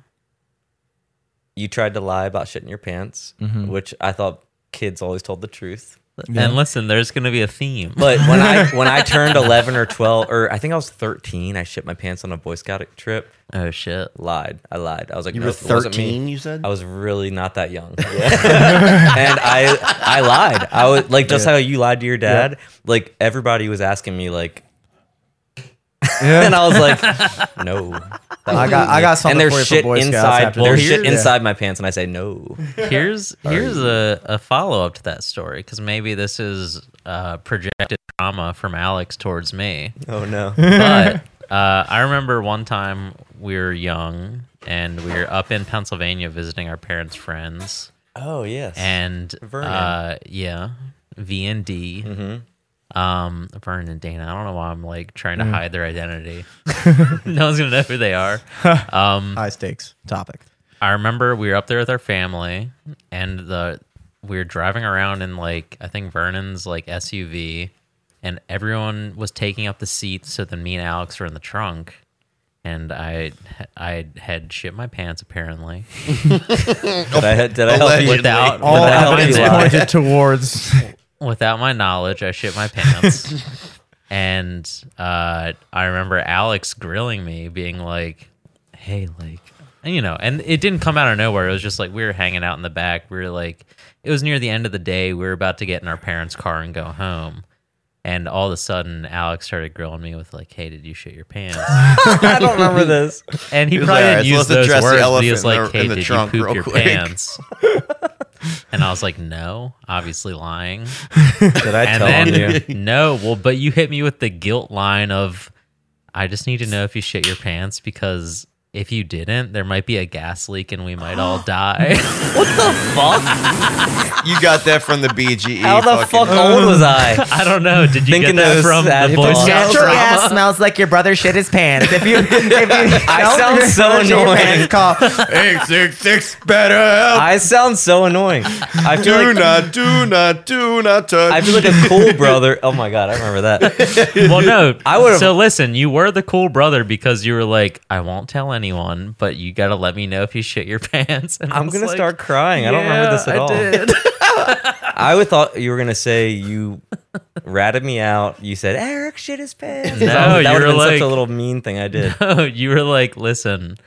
You tried to lie about shitting your pants,
Mm-hmm.
which I thought kids always told the truth.
And listen, there's gonna be a theme.
But when I when I turned 11 or 12, or I think I was 13, I shit my pants on a Boy Scout trip.
Oh shit.
Lied. I lied. I was like,
You
no,
were
it wasn't me. Oh.
13. You said.
I was really not that young. and I I lied. I was like just how you lied to your dad. Like everybody was asking me like and I was like no. That
I got-
wasn't
I
me.
got something
and there's
for you for
shit
Boy Scouts
inside
after
there's
this.
shit
Yeah.
inside my pants and I say no.
here's here's a, a follow up to that story because maybe this is uh, projected trauma from Alex towards me.
Oh no.
But uh, I remember one time we were young and we were up in Pennsylvania visiting our parents' friends
Oh yes.
and
Vernon.
uh, yeah, V and D.
Mm-hmm.
Um, Vernon and Dana. I don't know why I'm like trying
Mm.
to hide their identity. no one's gonna know who they are.
High stakes topic.
I remember we were up there with our family, and the we were driving around in like I think Vernon's like SUV, and everyone was taking up the seats. So then me and Alex were in the trunk, and I I had shit my pants apparently.
Did I, did I help you?
Without
All
without
evidence
my knowledge,
pointed towards.
without my knowledge, I shit my pants. and uh, I remember Alex grilling me, being like, "Hey, like, you know," and it didn't come out of nowhere. It was just like we were hanging out in the back. We were like, it was near the end of the day. We were about to get in our parents' car and go home. And all of a sudden, Alex started grilling me with like, "Hey, did you shit your pants?"
I don't remember this.
And he
was
probably
like,
didn't use
"All right, so let's
those
address the
words, but he
elephant
was
in
like,
the-
"Hey,
in the
did you
trunk
poop
real
your
quick."
pants?" and I was like, "No, obviously lying."
Did I
and
tell you?
then no, well, but you hit me with the guilt line of, I just need to know if you shit your pants because if you didn't, there might be a gas leak and we might all die.
You got that from the BGE.
How
fucking-
the fuck old was I?
I don't know. Did you
Thinking
get that
those
from
sad
the Boy
thoughts.
Scout
Natural
drama?
smells like your brother shit his pants. If you, if you
I sound so annoying.
call
Six, six, six, better help.
I sound so annoying. I feel
do
like
not, do not, do not touch.
I feel like a cool brother. Oh my god, I remember that.
Well, no.
I would've-
So listen, you were the cool brother because you were like, I won't tell anyone, but you gotta let me know if you shit your pants. And I
I'm
was
gonna
like,
start crying. I don't remember
"Yeah,
this at
I
all.
did."
I would thought you were gonna say you ratted me out. You said Eric shit his pants.
No,
that would- that
you
would've
were
been such a
like-
little mean thing I did.
No, you were like, listen,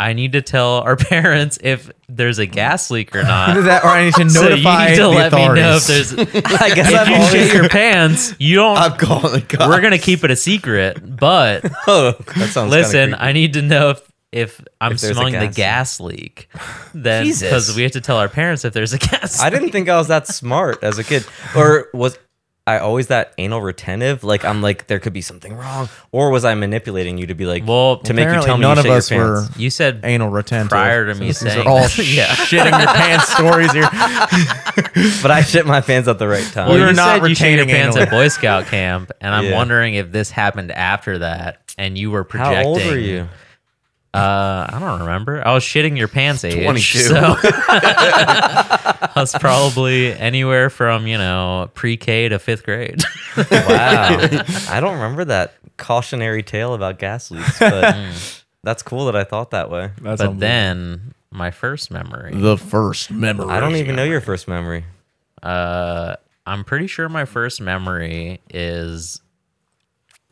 I need to tell our parents if there's a gas leak or not.
that, or I need to
so you
notify
need to
the
let me
authorities.
know if there's if
I guess I've
you
always
shit your pants. You don't.
I'm calling the cops.
we're gonna keep it a secret, but
Oh, that sounds
listen,
I,
I need to know if. If I'm
If there's a
smelling the
gas leak.
gas leak, then because we have to tell our parents if there's a gas.
I didn't think I was that smart as a kid, or was I always that anal retentive? Like I'm like there could be something wrong, or was I manipulating you to be like
Well,
to make you tell me
none
you
of
shit your
us were
pants?
You said
anal retentive.
prior to me
These are
saying
all
that. Yeah.
shitting your pants stories here.
But I shit my pants at the right time.
well,
We
you
were not
said you shit your
retaining
pants at
anal.
Boy Scout camp, and I'm
Yeah.
wondering if this happened after that, and you were projecting.
How old were you?
Uh, I don't remember. I was shitting your pants age.
22.
So I was probably anywhere from you know pre-K to fifth grade.
Wow. I don't remember that cautionary tale about gas leaks,
Hmm.
but that's cool that I thought that way.
That's
but then my first memory.
the first memory.
I don't even know your first memory.
Uh, I'm pretty sure my first memory is,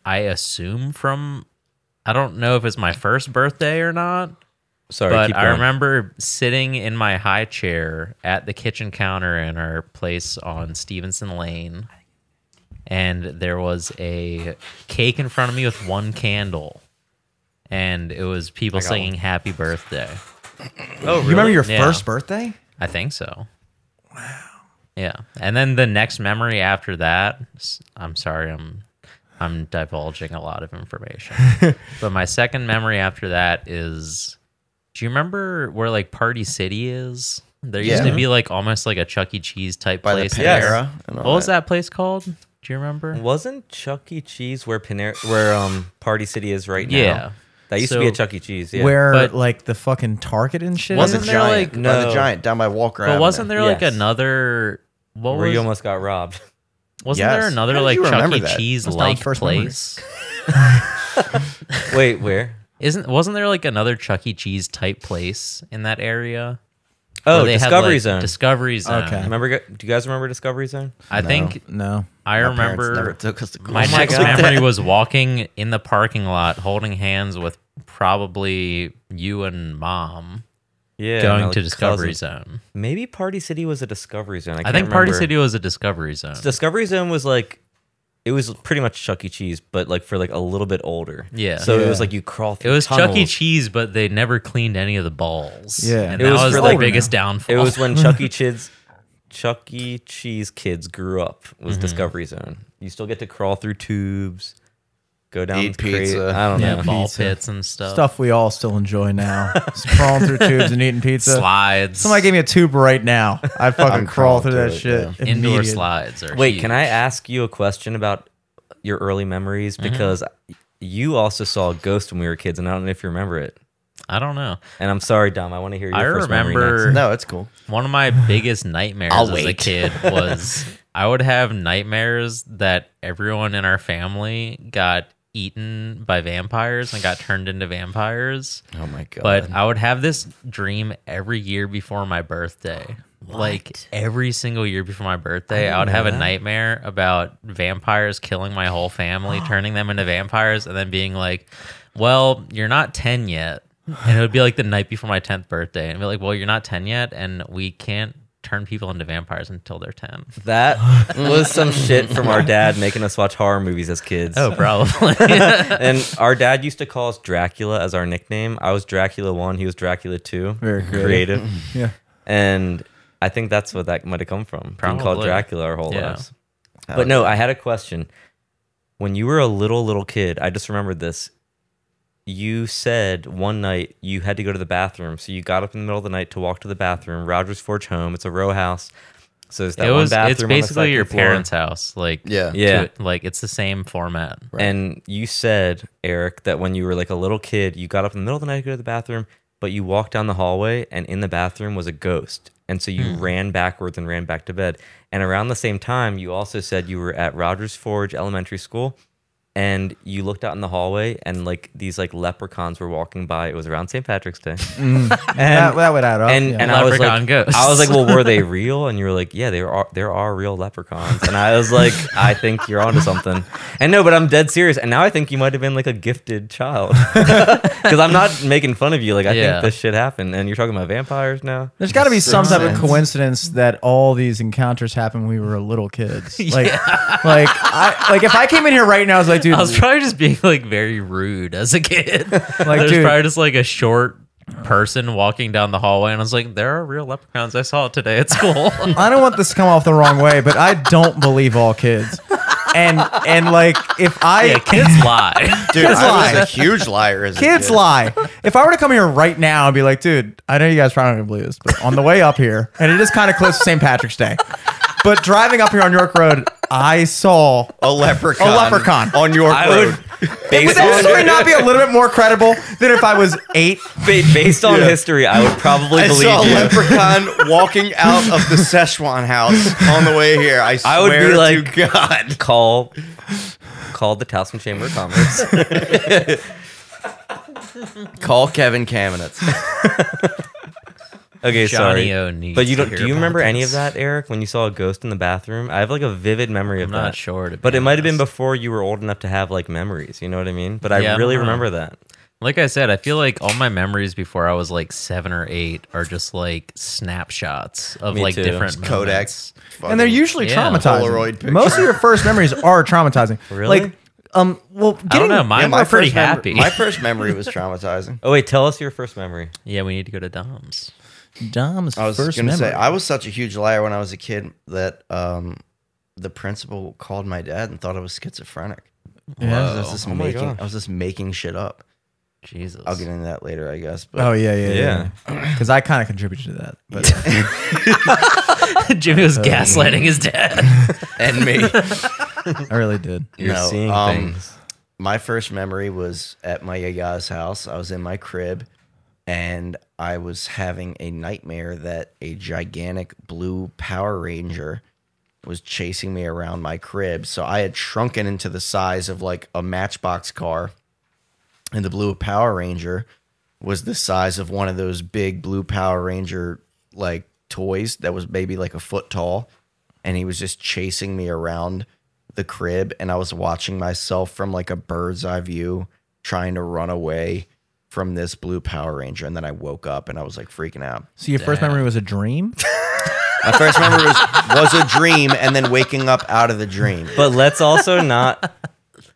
I assume from, I don't know if it's my first birthday or not.
Sorry,
but
keep
I
going.
remember sitting in my high chair at the kitchen counter in our place on Stevenson Lane, and there was a cake in front of me with one candle, and it was people singing "Happy Birthday."
Oh,
You remember your
Yeah.
first birthday?
I think so. Wow. Yeah, and then the next memory after that, s- I'm sorry, I'm I'm divulging a lot of information. but my second memory after that is, do you remember where like Party City is? There used
Yeah.
to be like almost like a Chuck E. Cheese type
by
place.
the
there.
Panera. and all
What was that place called? Do you remember?
Wasn't Chuck E. Cheese where Panera, where um Party City is right now?
Yeah.
that used to be a
So-
Chuck E. Cheese. Yeah.
Where
But-
like the fucking Target and shit?
By
Wasn't
the
is?
there,
giant.
like-
by the
No.
giant down by Walker.
But
Avenue.
wasn't there like
Yes.
another? What
where
was?
you almost got robbed?
wasn't there
Yes.
another
How did
like
you
Chuck
remember
E.
that?
Cheese
That's not
like
first memory.
place?
Wait, where?
Isn't wasn't there like another Chuck E. Cheese type place in that area?
Oh,
Where they had,
Discovery
like,
Zone.
Discovery Zone.
Okay.
remember? Do you guys remember Discovery Zone?
I think
No.
I
My parents never
remember
took us to
my
Walmart
next
like that.
memory was walking in the parking lot, holding hands with probably you and mom,
Yeah,
going
my
to Discovery
cousin.
Zone.
Maybe Party City was a Discovery Zone. I,
I,
can't
think Party
remember.
City was a Discovery Zone.
Discovery Zone was like it was pretty much Chuck E. Cheese, but like for like a little bit older.
Yeah.
So it was
Yeah.
like you crawl
it
through.
was
tunnels.
Chuck E. Cheese, but they never cleaned any of the balls.
Yeah.
and
It
that
was
was,
for,
the
like-
biggest downfall.
It was when Chuck E. Cheese, Chuck E. Cheese kids grew up was
Mm-hmm.
Discovery Zone. You still get to crawl through tubes, go down
Eat
cra-
pizza.
I don't
yeah,
know.
ball
Pizza.
pits and stuff,
E. Stuff we all still enjoy now. Just crawling through tubes and eating pizza.
slides,
uh, Somebody gave me a tube right now. I'd fucking
I'm
crawl
crawling
through that
through it,
shit.
indoor
immediate.
slides. Are
Wait, can
huge.
I ask you a question about your early memories
Mm-hmm.
because you also saw a ghost when we were kids, and I don't know if you remember it.
I don't know.
And I'm sorry, Dom. I want to hear your
I
first memory next.
remember
No, it's cool.
one of my biggest nightmares as a kid was I would have nightmares that everyone in our family got eaten by vampires and got turned into vampires.
Oh my god!
But I would have this dream every year before my birthday. Like every single year before my birthday, I, would have a nightmare about vampires killing my whole family, turning them into vampires, and then being like, Well, you're not 10 yet. And it would be like the night before my 10th birthday. And be like, Well, you're not 10 yet, and we can't turn people into vampires until they're 10.
That was some shit from our dad making us watch horror movies as kids.
Oh, probably.
and our dad used to call us Dracula as our nickname. I was Dracula 1, he was Dracula 2.
Very creative. Yeah.
And I think that's what that might have come from. Being called
Probably.
Dracula our whole
Yeah.
lives. But no, I had a question. When you were a little little kid, I just remembered this. You said one night you had to go to the bathroom, so you got up in the middle of the night to walk to the bathroom. Rogers Forge home. It's a row house. So it's that
it
one
was,
bathroom.
it's
on the
basically
second
your
floor.
parents' house. Like,
Yeah.
to-
Yeah.
like it's the same format.
And you said, Eric, that when you were like a little kid, you got up in the middle of the night to go to the bathroom, but you walked down the hallway and in the bathroom was a ghost. And so you ran backwards and ran back to bed. And around the same time, you also said you were at Rogers Forge Elementary School and you looked out in the hallway and like these like leprechauns were walking by. It was around St. Patrick's Day.
Mm. that, that would add up. Oh,
and
yeah.
and I was
Leprechaun
like,
ghosts.
I was like, well, were they real? And you were like, yeah, there are there are real leprechauns. And I was like, I think you're onto something. And no, but I'm dead serious. And now I think you might have been like a gifted child because I'm not making fun of you. Like I
Yeah.
think this shit happened, and you're talking about vampires now.
There's got to be some type of coincidence that all these encounters happened when we were little kids. Like, like I like if I came in here right now, I was like, dude,
I was probably just being like very rude as a kid. There's
dude-
probably just like a short person walking down the hallway, and I was like, "There are real leprechauns. I saw it today at school."
I don't want this to come off the wrong way, but I don't believe all kids. And and like if I
yeah, kids lie.
Dude,
Kids
I
lie.
was a huge liar as a
kids
kid.
lie. If I were to come here right now and be like, dude, I know you guys probably aren't gonna believe this, but on the way up here, and it is kind of close to St. Patrick's Day, but driving up here on York Road, I saw
A leprechaun.
A leprechaun.
on your
I
road.
would based
Would that story
on,
not be a little bit more credible than if I was eight?
ba- based on history, I would probably
I
believe
saw a
you.
leprechaun walking out of the Szechuan house on the way here. I swear
I would be like,
to God.
call call the Towson Chamber of Commerce.
Call Kevin Kamenetz.
Okay,
Johnny
sorry.
O needs
But you
to
don't. Do
hear
you remember any of
about
that, Eric? When you saw a ghost in the bathroom, I have like a vivid memory of
I'm not
that.
sure, to be
but it might have been
honest.
before you were old enough to have like memories. You know what I mean? But
Yeah,
I
I
really
don't know.
remember that.
Like I said, I feel like all my memories before I was like seven or eight are just like snapshots of
Me
like
too.
different
Kodaks.
and they're usually
Yeah.
traumatizing.
Polaroid picture.
Most of your first memories are traumatizing.
Really?
Like, um, well, getting,
I don't know. Mine
Yeah,
were pretty
first mem-
happy.
my first memory was traumatizing.
Oh wait, tell us your first memory.
yeah, we need to go to Dom's.
Dom's
I was
first
going to
memory.
say, I was such a huge liar when I was a kid that um, the principal called my dad and thought I was schizophrenic.
Yeah.
I was just
Oh, my
making,
gosh.
I was just making shit up.
Jesus.
I'll get into that later, I guess. But
Oh yeah, yeah,
Yeah.
yeah. Because I kind of contributed to that, but
Jimmy was gaslighting his dad.
and me,
I really did.
You're
No,
seeing
um,
things.
my first memory was at my yaya's house. I was in my crib, and I was having a nightmare that a gigantic blue Power Ranger was chasing me around my crib. So I had shrunken into the size of like a Matchbox car, and the blue Power Ranger was the size of one of those big blue Power Ranger like toys that was maybe like a foot tall. And he was just chasing me around the crib. And I was watching myself from like a bird's eye view trying to run away from this blue Power Ranger. And then I woke up and I was like freaking out.
So your first memory was a dream.
My first memory was, was a dream and then waking up out of the dream.
But let's also not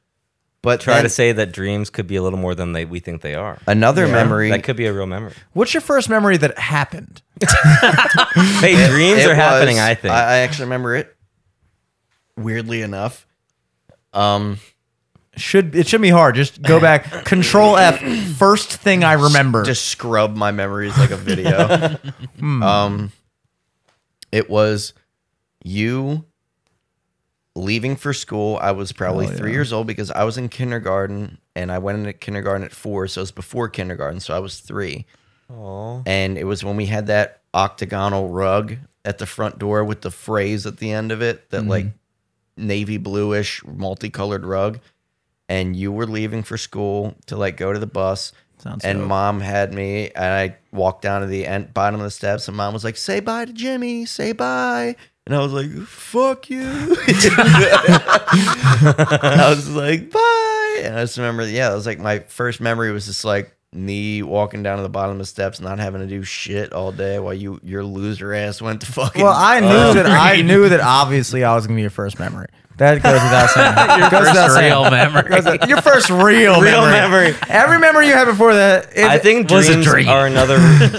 But
try
then
to say that dreams could be a little more than they we think they are.
another memory.
That could be a real memory.
What's your first memory that happened?
Hey, dreams
It
are
was-
happening. I think.
I, I actually remember it. Weirdly enough, um,
Should it should be hard? Just go back. Control F. First thing I remember.
just scrub my memories like a video. um, it was you leaving for school. I was probably three years old because I was in kindergarten and I went into kindergarten at four, so it was before kindergarten, so I was three.
Aw.
and it was when we had that octagonal rug at the front door with the phrase at the end of it that like navy bluish multicolored rug and you were leaving for school to like go to the bus
Sounds
and
dope.
mom had me and i walked down to the end bottom of the steps and mom was like say bye to jimmy say bye and i was like fuck you i was like bye and i just remember yeah it was like my first memory was just like me walking down to the bottom of the steps not having to do shit all day while you your loser ass went to fucking
Well, I knew that I knew that obviously I was gonna be your first memory. That goes without saying. your goes without
First
saying.
real memory.
Goes without- your first real, memory. Every memory you had before that. it-
I think
was a
dreams
dream.
are another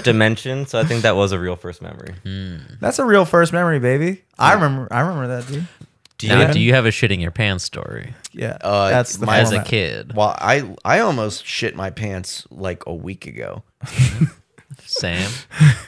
dimension, so I think that was a real first memory.
that's a real first memory, baby. I remember. I remember that, dude.
Do you, do you have a shitting your pants story
Yeah,
Uh,
that's the
my-
as a
format.
kid?
well i i almost shit my pants like a week ago
Sam,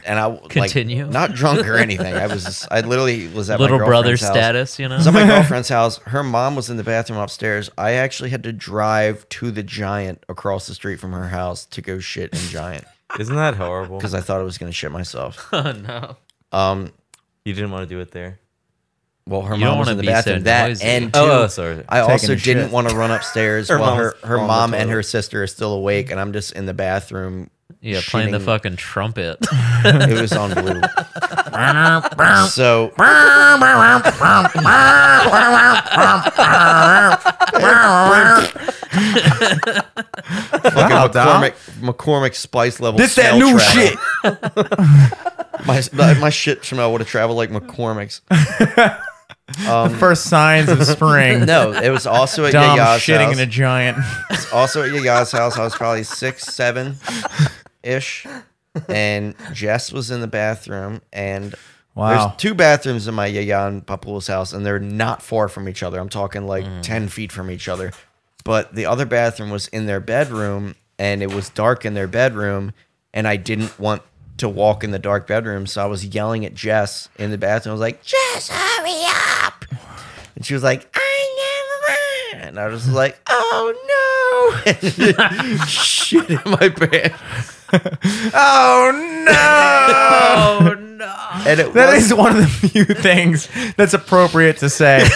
and I like,
Continue.
not drunk or anything. I was just, I literally was at
little
my
brother
girlfriend's house.
status, you know?
I was at my girlfriend's house. Her mom was in the bathroom upstairs. I actually had to drive to the Giant across the street from her house to go shit in Giant
Isn't that horrible?
because I thought I was gonna shit myself.
oh, no.
Um,
You didn't want to do it there.
well, her
You don't
mom was
wanna
in the
be so
bathroom. that
noisy.
and two,
Oh, oh, sorry.
I also
a
didn't
shit.
want to run upstairs
Her
while
mom's
her her
on the
mom and her
toilet.
sister are still awake, and I'm just in the bathroom.
Yeah, playing the
shitting.
fucking trumpet.
It was unbelievable. so
Wow, dog.
McCormick, McCormick spice level.
This that
smell
new
travel.
shit.
My my shit smell would have traveled like McCormick's. Um,
First signs of spring.
No, it was also at
Dom
Yaya's
shitting
house.
in a giant.
also at Yaya's house. I was probably six, seven, ish, and Jess was in the bathroom. And
Wow.
there's two bathrooms in my Yaya and Papa's house, and they're not far from each other. I'm talking like
Mm.
ten feet from each other. But the other bathroom was in their bedroom, and it was dark in their bedroom, and I didn't want to walk in the dark bedroom, so I was yelling at Jess in the bathroom. I was like, "Jess, hurry up!" And she was like, I never. And I was like, oh no. And shit in my pants.
Oh no!
And it
That
was,
is one of the few things that's appropriate to say.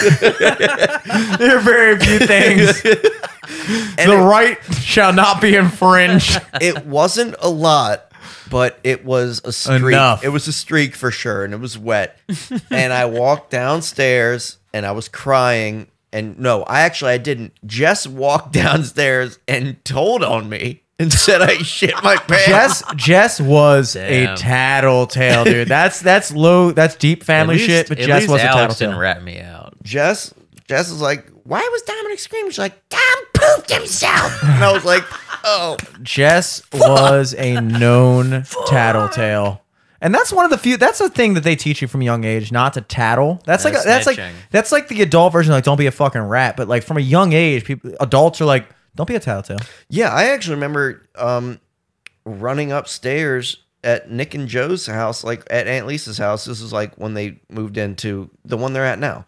there are very few things. the right shall not be infringed.
it wasn't a lot, but it was a streak.
Enough.
It was a streak for sure, and it was wet. and I walked downstairs and I was crying. And no, I actually I didn't. Jess walked downstairs and told on me and said I shit my pants.
Jess, Jess was a
Damn.
tattletale, dude. That's that's low. That's deep family
At
shit. But
least- at
Jess
least
was a
Alex didn't
tattletale.
rat me out.
Jess, Jess is like, why was Dominic screaming? She's like, Dom pooped himself. and I was like, oh.
Jess was a known tattletale. And that's one of the few. That's a thing that they teach you from a young age, not to tattle. That's like
That's
that's like
snitching.
that's like the adult version. Like, don't be a fucking rat. But like from a young age, people adults are like, don't be a tattletale.
Yeah, I actually remember um, running upstairs at Nick and Joe's house, like at Aunt Lisa's house. This is like when they moved into the one they're at now.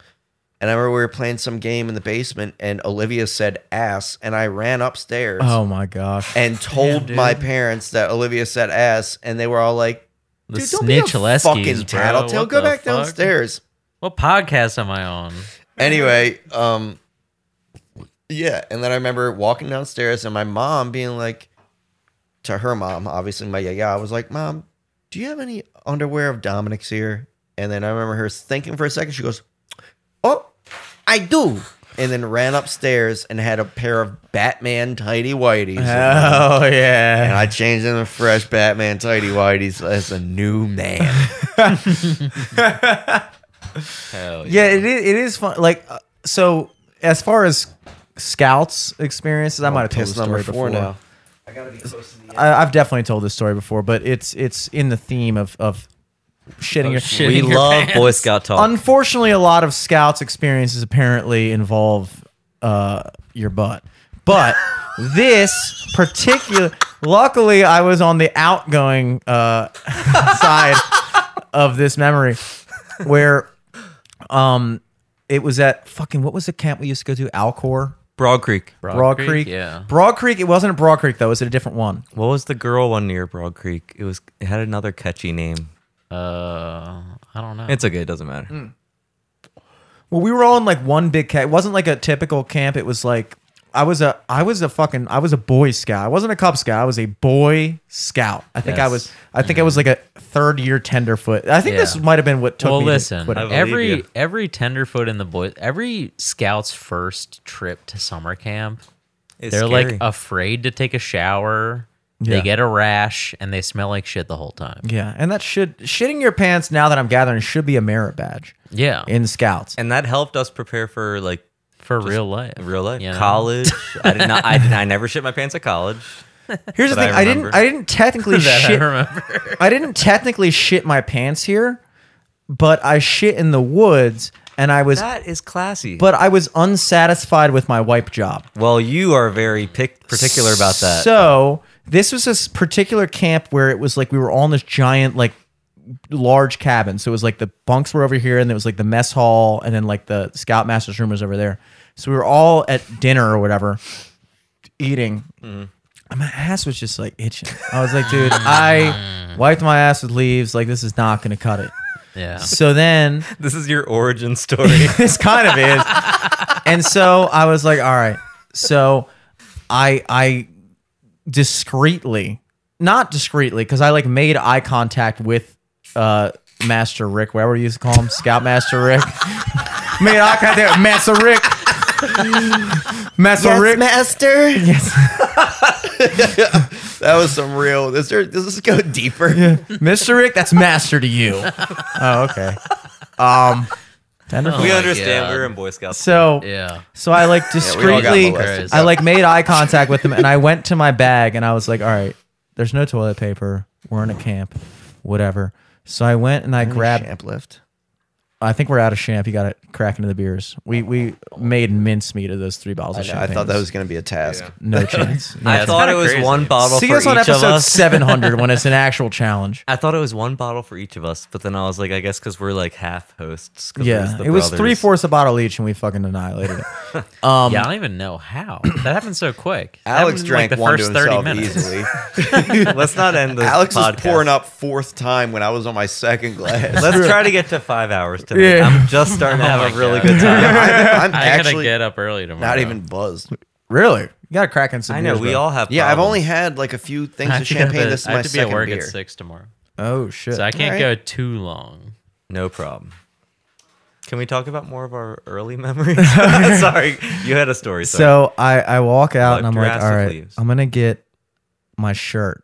And I remember we were playing some game in the basement, and Olivia said ass, and I ran upstairs
Oh my gosh.
and told my parents that Olivia said ass, and they were all like,
The
Dude, don't be a
snitch leskies,
fucking
bro.
tattletale.
What
Go
the
back
fuck?
downstairs.
What podcast am I on?
anyway, um, yeah, and then I remember walking downstairs and my mom being like, to her mom, obviously my yaya, I was like, "Mom, do you have any underwear of Dominic's here?" And then I remember her thinking for a second. She goes, "Oh, I do," and then ran upstairs and had a pair of Batman tidy whities.
Oh
And
yeah.
I changed into fresh Batman tidy whities as a new man.
Hell
Yeah, it is, it is fun. Like uh, so, as far as scouts experiences, I might have told
Piss
this
number
story
four
before.
now.
I, I've definitely told this story before, but it's it's in the theme of of shitting your.
shit.
We
In your
love
pants.
Boy Scout talk.
Unfortunately, a lot of scouts' experiences apparently involve uh, your butt, but this particular. Luckily, I was on the outgoing uh, side of this memory, where um, it was at fucking what was the camp we used to go to? Alcor.
Broad Creek.
Broad,
Creek,
Creek,
yeah.
Broad Creek. It wasn't at Broad Creek though. It was at a different one.
What was the girl one near Broad Creek? It was. It had another catchy name.
Uh, I I don't know.
It's okay. It doesn't matter.
Well, we were all in like one big camp. It wasn't like a typical camp. It was like I was a I was a fucking I was a boy scout. I wasn't a cub scout. I was a boy scout. I think I
Yes.
was I think I was like a third year tenderfoot. I think this
Yeah.
might have been what took
well,
me. to
listen.
quit it.
I believe
every
you.
every tenderfoot in the boy, every scout's first trip to summer camp,
It's
they're
scary.
like uh, afraid to take a shower.
Yeah.
They get a rash and they smell like shit the whole time.
yeah, and that should shitting your pants. Now that I'm gathering, should be a merit badge
Yeah,
in scouts.
and that helped us prepare for like
for real life.
real life
you know?
college. I did not. I did. I never shit my pants at college.
Here's the
That I
thing: I, didn't
remember.
I didn't technically
That I
shit.
remember.
I didn't technically shit my pants here, but I shit in the woods, and I was
That is classy.
but I was unsatisfied with my wipe job.
well, you are very pick, particular about that.
So this was this particular camp where it was like we were all in this giant like large cabin. So it was like the bunks were over here, and there was like the mess hall, and then like the scoutmaster's room was over there. So we were all at dinner or whatever, eating. And My ass was just like itching. I was like, dude, I wiped my ass with leaves. Like this is not gonna cut it.
Yeah.
So then
this is your origin story.
this kind of is. and so I was like, all right. So I I discreetly, not discreetly, because I like made eye contact with uh Master Rick, whatever you used to call him, Scoutmaster Rick. made eye contact with Master Rick. Master Rick.
master. Yes. that was some real. Is there, does this go deeper?
Mr. Rick, that's master to you. Oh, okay. Um
Oh
we
my
understand.
God.
We were in Boy Scouts.
so
Yeah.
So I like
we all got
discreetly,
molested.
I like made eye contact with him, and I went to my bag, and I was like, "All right, there's no toilet paper. We're in a camp, whatever." So I went and I grabbed.
Champ lift.
I think we're out of champ. You got to crack into the beers. We we made mincemeat of those three bottles
I,
of
know,
champagne.
I thought that was going to be a task.
no chance.
I
it's
thought it
kinda
was
crazy.
one bottle
See
for
us
each
on
of
episode
us.
700 when it's an actual challenge.
I thought it was one bottle for each of us, but then I was like, I guess because we're like half hosts. 'cause
Yeah,
the
it was
brothers.
three fourths a bottle each, and we fucking annihilated it. Um,
Yeah, I don't even know how that happened so quick. That
Alex
happened in,
drank
like the
one to
first thirty
himself
minutes.
easily.
Let's not end this.
Alex was
podcast.
pouring up fourth time when I was on my second glass.
Let's try to get to five hours today.
Yeah.
I'm just starting to have
Oh my
a really
God.
good
I'm,
time.
I'm
I gotta
actually
get up early tomorrow.
not even buzzed.
really, you got to crack in some.
I know
beers,
we
bro.
all have.
Yeah, I've
problems.
only had like a few things
I have
of
to go to
champagne.
the-
This is
I
my
have to be at
second
work
beer.
at six tomorrow,
Oh shit!
so I can't
Alright.
go too long.
no problem. Can we talk about more of our early memories? sorry, you had a story. Sorry.
So I, I walk out and
Like
I'm like, all
drastic
right,
leaves.
I'm gonna get my shirt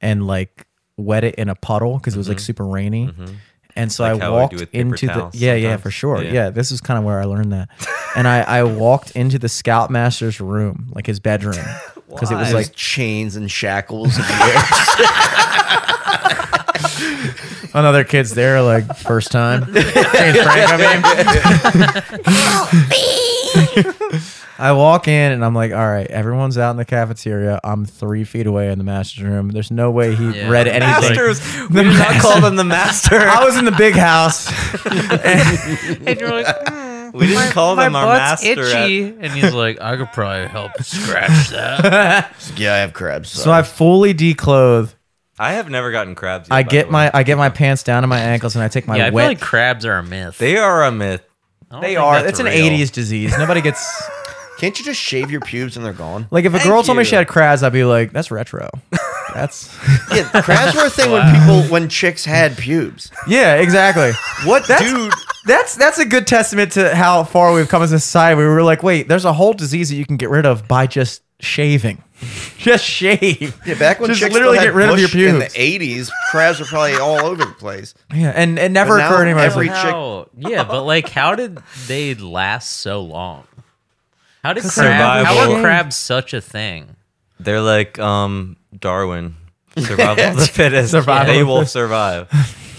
and like wet it in a puddle because it was like super rainy. And so
Mm-hmm. Like
I
how we do
walked
with paper
into the
towels
yeah yeah
sometimes.
for sure
Yeah.
yeah, this is kind of where I learned that. and I I walked into the scoutmaster's room like his bedroom because it was
It was
like
chains and shackles. in the air.
another kid's there like first time. James Franco, I mean. I walk in and I'm like, all right, everyone's out in the cafeteria. I'm three feet away in the master's room. There's no way he
Yeah.
read anything.
masters. we did not call them the master.
I was in the big house.
And you're like,
we didn't call them our master. at-
and he's like, I could probably help scratch that.
yeah, I have crabs.
So I fully declothe.
I have never gotten crabs. Yet,
I
by
get
the way.
my I get my pants down to my ankles and I take my
yeah, I feel
wet.
like crabs are a myth.
They are a myth.
I don't
they
think
are.
that's
It's an
real.
'80s disease. Nobody gets
Can't you just shave your pubes and they're gone?
like if a girl told me she
you.
had crabs, I'd be like, that's retro. That's
Yeah, crabs were a thing when people when chicks had pubes.
yeah, exactly.
What
That's-
dude?
That's that's a good testament to how far we've come as a society. We were like, wait, there's a whole disease that you can get rid of by just shaving. Just shave.
Yeah, back when
just
chicks
literally
still
get
had
rid of your
bush in
pubes.
the eighties, crabs were probably all over the place.
yeah, and it never
But now
occurred to me. I was
every
like,
How? Yeah, but like, how did they last so long? How did crabs?
survival.
How are crabs such a thing?
They're like um Darwin. Survival of the fittest.
Survival
they
of
will
the-
survive.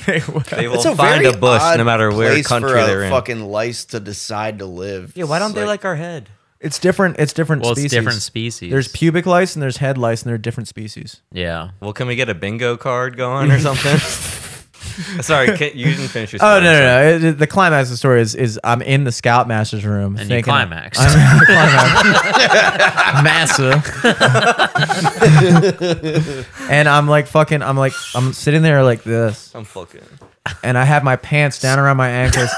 They will
It's a
find
very
a bush
odd
no matter where
place
country
for a
they're in.
Fucking lice to decide to live.
yeah, why don't
It's
they like our head?
it's different. It's different
Well,
species.
it's different species.
There's pubic lice and there's head lice and they're different species.
yeah.
Well, can we get a bingo card going or something? Sorry, can, you didn't finish your. Story,
Oh no
sorry.
no no! It- the climax of the story is is I'm in the scoutmaster's room
And you
thinking-
climax.
I'm massive, and I'm like fucking. I'm like I'm sitting there like this.
I'm fucking.
and I have my pants down around my ankles.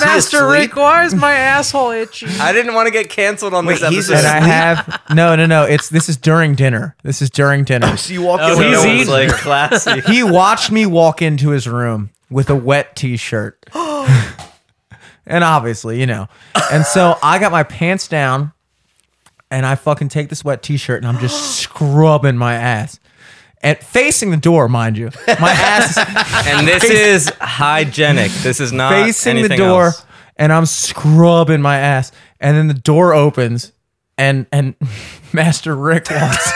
Master Rick, why is my asshole itchy?
I didn't want to get canceled on this
he's
episode.
and I have no, no, no. It's this is during dinner. This is during dinner.
So you
Oh,
walk in
So
with no
it's
one's
like classy.
He watched me walk into his room with a wet t-shirt. and obviously, you know. And so I got my pants down and I fucking take this wet t-shirt and I'm just scrubbing my ass. And facing the door, mind you. My ass is
and this is hygienic. This is not
facing the
Uh, anything
door
else.
and I'm scrubbing my ass and then the door opens and and Master Rick walks.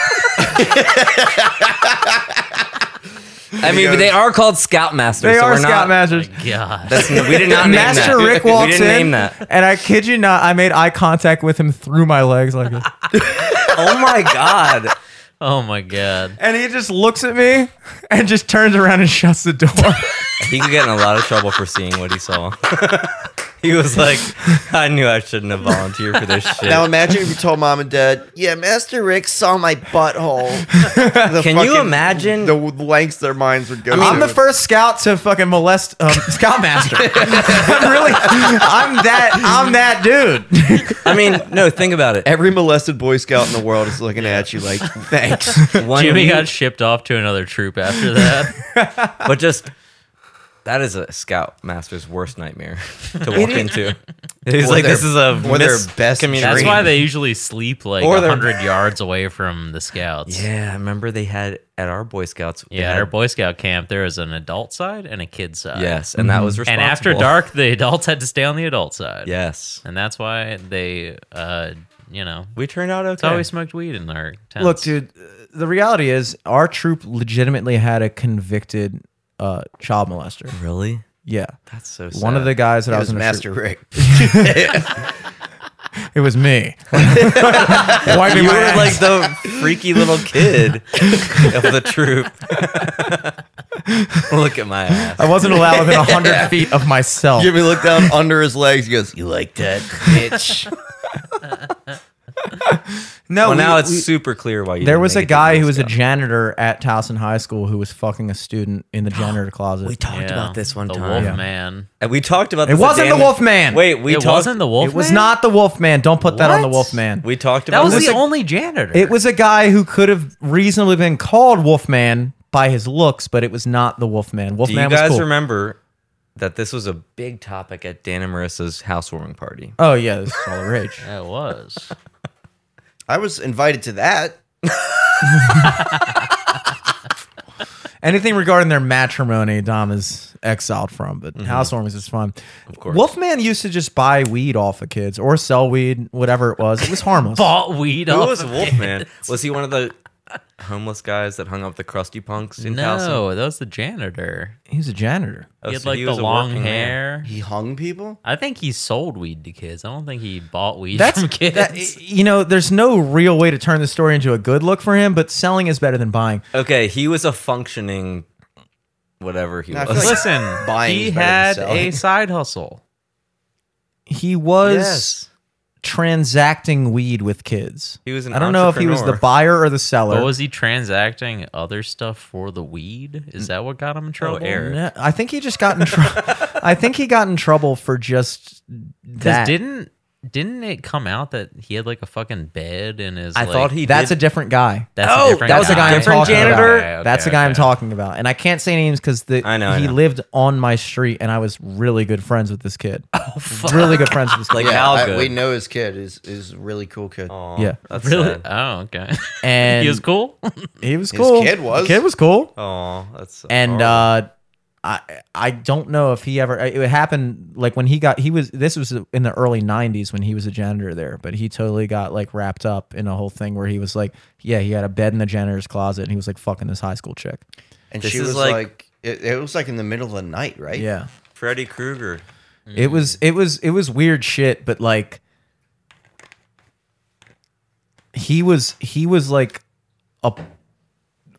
I mean, but they are called Scoutmasters.
they
so
are
we're not,
Scoutmasters.
God.
That's, we did not name
Master
that.
Rick walks
we didn't
in,
name that.
and I kid you not, I made eye contact with him through my legs like this.
Oh my god!
Oh my god.
and he just looks at me and just turns around and shuts the door.
He could get in a lot of trouble for seeing what he saw. he was like, "I knew I shouldn't have volunteered for this shit."
Now imagine if you told mom and dad, "Yeah, Master Rick saw my butthole." The
Can you
fucking-
imagine?
the lengths their minds would go?
I'm
to.
the first scout to fucking molest um, scoutmaster. I'm really, I'm that, I'm that dude.
I mean, no. Think about it.
Every molested Boy Scout in the world is looking at you like, "Thanks."
One
Jimmy
you-
got shipped off to another troop after that.
but just that is a scout master's worst nightmare to walk into. He's
Or
like,
their-
this is a
or their best
miscommunication.
That's
Dream.
why they usually sleep like
Or they're-
100 yards away from the scouts.
Yeah, I remember they had at our Boy Scouts. they
Yeah, at
had-
our Boy Scout camp, there was an adult side and a kid side.
Yes, and that was
Mm-hmm. And
responsible.
after dark, the adults had to stay on the adult side.
Yes,
And that's why they, uh, you know,
we turned out okay.
it's always smoked weed in our tents.
Look, dude, uh, the reality is our troop legitimately had a convicted uh, child molester.
really.
Yeah,
That's so. Sad.
one of the guys that
It
I
was
was in the
Master
troop-
Rick.
It was me. Wiping
You
my
were
ass.
like the freaky little kid of the troop. Look at my ass.
I wasn't allowed within hundred feet of myself.
Jimmy looked down under his legs. He goes, "You like that, bitch?"
No,
Well,
we-
now it's
we-
super clear why you.
There
didn't
was a
make it to
guy
Boy
who was a
Scout.
janitor at Towson High School who was fucking a student in the janitor closet.
We talked
Yeah.
about this one
the
time.
Wolf Man.
And we talked about
It
this at
wasn't
end
the
of-
Wolfman.
Wait, we
it
talked,
wasn't the Wolf
it was
Man?
not the Wolfman. Don't put that on the
What?
Wolfman.
We talked
That
about
was
this.
the only janitor.
it was a guy who could have reasonably been called Wolfman by his looks, but it was not the Wolfman.
Do you
Wolfman was
guys
cool.
remember that this was a big topic at Dan and Marissa's housewarming party?
oh yeah, this is all the rage.
It was.
I was invited to that.
Anything regarding their matrimony, Dom is exiled from, but housewarmings is fun. Of
Mm-hmm. course.
Wolfman used to just buy weed off of kids or sell weed, whatever it was. It was harmless.
Bought weed
Who
off
was
of
Wolfman?
it.
Was he one of the homeless guys that hung up the crusty punks in Towson?
No, that was the janitor.
he was a janitor.
Oh,
he had
so
like
was
the
a
long
working man.
hair.
He hung people.
I think he sold weed to kids. I don't think he bought weed
That's
from kids.
that- you know, there's no real way to turn the story into a good look for him, but selling is better than buying.
Okay, he was a functioning whatever he
No, I feel
was.
like-
Listen,
Buying
he
is better than
had
selling.
a side hustle.
He was
Yes.
transacting weed with kids.
He was an
I don't know if he was the
entrepreneur.
buyer or the seller.
But was he transacting other stuff for the weed? Is that what got him
Oh,
in trouble?
Eric.
No, I think he just got in trouble. I think he got in trouble for just that.
Because didn't didn't it come out that he had like a fucking bed in his?
I
like-
thought he
That's
did-
a different guy.
That's
Oh,
a different
that was the guy I'm
I'm
Different
talking
janitor?
about. That's the guy I'm talking about, and I can't say names because the
I know, I
he
know.
lived on my street, and I was really good friends with this kid. Oh, Really good friends with this kid.
Like how
I-
good?
we know his kid is is a really cool kid.
Oh.
Aw,
Yeah.
that's
Really?
sad.
Oh, okay.
And
he was cool.
He was
His
cool.
kid was.
kid was cool.
Aw, that's
And
horrible.
uh, I I don't know if he ever. It happened like when he got he was this was in the early '90s when he was a janitor there, but he totally got like wrapped up in a whole thing where he was like, yeah, he had a bed in the janitor's closet, and he was like fucking this high school chick.
And
This
she
is
was
like-
like, it, it was like in the middle of the night, right?
Yeah.
Freddy Krueger.
It was it was it was weird shit, but like he was he was like a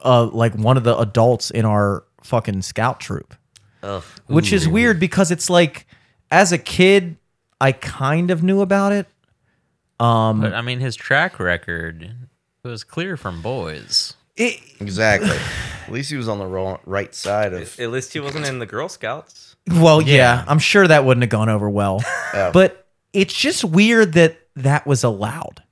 uh like one of the adults in our fucking scout troop.
Ugh.
Which is weird because it's like as a kid I kind of knew about it. Um
but I mean, his track record it was clear from boys.
it,
exactly. least he was on the wrong, right side of.
At least he wasn't in the Girl Scouts.
Well, yeah. I'm sure that wouldn't have gone over well.
Oh.
But it's just weird that that was allowed.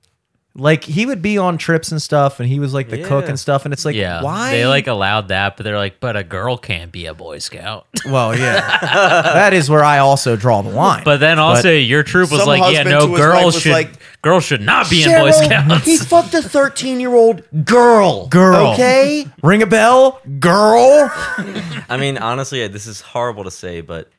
Like he would be on trips and stuff, and he was like the cook
Yeah.
and stuff, and it's like,
yeah,
why?
they like allowed that, but they're like, but a girl can't be a Boy Scout.
well, yeah, that is where I also draw the line.
But then also, your troop was
Some
like, yeah,
husband
no,
to his wife
girls
was
should
like,
girls should not be in Boy Scouts.
he fucked a 13 year old girl.
Girl.
Okay?
ring a bell, girl.
I mean, honestly, this is horrible to say, but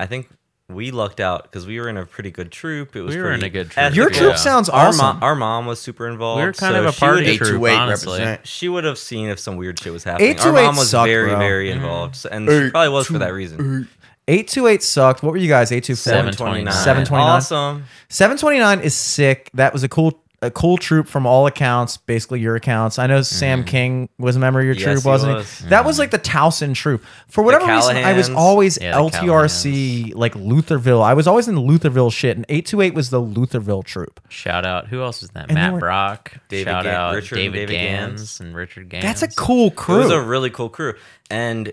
I think we lucked out because we were in a pretty good troop. It was
We were in
pretty
a good troop,
ethical.
Your
Yeah.
troop sounds
Our,
awesome.
mom, our mom was super involved.
we were kind
so
of a
she would-
party
8 to
troop,
8
honestly.
represent.
She would have seen if some weird shit was happening.
8 to
Our
8
mom was
sucked,
very,
bro.
very
Mm-hmm.
involved, and she probably was for that reason.
Eight two eight sucked. What were you guys? Eight two four.
729.
729.
Awesome.
729 is sick. That was a cool a cool troop from all accounts, basically your accounts. I know Sam King was a member of your
Mm-hmm. Yes,
troop,
he
wasn't
was. Mm-hmm.
he? That was like the Towson troop. For whatever reason, I was
Callahans.
always
Yeah, the
LTRC, like Lutherville. I was always in the Lutherville shit, and 828 was the Lutherville troop.
Shout out, who else was that?
And
Matt
they were-
Brock.
David
Shout
Gan-
out
Richard and
David,
David
Gans,
Gans.
and Richard Gans.
That's a cool
It was a
crew.
really cool crew, and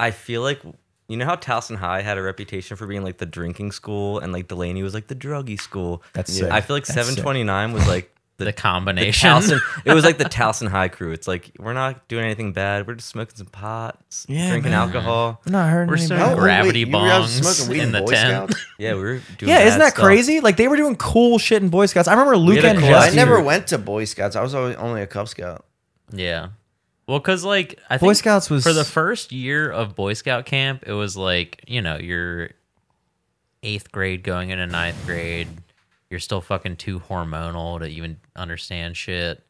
I feel like you know how Towson High had a reputation for being like the drinking school, and like Delaney was like the druggy school.
That's
Yeah.
sick.
I feel like
That's
Seven Twenty Nine was like
the,
the
combination.
Towson. it was like the Towson High crew. It's like we're not doing anything bad. We're just smoking some pot, s-
Yeah,
drinking
man.
alcohol.
I'm not heard
We're
anything
still
about
Oh,
it.
wait,
gravity
you guys
bongs
smoking weed
in the
Boy
tent.
Scouts?
Yeah, we were doing.
Yeah, isn't
bad
that
stuff.
crazy? Like they were doing cool shit in Boy Scouts. I remember Luke
had a
and
cool-
I
Jesse.
never went to Boy Scouts. I was always only a Cub Scout.
Yeah. Well, because like I
Boy
think
Scouts was-
for the first year of Boy Scout camp, it was like you know you're eighth grade going into ninth grade. You're still fucking too hormonal to even understand shit.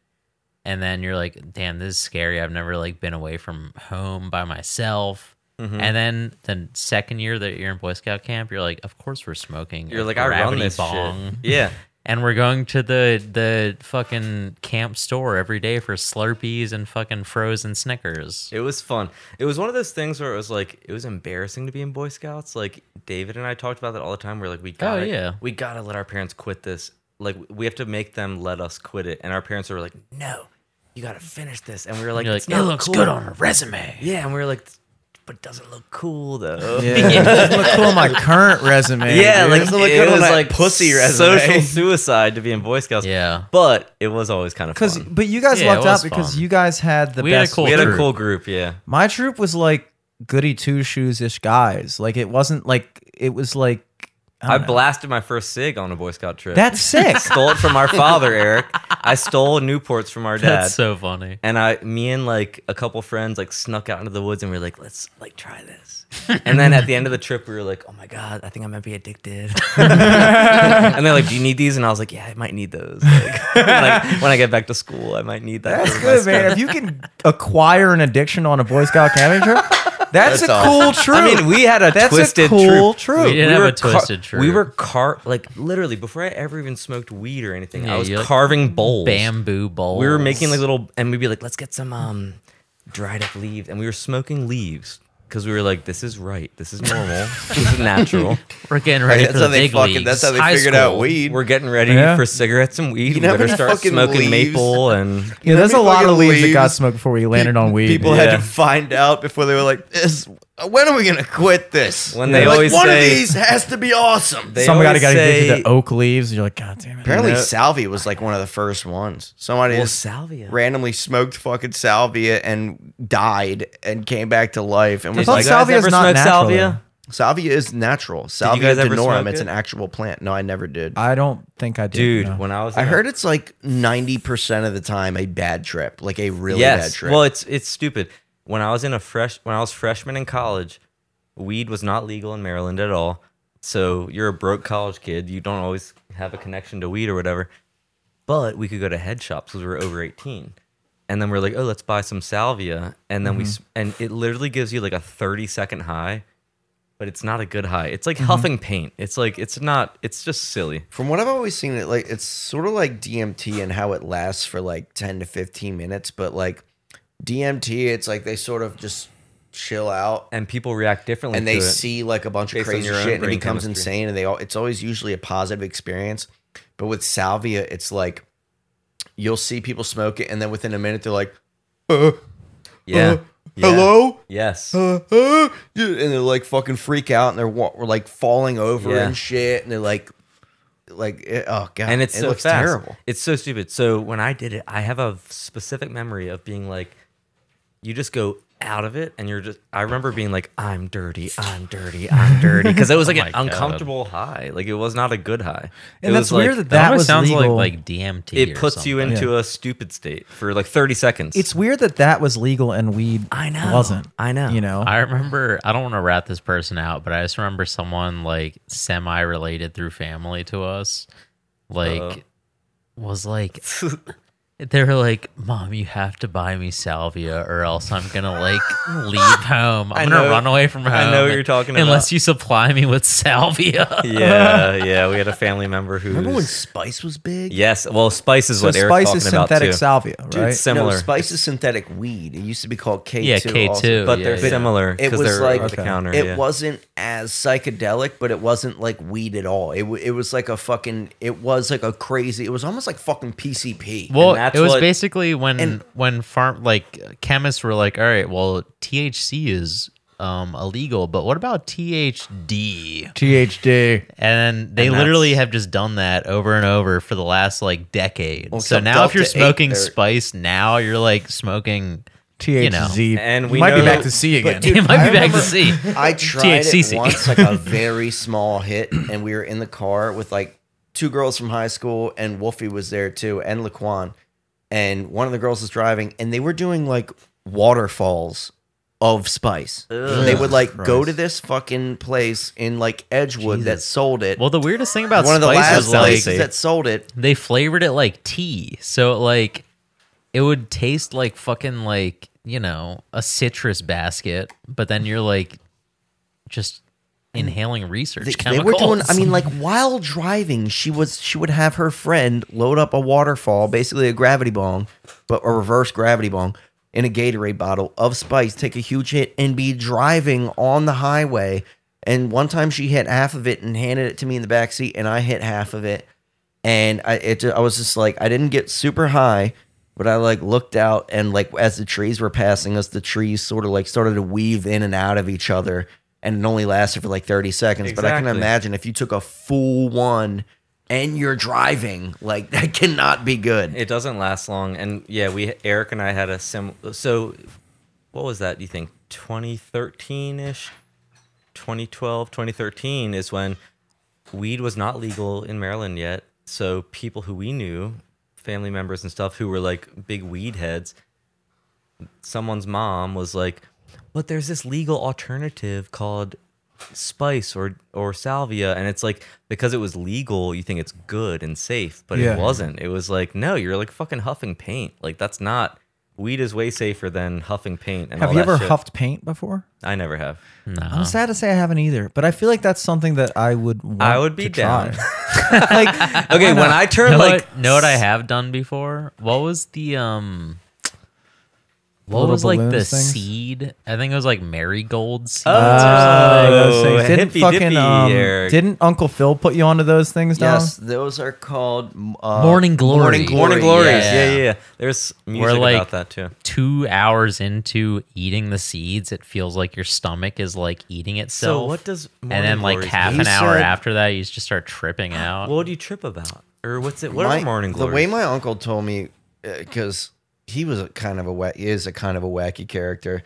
And then you're like, damn, this is scary. I've never like been away from home by myself.
Mm-hmm.
And then the second year that you're in Boy Scout camp, you're like, of course we're smoking.
You're
a
like I run
gravity
this
bong
shit. Yeah,
and we're going to the the fucking camp store every day for Slurpees and fucking frozen Snickers.
It was fun. It was one of those things where it was like it was embarrassing to be in Boy Scouts. Like David and I talked about that all the time. We're like, we gotta,
Oh, yeah.
we gotta let our parents quit this. Like we have to make them let us quit it. And our parents were like, no, you gotta finish this. And we were like,
You're like,
it's
it
not
looks
cool."
good on a resume.
Yeah, and we were like, but it doesn't look cool though.
Doesn't look cool on my current resume.
Yeah,
dude.
like
Doesn't look
it
good on
was
that
like
pussy resume.
social suicide to be in Boy Scouts.
Yeah.
but it was always kind of
Cause,
fun.
but you guys
Yeah, it
lucked out
was
because
fun.
you guys had the
We had a
best.
cool
We had a
troop.
cool group. Yeah,
My troop was like goody two shoes ish guys. Like it wasn't like it was like
I, blasted my first sig on a Boy Scout trip.
Oh, that's sick.
stole it from our father, Eric. I stole Newports from our dad.
That's so funny.
and I, me and like a couple friends, like snuck out into the woods and we were like, let's like try this. And then at the end of the trip, we were like, oh my god, I think I might be addicted. and they're like, do you need these? And I was like, yeah, I might need those. Like, like, when I get back to school, I might need that.
That's
for my
good, man.
strength.
If you can acquire an addiction on a Boy Scout camping trip, that's,
That's
a
awesome.
cool troop.
I mean, we had a
that's
twisted
a cool
troop.
troop.
We did have
were
a twisted
car-
troop.
We were car like literally before I ever even smoked weed or anything.
Yeah,
I was
you, like,
carving bowls.
Bamboo bowls.
We were making like little, and we'd be like, let's get some um, dried up leaves. And we were smoking leaves because we were like, this is right. This is normal. this is natural.
we're getting ready
that's
for the
how they
big
fucking.
leagues.
That's how they
High
figured out
school.
weed.
We're getting ready
Yeah.
for cigarettes and weed.
You know how
we better
many
start
fucking leaves-
smoking maple and.
yeah, there's a
Remember
lot of
fucking
leaves, that got
leaves?
smoked before we landed on weed.
People had
Yeah.
to find out before they were like, this, when are we going to quit this?
When
They're
they
like,
always
one
say-
of these has to be awesome.
They
Some guy
always
got addicted
say-
to oak leaves. You're like, God damn it.
Apparently,
You know-
salvia was like one of the first ones. Somebody
Well,
just
salvia.
randomly smoked fucking salvia and died and came back to life and
I
was
thought
like,
guys
salvia is
ever
not
smoke
natural,
salvia?
salvia is natural. Salvia
guys ever
denorum,
smoke
it's
it?
an actual plant. No, I never did. I,
I don't think I did.
Dude,
no.
when I was. in a-
heard it's like 90% of the time a bad trip, like a really bad
Yes.
trip.
Well, it's it's stupid. When I was in a fresh when I was freshman in college, weed was not legal in Maryland at all. So you're a broke college kid. You don't always have a connection to weed or whatever. But we could go to head shops because we were over 18. And then we're like, oh, let's buy some salvia. And then we
Mm-hmm.
s we and it literally gives you like a 30 second high, but it's not a good high. It's like huffing
Mm-hmm.
paint. It's like it's not. It's just silly.
From what I've always seen, it like it's sort of like DMT and how it lasts for like ten to fifteen minutes, but like DMT, it's like they sort of just chill out
And people react differently.
and they
to it.
see like a bunch of
Based on
crazy
your own
shit and it
brain
becomes
chemistry.
insane and they all it's always usually a positive experience. But with salvia, it's like you'll see people smoke it and then within a minute they're like,
Yeah. Yeah.
"Uh, Hello?
Yes.
Uh, uh, and they're like fucking freak out and they're wa- we're like falling over
Yeah.
and shit and they're like like it- oh god
and it's
it
so
looks
fast.
terrible
It's so stupid. So when I did it, I have a specific memory of being like, you just go out of it, and you're just. I remember being like, I'm dirty, I'm dirty, I'm dirty, because it was like an
my God.
uncomfortable high. Like it was not a good
Oh
high.
And
It
that's
was like-
weird that
That,
that
almost
was
sounds
legal.
like like DMT.
it
or
puts you
something.
into a stupid state for like 30 seconds.
it's weird that that was legal and weed
I know.
wasn't.
I know.
You know.
I remember. I don't want to rat this person out, but I just remember someone like semi-related through family to us, like
Uh-oh.
was like they were like, "Mom, you have to buy me salvia, or else I'm gonna like leave home. I'm gonna
know-
run away from home.
I know what you're talking about.
Unless you supply me with salvia."
yeah, yeah. We had a family member who.
remember when spice was big
Yes. Well, spice is
so
what Eric's
spice
talking
is
about
synthetic
too.
salvia, right?
Dude, similar.
no, spice is synthetic weed it used to be called k2
Yeah, K2,
also.
but they're
Yeah, yeah.
similar
It
because
was
they're
like-
over the
Okay.
counter.
it
yeah.
wasn't as psychedelic but it wasn't like weed at all it, w- it was like a fucking it was like a crazy it was almost like fucking pcp
Well,
that's
it was
what-
basically when
and-
when farm like chemists were like, "All right, well, THC is um illegal, but what about THD?" And
THD.
they
And that's-
literally have just done that over and over for the last like decade. so
except
now if you're
Delta eight,
smoking
or-
spice now, you're like smoking
THZ.
You know.
And we
might be
know-
back to C
But,
again.
dude,
it might
I
be back to
remember-
C.
I tried it
THCC.
once, like a very small hit, and we were in the car with like two girls from high school, and Wolfie was there too, and Laquan, and one of the girls was driving, and they were doing like waterfalls of spice. They would like go to this fucking place in like Edgewood that sold it.
Well, the weirdest thing about
one of the
spice
last
is like
places that sold it.
they flavored it like tea. So like it would taste like fucking like, you know, a citrus basket, but then you're like just inhaling research
They, they were
chemicals.
doing. I mean, like while driving, she was she would have her friend load up a waterfall, basically a gravity bong, but a reverse gravity bong in a Gatorade bottle of spice. Take a huge hit and be driving on the highway. And one time she hit half of it and handed it to me in the back seat, and I hit half of it. And I it I was just like I didn't get super high. But I like looked out and like as the trees were passing us, the trees sort of like started to weave in and out of each other, and it only lasted for like thirty seconds. But I can
Exactly.
imagine imagine if you took a full one and you're driving like that cannot be good
It doesn't last long, and yeah, we Eric and I had a sim. So, what was that? You think 2013 ish, 2012, 2013 is when weed was not legal in Maryland yet. So people who we knew, family members and stuff, who were like big weed heads, someone's mom was like, "But there's this legal alternative called." spice or or salvia and it's like because it was legal you think it's good and safe but
Yeah.
it wasn't it was like no you're like fucking huffing paint like that's not weed is way safer than huffing paint and
Have
all
you
that
ever
shit.
huffed paint before?
i never have
I'm sad to say I haven't either, but I feel like that's something that I would. Want
I would be
to try.
down.
like
okay when i turned
know
like
what, know what I have done before? What was the um what
Little
was like the
balloons things?
seed? I think it was like marigold seeds.
Uh,
Like
oh,
those things. Didn't
hippy
fucking
dippy,
um,
Eric.
didn't Uncle Phil put you onto those things? Dom?
yes those are called uh,
Morning glory.
morning glory,
morning glories
yeah.
yeah. yeah yeah there's music
like-
about that too
Two hours into eating the seeds, it feels like your stomach is like eating itself.
so what does
and then like half
He
an hour
said-
after that, you just start tripping out.
what do you trip about or what's it what
My-
are morning glories
the way my uncle told me because he was a kind of a wa- is a kind of a wacky character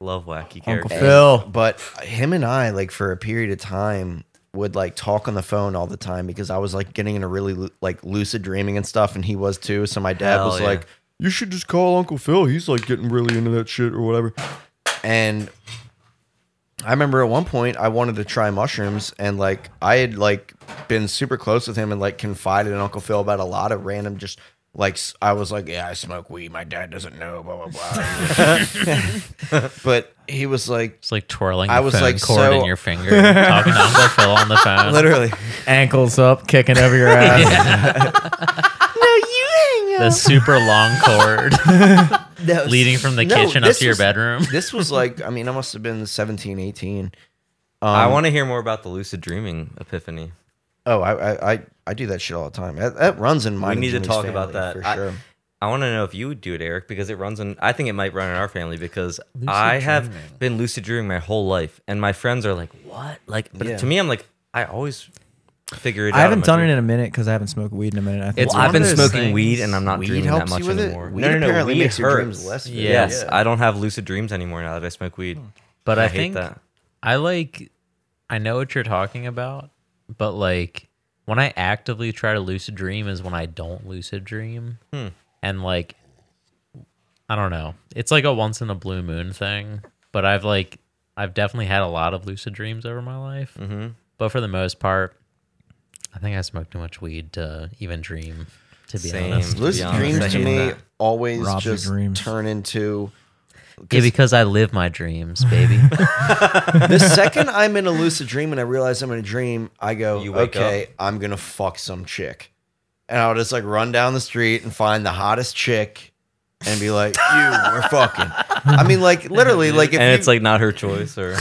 love wacky
Uncle
characters
Phil.
but him and i like for a period of time would like talk on the phone all the time because i was like getting into really lu- like lucid dreaming and stuff and he was too so my dad
Hell
was
yeah.
like you should just call uncle phil he's like getting really into that shit or whatever and I remember at one point I wanted to try mushrooms and like I had like been super close with him and like confided in Uncle Phil about a lot of random just like s- I was like yeah I smoke weed my dad doesn't know blah blah blah but he was like
It's like twirling.
I
the
was
phone
like,
cord
so-
in your finger, talking to Uncle Phil on the phone.
literally
Ankles up, kicking over your ass.
The super long cord
that was-
leading from the
No,
kitchen up
this
to your
was-
bedroom.
this was like I mean I must have been Um, 17 18
i
um,
want to hear more about the lucid dreaming epiphany
oh I I I, I do that shit all the time that, that runs in my
we need to talk about that.
for
I-
sure
I want to know if you would do it, Eric, because it runs in. I think it might run in our family because I have been lucid dreaming my whole life, and my friends are like, "What?" Like, but to me, I'm like, I always figure it out.
I haven't
my
done it
dream.
in a minute because I haven't smoked weed in a minute. I think
It's
Well,
I've
one
been
of those
smoking weed,
things-
and I'm not
Weed
dreaming that
helps
much
you with it.
anymore.
Weed
no, no, no.
apparently
weed
makes your
hurts.
dreams less vivid.
Yes,
Yeah.
I don't have lucid dreams anymore now that I smoke weed.
But I,
hate
think
that.
I like I know what you're talking about, but like when I actively try to lucid dream is when I don't lucid dream.
Hmm.
And like I don't know. It's like a once in a blue moon thing, but I've like I've definitely had a lot of lucid dreams over my life. Mm-hmm. But for the most part, I think I smoked too much weed to even dream, to be
Same.
honest.
To be
Lucid
honest, I
dreams to
hate
me
that.
always
Rob your
just
dreams.
turn into.
Yeah, because I live my dreams, baby.
the second I'm in a lucid dream and I realize I'm in a dream, I go,
You wake
okay, I'm gonna fuck some chick, and I'll just like run down the street and find the hottest chick, and be like, you, we're fucking. I mean, like literally, like if
and
you-
it's like not her choice, or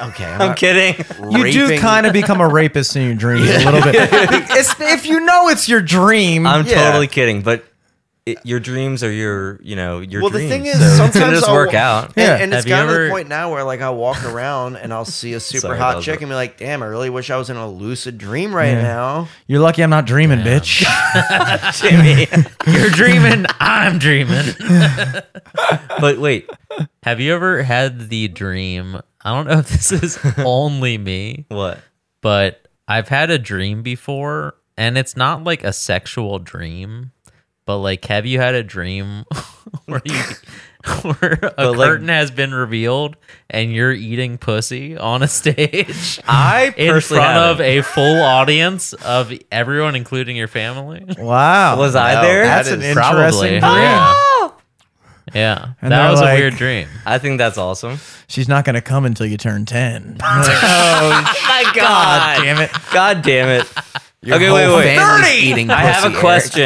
okay, I'm,
I'm
not
kidding.
you do
raping-
kind of become a rapist in your dreams a little bit. It's- if you know it's your dream,
I'm
Yeah.
totally kidding, but it, your dreams are your, you know, your.
Well, the
dreams,
thing is,
so it's gonna
sometimes
just
I'll
work
wa-
out.
Yeah.
And, and it's
Have you
gotten to the
ever-
point now where like I walk around and I'll see a super
Sorry, that
hot
was
chick
a-
and be like, damn, I really wish I was in a lucid dream right
Yeah.
now.
you're lucky I'm not dreaming, bitch.
Jimmy.
You're dreaming, I'm dreaming.
but wait,
Have you ever had the dream? I don't know if this is only me,
what?
but I've had a dream before, and it's not like a sexual dream, but like, have you had a dream where you. Where a
But, like-
curtain has been revealed and you're eating pussy on a stage
I
in
personally
front of
haven't.
a full audience of everyone, including your family.
Wow,
was I there?
That's
That
an
is
Probably,
interesting dream.
yeah, yeah.
And
that
they're
was
like-
a weird dream.
I think that's awesome.
She's not gonna come until you turn ten.
My God, God
Oh, damn it.
God damn it. okay, wait,
whole
wait.
family's eating
I have
pussy,
a
Eric.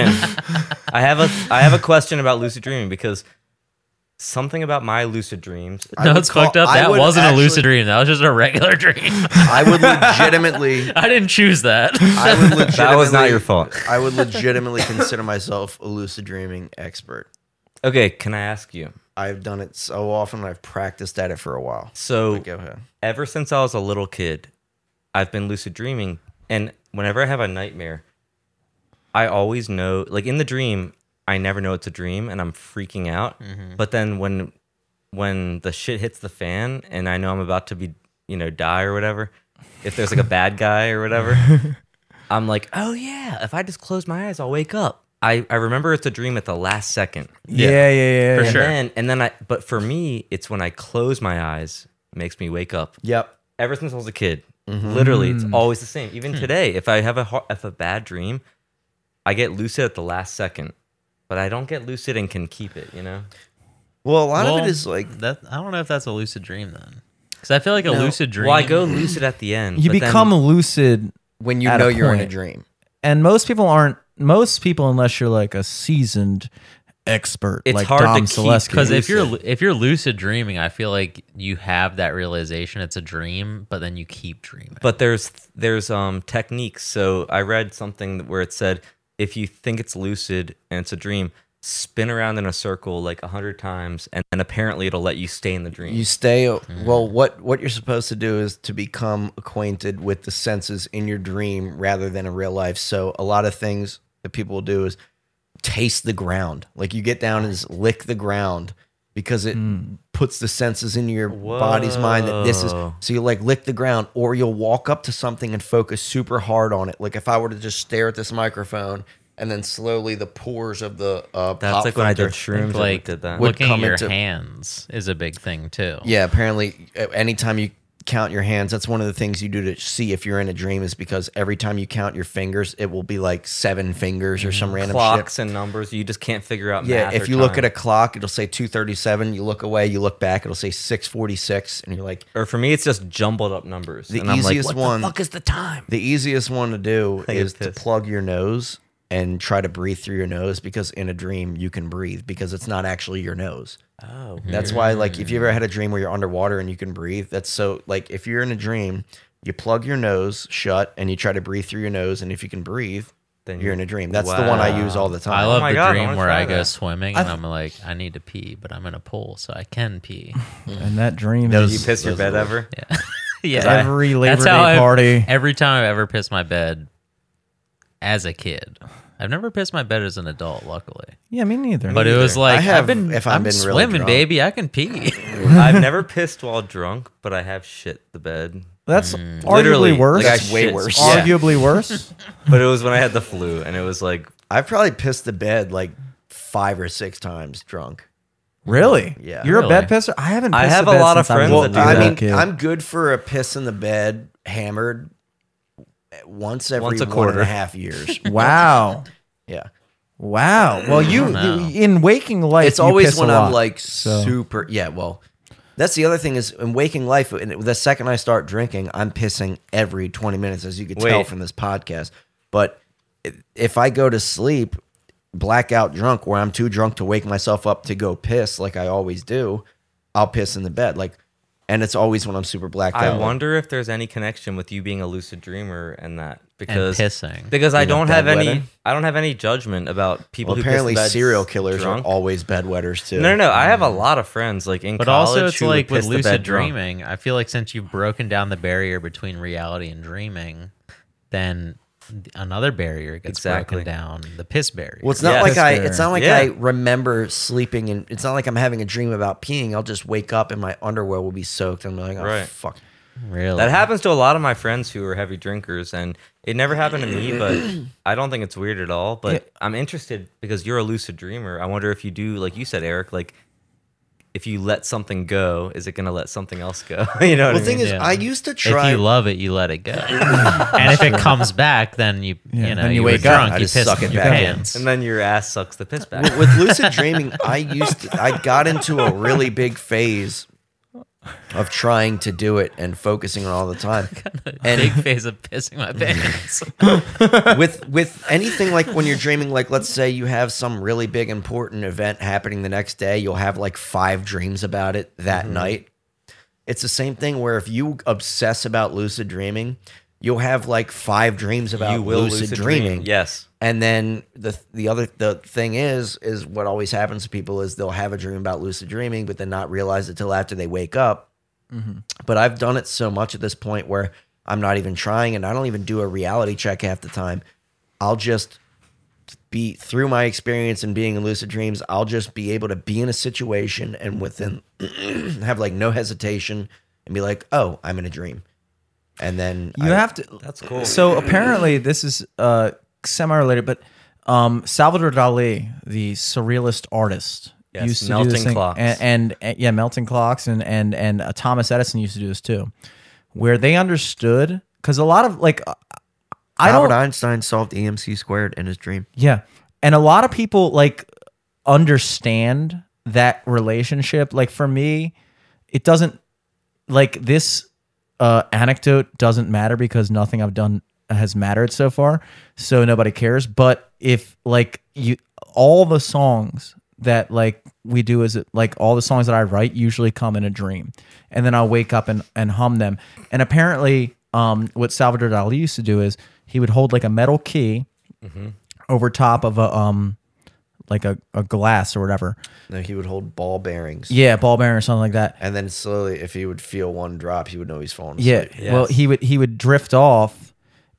question. I have a I have a question about lucid dreaming because something about my lucid dreams.
I
No,
would
it's
call-
fucked up.
I
That
would
wasn't a lucid
actually-
dream. That was just a regular dream.
I would legitimately.
I didn't choose that.
I would legitimately.
That was not your fault.
I would legitimately consider myself a lucid dreaming expert.
Okay, can I ask you?
I've done it so often. I've practiced at it for a while.
So
Go ahead.
ever since I was a little kid, I've been lucid dreaming. And whenever I have a nightmare, I always know, like in the dream, I never know it's a dream and I'm freaking out.
Mm-hmm.
But then when when the shit hits the fan and I know I'm about to be, you know, die or whatever, if there's like a bad guy or whatever, I'm like, oh yeah, if I just close my eyes, I'll wake up. I, I remember it's a dream at the last second.
Yeah, yeah, yeah.
For
yeah.
And
sure.
then, and then I, but for me, it's when I close my eyes, makes me wake up
Yep.
ever since I was a kid.
Mm-hmm.
Literally, it's
Mm.
always the same.
Hmm.
Even today, if I have a har- if a bad dream, I get lucid at the last second, but I don't get lucid and can keep it. You know,
Well, a lot of
Well,
it is like
that I don't know if that's a lucid dream then, because I feel like a lucid dream.
well, I go lucid at the end.
You
but then-
become lucid,
when you
At a
know you're in a
point.
dream.
and most people aren't. Most people, unless you're like a seasoned expert,
It's
like
hard to
Dom
keep-
Selesky,
because if you're lu- if you're lucid dreaming, I feel like you have that realization it's a dream, but then you keep dreaming.
but there's there's um techniques. So I read something that- where it said if you think it's lucid and it's a dream, spin around in a circle like a hundred times, and then apparently it'll let you stay in the dream.
You stay well. What what you're supposed to do is to become acquainted with the senses in your dream rather than in real life. So a lot of things that people do is taste the ground. Like you get down and just lick the ground because it puts the senses in your body's mind that this is.
Whoa.
So you like lick the ground, or you'll walk up to something and focus super hard on it. Like if I were to just stare at this microphone. And then slowly the pores of the uh,
That's
pop
like when I did
filter-
shrooms. I
like
did that.
looking at
come
your
into-
hands is a big thing too.
Yeah, apparently, uh, anytime you count your hands, that's one of the things you do to see if you're in a dream, is because every time you count your fingers, it will be like seven fingers or some random
Mm, Clocks
shit.
and numbers, you just can't figure out.
Yeah,
math
if
or
you look at
time.
a clock, it'll say 237. You look away, you look back, it'll say 646. And you're like,
or for me, it's just jumbled up numbers.
the
and I'm like,
easiest
what
one.
the fuck is the time?
The easiest one to do
I get
is to
pissed.
plug your nose and try to breathe through your nose because in a dream you can breathe because it's not actually your nose.
Oh,
That's why, like, if you ever had a dream where you're underwater and you can breathe, that's so, like, if you're in a dream, you plug your nose shut and you try to breathe through your nose. And if you can breathe,
Then
You're in a dream. That's the one I use all the time.
I love
my
the
God, I
dream
wanna
where
try
I go
that.
swimming and I'm like, I need to pee, but I'm in a pool, so I can pee.
And that dream
You
is
piss your bed ever?
yeah,
every Labor
that's
Day
how I've-
party.
Every time I've ever pissed my bed as a kid, I've never pissed my bed as an adult, luckily.
Yeah, me neither.
But it was like
I have,
I've been,
if I've
I'm
been really
swimming,
drunk.
baby. I can pee.
I've never pissed while drunk, but I have shit the bed.
that's
mm, Literally,
arguably worse.
like, I
That's way
shit-
worse.
Yeah.
Arguably worse.
But it was when I had the flu, and it was like
I've probably pissed the bed like five or six times drunk.
Really?
Yeah.
You're a
Really?
bed pisser. I haven't.
I
pissed
have
the
a
bed
lot of
since was
friends
a
that
little
do
I
that.
mean,
kid.
I'm good for a piss in the bed, hammered, once every
Once a
one and
quarter.
a half years.
wow,
yeah,
wow. Well, you,
know.
you- in waking life,
it's
you
always
piss a
when I'm
lot.
like
so-
super. Yeah, well, that's the other thing is in waking life. and The second I start drinking, I'm pissing every 20 minutes, as you can tell
Wait.
from this podcast. But if I go to sleep blackout drunk, where I'm too drunk to wake myself up to go piss, like I always do, I'll piss in the bed, like. And it's always when I'm super blacked
I
out.
wonder if there's any connection with you being a lucid dreamer and that because
pissing.
because I
You want
don't have
bad
any
weather?
I don't have any judgment about people
Well,
who piss
apparently,
the bed
serial killers are
drunk.
Mm. always bedwetters too.
No, no, no. I have a lot of friends like in
But
college
also, it's
who
like with
would piss the bed
lucid
drunk.
dreaming, I feel like since you've broken down the barrier between reality and dreaming, then another barrier gets
Exactly.
broken down the piss barrier.
Well, it's not
Yeah.
like I.
That's
It's not like
fair.
I
Yeah.
remember sleeping, and it's not like I'm having a dream about peeing. I'll just wake up and my underwear will be soaked. I'm like, oh
Right.
fuck.
really?
That happens to a lot of my friends who are heavy drinkers, and it never happened to me. But I don't think it's weird at all. But I'm interested because you're a lucid dreamer. I wonder if you do, like you said, Eric, like if you let something go, is it going to let something else go? you
Well,
know what I
the
mean?
thing is,
Yeah.
I used to
If
try.
you love it, you let it go, and if it comes back, then you you know
then you
were
wake up.
drunk,
I
you
just
piss
suck
in
it
your
back in.
pants.
and then your ass sucks the piss back.
with lucid dreaming, I used to, I got into a really big phase of trying to do it and focusing on it all the time. And
Big phase of pissing my pants.
with with anything like when you're dreaming like let's say you have some really big important event happening the next day you'll have like five dreams about it that
Mm-hmm.
night it's the same thing where if you obsess about lucid dreaming you'll have like five dreams about
you will
lucid,
lucid
dreaming
dream. Yes.
and then the the other the thing is is what always happens to people is they'll have a dream about lucid dreaming, but then not realize it till after they wake up.
Mm-hmm.
But I've done it so much at this point where I'm not even trying, and I don't even do a reality check half the time. I'll just be through my experience and being in lucid dreams. I'll just be able to be in a situation and within have like no hesitation and be like, oh, I'm in a dream, and then
you
I-
have to.
That's cool.
So apparently, this is uh, semi-related, but um, Salvador Dali, the surrealist artist,
Yes,
used to do
melting
this thing,
clocks.
and, and, and- yeah, melting clocks, and and and uh, Thomas Edison used to do this too, where they understood because a lot of like uh, I don't
Albert Einstein solved EMC squared in his dream.
yeah. And a lot of people like understand that relationship. Like for me, it doesn't like this uh anecdote doesn't matter because nothing I've done has mattered so far. So nobody cares. But if like you all the songs that like we do is like all the songs that I write usually come in a dream. And then I'll wake up and, and hum them. And apparently um what Salvador Dali used to do is he would hold like a metal key over top of a um like a, a glass or whatever.
No, he would hold ball bearings.
Yeah, ball bearing or something like that.
And then slowly, if he would feel one drop, he would know he's falling
Yeah.
asleep.
Well, he would he would drift off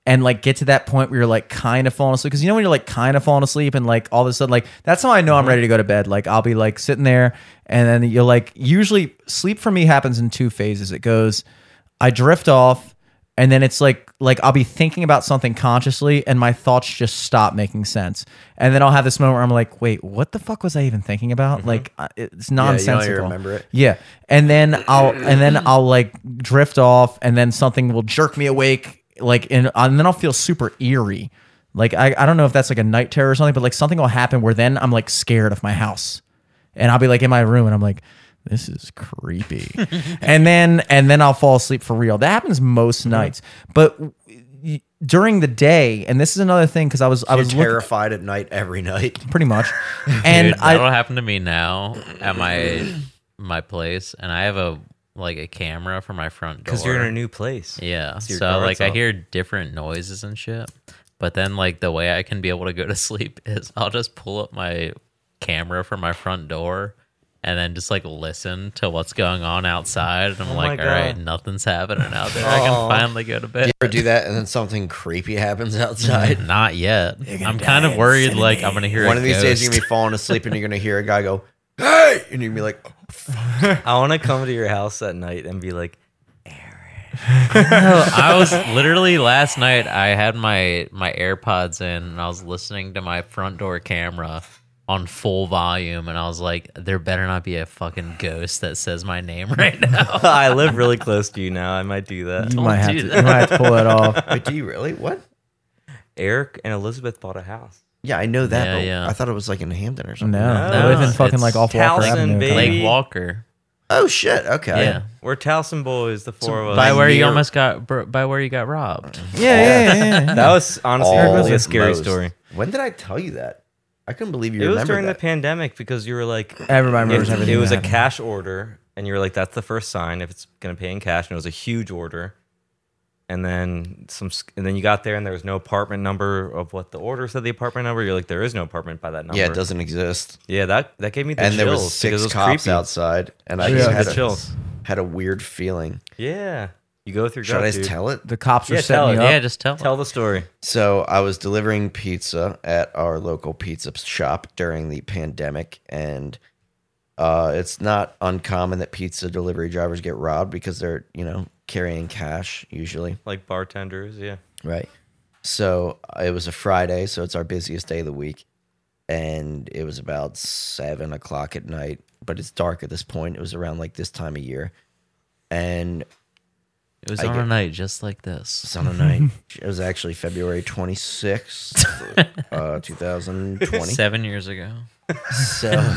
and like get to that point where you're like kind of falling asleep because you know when you're like kind of falling asleep and like all of a sudden like that's how I know I'm ready to go to bed. Like I'll be like sitting there and then you're like usually sleep for me happens in two phases. It goes I drift off and then it's like like I'll be thinking about something consciously and my thoughts just stop making sense. And then I'll have this moment where I'm like, "Wait, what the fuck was I even thinking about?" Like I- it's nonsensical.
remember it.
Yeah, and then I'll and then I'll like drift off, and then something will jerk me awake, like and uh, and then I'll feel super eerie. Like I, I don't know if that's like a night terror or something, but like something will happen where then I'm like scared of my house, and I'll be like in my room, and I'm like, this is creepy, and then and then I'll fall asleep for real. That happens most nights, but y- during the day, and this is another thing because I was I
I
was
was
looking,
terrified at night every night.
pretty much, and
Dude,
I
that'll happen to me now at my my place, and I have a like a camera for my front door.
because you're in a new place.
yeah, so,
your guard's
like I
up.
hear different noises and shit. But But then, like, the way I can be able to go to sleep is I'll just pull up my camera from my front door and then just like listen to what's going on outside. And I'm
Oh
like, all right, nothing's happening out there. I can finally go to bed.
Ever do that and then something creepy happens outside.
Not yet. I'm kind of worried, like, I'm going to hear
One
a
of these days you're
ghost.
gonna be falling asleep and you're gonna hear a guy go, "Hey!" and you're gonna be like,
I want to come to your house at night and be like,
I was literally last night. I had my my AirPods in, and I was listening to my front door camera on full volume, and I was like, "There better not be a fucking ghost that says my name right now."
I live really close to you now. I might do that.
You might, have
do
to,
that.
you might have to pull it off.
"Wait, do you really? What?"
Eric and Elizabeth bought a house.
Yeah, I know that.
Yeah,
but
yeah.
I thought it was like in Hampton or something.
No, I
No,
live in fucking
it's
like off Walker
Towson,
Avenue.
baby.
Lake Walker,
Oh shit. Okay.
yeah,
We're Towson boys, the four of us.
by where you
near-
almost got bro- by where you got robbed.
Yeah, yeah, yeah. yeah.
that was honestly really a
Almost.
scary story.
When did I tell you that? I couldn't believe you
It was
remember
during
that.
the pandemic because you were like,
Everybody remembers
it,
everything.
it was
that
a
happened.
cash order, and you were like, that's the first sign if it's gonna pay in cash, and it was a huge order. And then some, s- and then you got there, and there was no apartment number of what the order said. The apartment number, you're like, there is no apartment by that number.
yeah, it doesn't exist.
Yeah, that that gave me the
and
chills
there was
because
six
it was
cops
creepy.
outside, and I
Yeah.
just
Yeah.
had
The
a,
chills.
had a weird feeling.
Yeah, you go through.
Should
gut,
I
dude.
just tell it?
The cops were
Yeah, tell
setting
it.
you up.
Yeah, just tell.
Tell the story.
So I was delivering pizza at our local pizza shop during the pandemic, and uh, it's not uncommon that pizza delivery drivers get robbed because they're you know carrying cash usually,
Like bartenders, yeah.
right? So uh, it was a Friday, so it's our busiest day of the week, and it was about seven o'clock at night, but it's dark at this point. It was around like this time of year, and
It was
I
on
get-
a night just like this.
It's on a night. It was actually February 26th, uh, 2020.
Seven years ago.
So,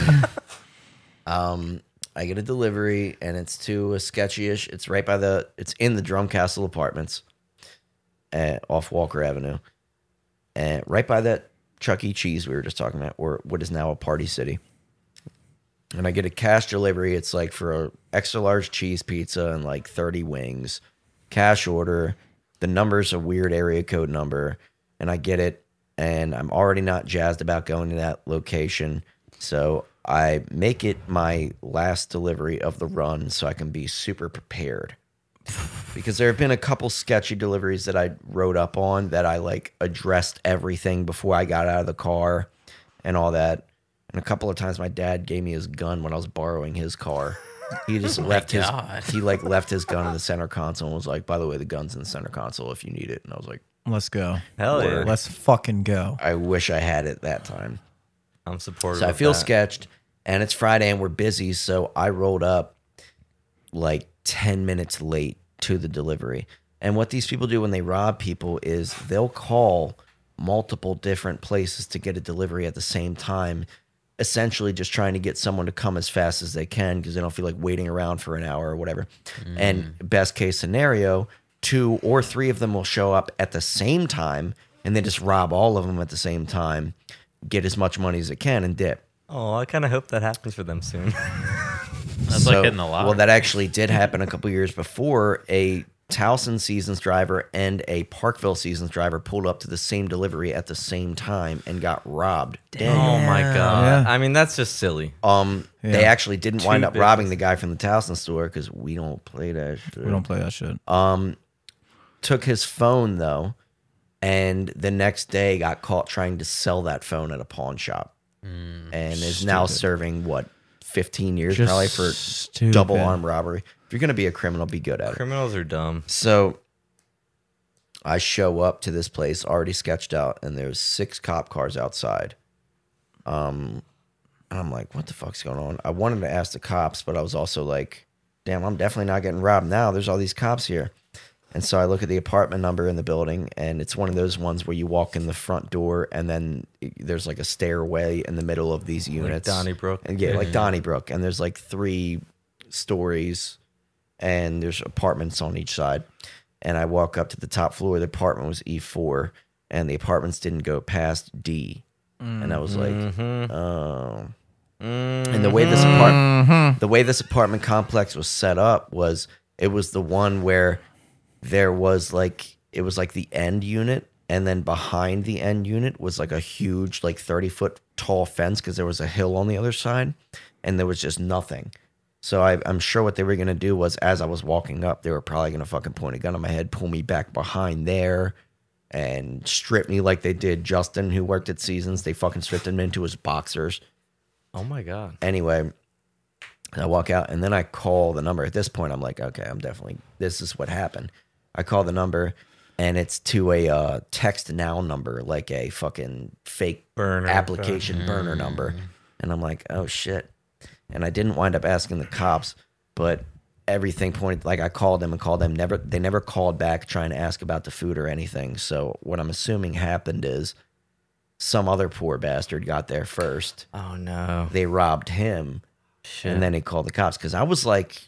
um, I get a delivery and it's to a sketchy ish. It's right by the, it's in the Drumcastle Apartments uh off Walker Avenue. And right by that Chuck E. Cheese we were just talking about, or what is now a Party City. And I get a cash delivery. It's like for a extra large cheese pizza and like 30 wings. Cash order. The number's a weird area code number. And I get it. And I'm already not jazzed about going to that location. So I make it my last delivery of the run so I can be super prepared because there have been a couple sketchy deliveries that I wrote up on that I like addressed everything before I got out of the car and all that. And a couple of times my dad gave me his gun when I was borrowing his car. He just left his
God.
he like left his gun in the center console and was like, by the way, the gun's in the center console if you need it. And I was like,
Let's go.
Hell yeah,
Let's fucking go.
I wish I had it that time.
I'm supportive.
So I
of
feel
that.
sketched, and it's Friday and we're busy, so I rolled up like 10 minutes late to the delivery. And what these people do when they rob people is they'll call multiple different places to get a delivery at the same time, essentially just trying to get someone to come as fast as they can because they don't feel like waiting around for an hour or whatever. And best case scenario, two or three of them will show up at the same time and they just rob all of them at the same time, get as much money as they can and dip.
Oh, I kind of hope that happens for them soon.
That's like hitting the lot.
Well, that actually did happen a couple years before. A Towson Seasons driver and a Parkville Seasons driver pulled up to the same delivery at the same time and got robbed. Damn.
Oh my
Yeah.
god. I mean, that's just silly.
Um, they
Yeah.
actually didn't wind up
big.
robbing the guy from the Towson store because we don't play that. Shit.
We don't play that shit.
Um, took his phone though, and the next day got caught trying to sell that phone at a pawn shop, and is now serving what fifteen years
Just
probably for
stupid.
double armed robbery. If you're gonna be a criminal, be good at it.
Criminals are dumb.
So I show up to this place already sketched out, and there's six cop cars outside. Um, and I'm like, what the fuck's going on? I wanted to ask the cops, but I was also like, damn, I'm definitely not getting robbed now. There's all these cops here. And so I look at the apartment number in the building, and it's one of those ones where you walk in the front door, and then there's like a stairway in the middle of these units.
Donnybrook.
And yeah, like Donnybrook. And there's like three stories and there's apartments on each side. And I walk up to the top floor. The apartment was E4, and the apartments didn't go past D. And I was like, oh. And the way this apartment, the way this apartment complex was set up was it was the one where there was like it was like the end unit and then behind the end unit was like a huge like 30 foot tall fence because there was a hill on the other side and there was just nothing so I, i'm sure what they were going to do was as i was walking up they were probably going to fucking point a gun on my head pull me back behind there and strip me like they did justin who worked at seasons they fucking stripped him into his boxers
Oh my god.
anyway, I walk out and then I call the number. At this point, I'm like, okay, I'm definitely this is what happened. I call the number and it's to a uh, text now number, like a fucking fake
Burner. uh,
application burner number. And I'm like, oh shit. And I didn't wind up asking the cops, but everything pointed like I called them and called them. Never they never called back trying to ask about the food or anything. So what I'm assuming happened is some other poor bastard got there first
Oh no.
they robbed him and then he called the cops because i was like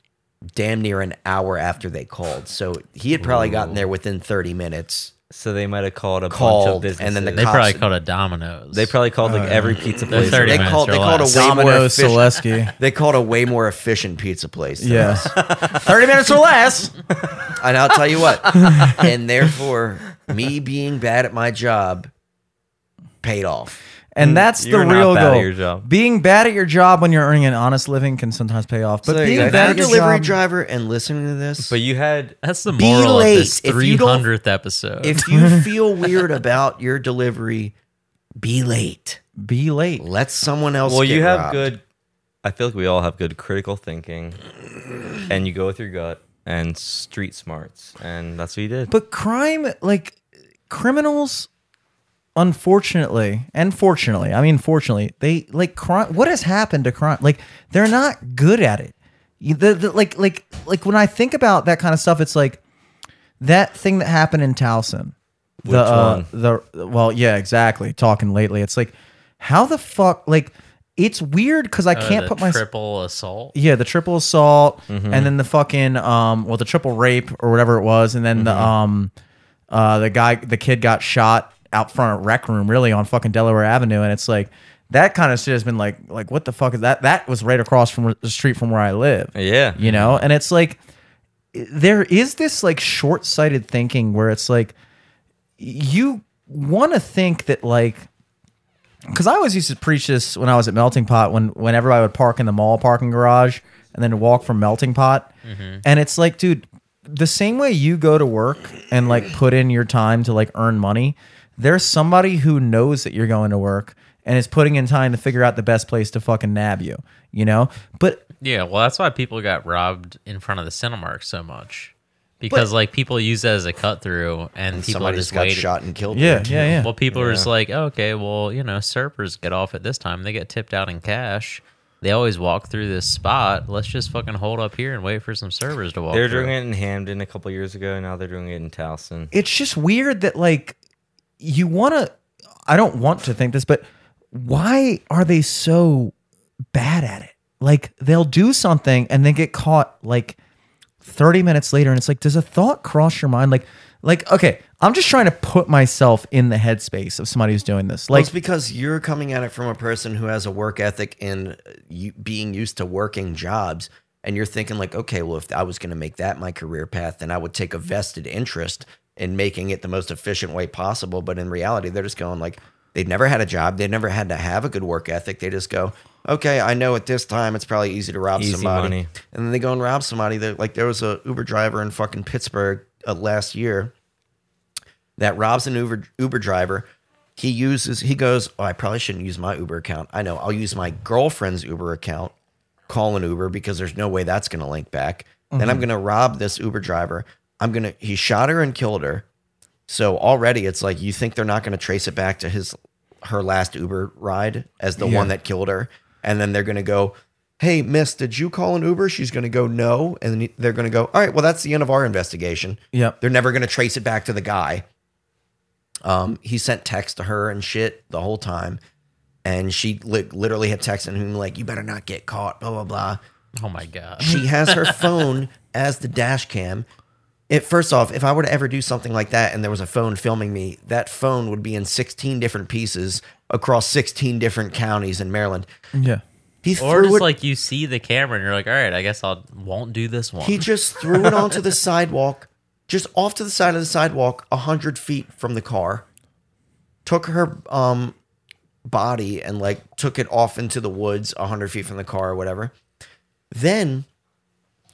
damn near an hour after they called so he had probably gotten there within 30 minutes
So they might have called a bunch of
called
businesses.
and then the
They
cops
probably called it Domino's.
they probably called
Oh,
like every pizza
They're
place.
30
they
minutes
called
or
they called a
less.
way more
Domino
efficient,
Selesky.
they called a way more efficient pizza place than
Yeah.
us.
30 minutes or less.
and i'll tell you what and therefore me being bad at my job paid off
And that's
You're
the
not
real
bad at
goal.
your job.
Being bad at your job when you're earning an honest living can sometimes pay off. But
so
being
if you're
bad
a
at your
delivery
job,
driver and listening to this
But you had
That's the
Be
moral of this
late. If you don't-
300th episode.
if you feel weird about your delivery be late
be late.
let someone else
well,
get
you have
robbed.
good. I feel like we all have good critical thinking, and you go with your gut and street smarts, and that's what you did.
But crime, like criminals, unfortunately, and fortunately, I mean, fortunately, they like crime. What has happened to crime? Like they're not good at it. You- the- the- like, like, like when I think about that kind of stuff, it's like that thing that happened in Towson. The, uh, the well, yeah, exactly. Talking lately, it's like how the fuck, like it's weird because I
uh,
can't
the
put my
triple assault.
yeah, the triple assault, and then the fucking um, well, the triple rape or whatever it was, and then the um, uh, the guy, the kid got shot out front of rec room, really on fucking Delaware Avenue, and it's like that kind of shit has been like, like what the fuck is that? That was right across from where- the street from where I live,
yeah,
you know, and it's like there is this like short sighted thinking where it's like you want to think that like because I always used to preach this when I was at Melting Pot when whenever I would park in the mall parking garage and then walk from Melting Pot, and it's like, dude, the same way you go to work and like put in your time to like earn money, there's somebody who knows that you're going to work and is putting in time to figure out the best place to fucking nab you, you know. But
Yeah, well, that's why people got robbed in front of the Cinemark so much. Because, like, people use that as a cut through, and, people
somebody
are just
just got
waiting.
shot and killed.
yeah,
there.
yeah, yeah.
Well, people are just like, "Oh, okay, well, you know, surfers get off at this time. They get tipped out in cash. They always walk through this spot. Let's just fucking hold up here and wait for some servers to walk
they were
through.
doing it in Hamden a couple years ago. Now they're doing it in Towson.
it's just weird that like you want to i don't want to think this but why are they so bad at it like they'll do something and then get caught like 30 minutes later and it's like does a thought cross your mind like like okay i'm just trying to put myself in the headspace of somebody who's doing this
Well,
like
it's because you're coming at it from a person who has a work ethic and uh, you, being used to working jobs, and you're thinking like, okay, well, if I was going to make that my career path, then I would take a vested interest in making it the most efficient way possible. But in reality, they're just going like they've never had a job, they've never had to have a good work ethic. They just go, okay, I know at this time it's probably easy to rob
Easy
somebody,
money.
and then they go and rob somebody. That like there was a Uber driver in fucking Pittsburgh uh, last year that robs an Uber Uber driver. He uses he goes, "Oh, I probably shouldn't use my Uber account. I know I'll use my girlfriend's Uber account. Call an Uber because there's no way that's going to link back. Then I'm
Mm-hmm.
going to rob this Uber driver. I'm going to he shot her and killed her. So already it's like you think they're not going to trace it back to his her last Uber ride as the one that killed her, and then they're going to go, "Hey, Miss, did you call an Uber?" She's going to go, "No," and then they're going to go, "All right, well that's the end of our investigation."
Yep.
they're never going to trace it back to the guy. Um, he sent texts to her and shit the whole time, and she li- literally had texted him like, "You better not get caught." Blah blah blah.
Oh my god!
She has her phone as the dash cam. It, first off, if I were to ever do something like that and there was a phone filming me, that phone would be in 16 different pieces across 16 different counties in Maryland.
yeah
He
Or
threw
just
it,
like you see the camera and you're like, "All right, I guess I'll won't do this one."
he just threw it onto the sidewalk, just off to the side of the sidewalk, 100 feet from the car. took her um body and like took it off into the woods 100 feet from the car or whatever. Then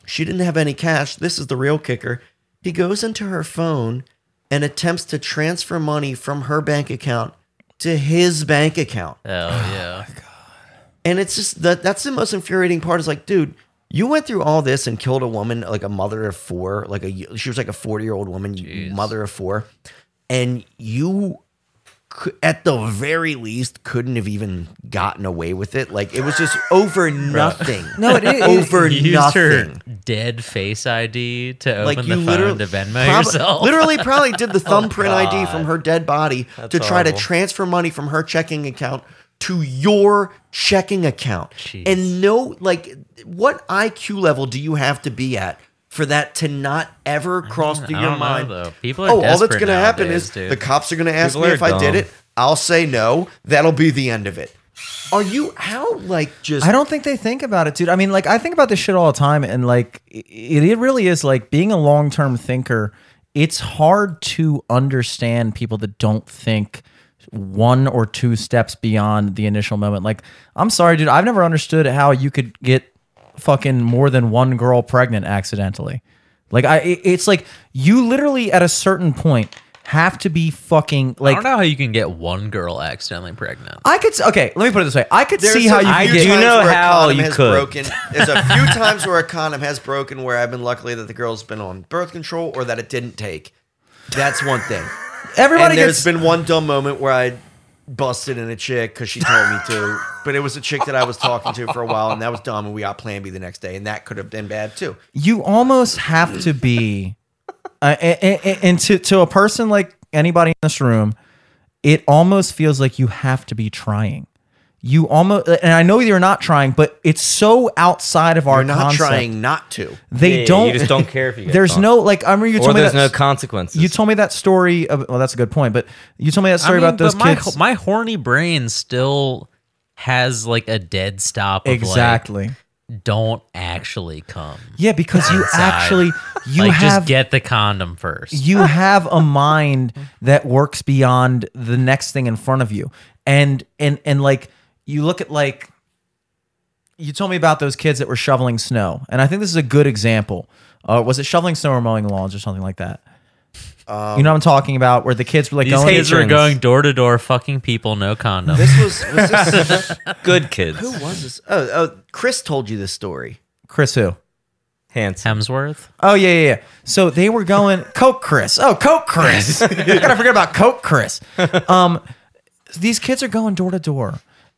she didn't have any cash. This is the real kicker. He goes into her phone and attempts to transfer money from her bank account to his bank account.
Oh yeah.
And it's just that that's the most infuriating part is like, dude, you went through all this and killed a woman, like a mother of four, like a she was like a 40-year-old woman, you- mother of four, and you cou- at the very least couldn't have even gotten away with it. Like it was just over nothing.
No, it is.
over
You used her
nothing.
dead face ID to open
Like you
the phone
literally
to Venmo
prob-
yourself. Oh,
literally probably did the thumbprint ID from her dead body to try to
horrible.
transfer money from her checking account to your checking account. And no, like, what IQ level do you have to be at for that to not ever cross
I
through
don't
your
know,
mind?
though. People are
Oh, all that's
desperate
gonna happen
nowadays,
is
dude.
the cops are gonna ask
People
me
are
if I did
dumb.
it. I'll say no. That'll be the end of it. Are you how like just
I don't think they think about it, dude. I mean, like I think about this shit all the time, and like it, it really is like being a long term thinker. It's hard to understand people that don't think one or two steps beyond the initial moment. Like, I'm sorry, dude. I've never understood how you could get fucking more than one girl pregnant accidentally. Like, I it- it's like you literally at a certain point have to be fucking
I
like.
don't know how you can get one girl accidentally pregnant.
I could s- okay. Let me put it this way. I could
There's
see how
a
you
few
could get.
do you
times
know
where a
how
condom
you
has
could.
Broken. There's a few times where a condom has broken where I've been lucky that the girl's been on birth control or that it didn't take. That's one thing. and
Everybody
there's
gets
been one dumb moment where I busted in a chick because she told me to, but it was a chick that I was talking to for a while, and that was dumb, and we got Plan B the next day, and that could have been bad too.
you almost have to be uh, and, and to, to a person like anybody in this room it almost feels like you have to be trying you almost and i know you're not trying but it's so outside of our
We're not
concept.
trying not to.
they
Yeah,
don't
You just don't care if you. Get
there's
caught.
no like i remember you
Or
told me
there's
that
no consequences.
you told me that story of, well that's a good point but you told me that story
I mean,
about those
but my,
kids
My horny brain still has like a dead stop. Of
exactly
Like, don't actually come.
yeah because you
Inside.
actually you
like,
have
just get the condom first.
you have a mind that works beyond the next thing in front of you and and and like you look at like you told me about those kids that were shoveling snow and i think this is a good example uh, was it shoveling snow or mowing lawns or something like that you know what i'm talking about where the kids were like
These
going
kids were going door to door, fucking people, no condom.
This was, was this,
good kids.
who was this? Oh, oh, Chris told you this story.
chris who
Handsome.
Hemsworth.
Oh yeah, yeah, yeah. So they were going Coke Chris. Oh, Coke Chris. I gotta forget about Coke Chris. Um, these kids are going door to door,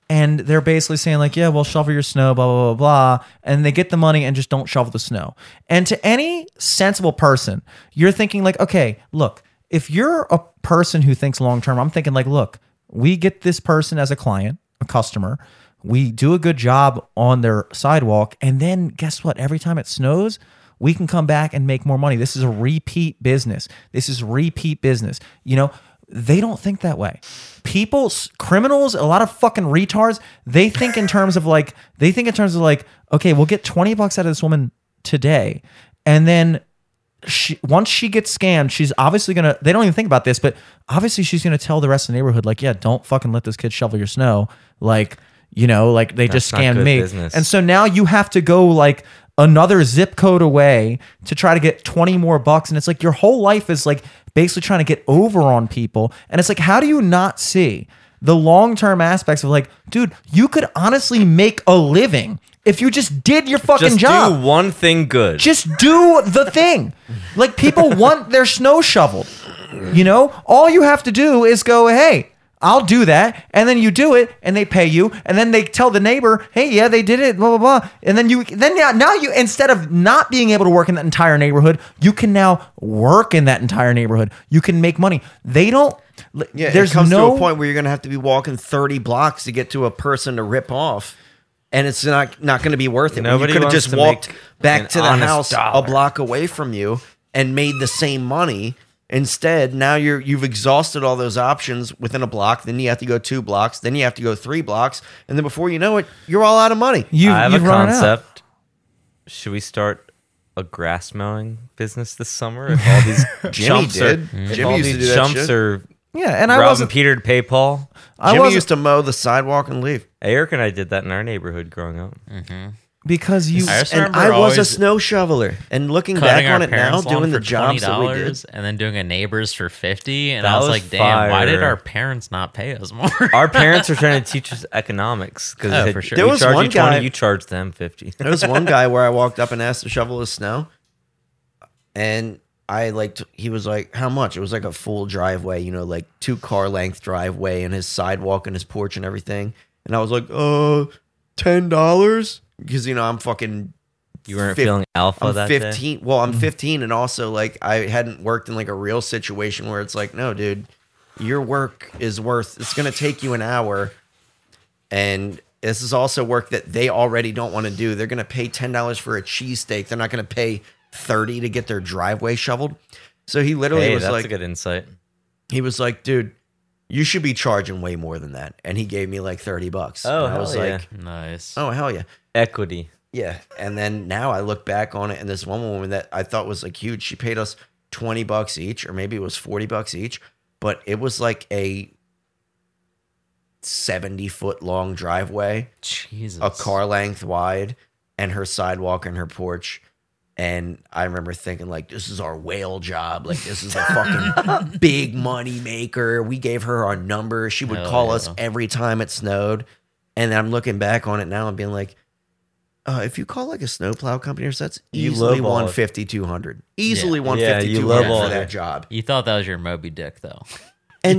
and they're basically saying like, "Yeah, well, shovel your snow, blah blah blah blah," and they get the money and just don't shovel the snow. And to any sensible person, you're thinking like, "Okay, look, if you're a person who thinks long term, I'm thinking like, look, we get this person as a client, a customer." We do a good job on their sidewalk, and then guess what? Every time it snows, we can come back and make more money. This is a repeat business. This is repeat business. You know, they don't think that way. People, s- criminals, a lot of fucking retards, they think in terms of like, they think in terms of like, okay, we'll get 20 bucks out of this woman today. And then she, once she gets scammed, she's obviously gonna. They don't even think about this, but obviously she's gonna tell the rest of the neighborhood, like, yeah, don't fucking let this kid shovel your snow. Like, you know, like they just
not
scammed
good
me.
business.
And so now you have to go like another zip code away to try to get 20 more bucks. And it's like your whole life is like basically trying to get over on people. And it's like, how do you not see the long term aspects of like, dude, you could honestly make a living if you just did your fucking
Just
job
do one thing good.
just do the thing. Like people want their snow shoveled. You know, all you have to do is go, hey, I'll do that. And then you do it and they pay you. And then they tell the neighbor, hey, yeah, they did it, blah, blah, blah. And then you, then now, now you, instead of not being able to work in that entire neighborhood, you can now work in that entire neighborhood. You can make money. They don't,
Yeah,
there's
it comes
no
to a point where you're going to have to be walking 30 blocks to get to a person to rip off, and it's not not going to be worth it. When
Nobody
you could have
wants
just
to
walked
make an
back to the
honest
house
dollar.
a block away from you and made the same money. Instead, now you're you've exhausted all those options within a block. Then you have to go two blocks. Then you have to go three blocks, and then before you know it, you're all out of money.
you,
I have
you've
a
run it out.
concept. Should we start a grass mowing business this summer? If all these
Jimmy
chumps are,
did.
if
Jimmy
all
used to
these
do that
chumps
shit.
are
Yeah, and I
Rob and
wasn't.
Peter to pay Paul.
I
Jimmy
wasn't
used to mow the sidewalk and leave.
Eric and I did that in our neighborhood growing up.
Mm.
because you.
I just
And
remember
I was a
always
snow shoveler. And looking back
cutting our
on it now,
parents' lawn
doing
for
the jobs that we did.
$20 and then doing a neighbor's for 50 And
That
I was,
was
like, damn, why did
fire.
our parents not pay us more?
Our parents were trying to teach us economics because
Oh, for sure.
There
we
was
charge
one
you twenty,
guy-
you charge them fifty.
There was one guy where I walked up and asked to shovel his snow, and I like t- he was like, "How much?" It was like a full driveway, you know, like two car length driveway, and his sidewalk and his porch and everything. And I was like, "Uh, ten dollars?" Because you know I'm fucking
You weren't
Fif-
feeling alpha
I'm
Oh, that day. Mm.
15. Well, I'm 15, and also like I hadn't worked in like a real situation where it's like, no, dude, your work is worth. It's gonna take you an hour, and this is also work that they already don't want to do. They're gonna pay ten dollars for a cheesesteak. They're not gonna pay thirty to get their driveway shoveled. So he literally
Hey,
was
that's
like,
a good insight.
he was like, dude, you should be charging way more than that. And he gave me like thirty bucks.
Oh,
and I
hell
was
yeah.
like,
nice.
oh hell yeah.
Equity.
Yeah. And then now I look back on it, and this one woman that I thought was like huge, she paid us 20 bucks each, or maybe it was 40 bucks each, but it was like a 70 foot long driveway,
Jesus.
a car length wide, and her sidewalk and her porch. And I remember thinking, like, this is our whale job. Like, this is a fucking big money maker. We gave her our number. She would
Hell
call us
yeah.
every time it snowed. And I'm looking back on it now and being like, uh, if you call like a snowplow company or so, that's
You
easily
lowball it.
150, 200. Easily
Yeah.
150,
Yeah, you
200
lowball
for that
it.
job.
You thought that was your Moby Dick, though.
And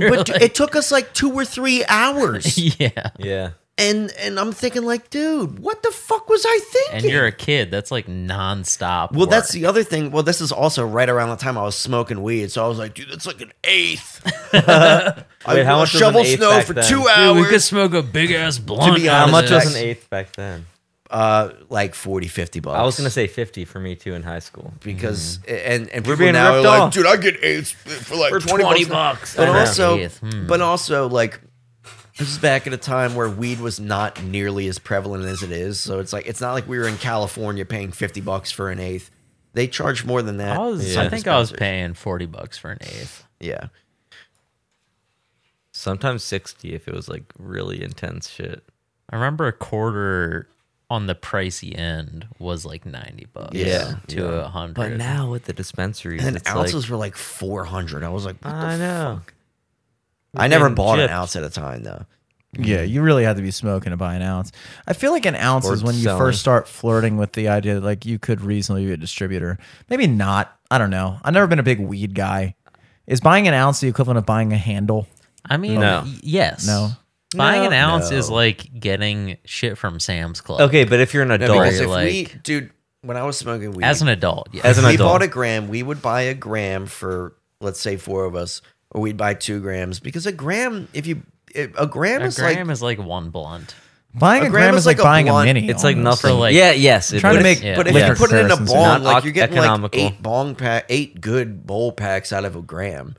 You're
but
like-
it took us like two or three hours.
yeah.
Yeah.
and and I'm thinking like, dude, what the fuck was I thinking?
And you're a kid. That's like nonstop.
Well, that's
work.
the other thing. Well, this is also right around the time I was smoking weed, so I was like, "Dude, that's like an eighth. I
Wait, how
will
much was an
shovel
eighth
snow
back
for
then?
two
Dude,
Dude, we
hours.
could smoke a big ass blunt.
be
out
honest,
How
of
much was
this.
an eighth back then?
uh, like 40, 50 bucks.
I was gonna say fifty for me too in high school.
because and and people
being
now are
ripped
like,
off.
"Dude, I get eights for like twenty, bucks." But
I know.
also,
Eighth, hmm.
but also like. This is back at a time where weed was not nearly as prevalent as it is, so it's like it's not like we were in California paying fifty bucks for an eighth. They charge more than that.
I was-
I think I was paying 40 bucks for an eighth.
yeah.
Sometimes sixty if it was like really intense shit.
I remember a quarter on the pricey end was like 90 bucks.
Yeah.
To a 100.
But now with the dispensaries,
And
it's
ounces
like,
were like 400. I was like, what the
I know.
I never
getting
bought
gypped.
an ounce at a time though.
Yeah, you really had to be smoking to buy an ounce. I feel like an ounce
Or
is when you
selling.
first start flirting with the idea that like you could reasonably be a distributor. Maybe not. I don't know. I've never been a big weed guy. Is buying an ounce the equivalent of buying a handle?
I mean,
No.
y- yes.
No.
Buying an
No.
ounce is like getting shit from Sam's Club.
Okay, but if you're an adult,
Because if we,
like-
dude, when I was smoking weed,
As an adult, yeah.
As an
we
adult.
bought a gram, we would buy a gram for let's say four of us, or we'd buy two grams because a gram, if you it- a gram
a
is
gram
like,
is like one blunt.
Buying a, gram, is like, buying
blunt.
a mini.
it's like
almost.
nothing.
like-
yeah, yes.
trying to
would-
make-
Yeah.
but if
liquor
you put it in a
comparisons are
bong,
not
like
oc-
you're getting
economical.
like eight bong pack, eight good bowl packs out of a gram,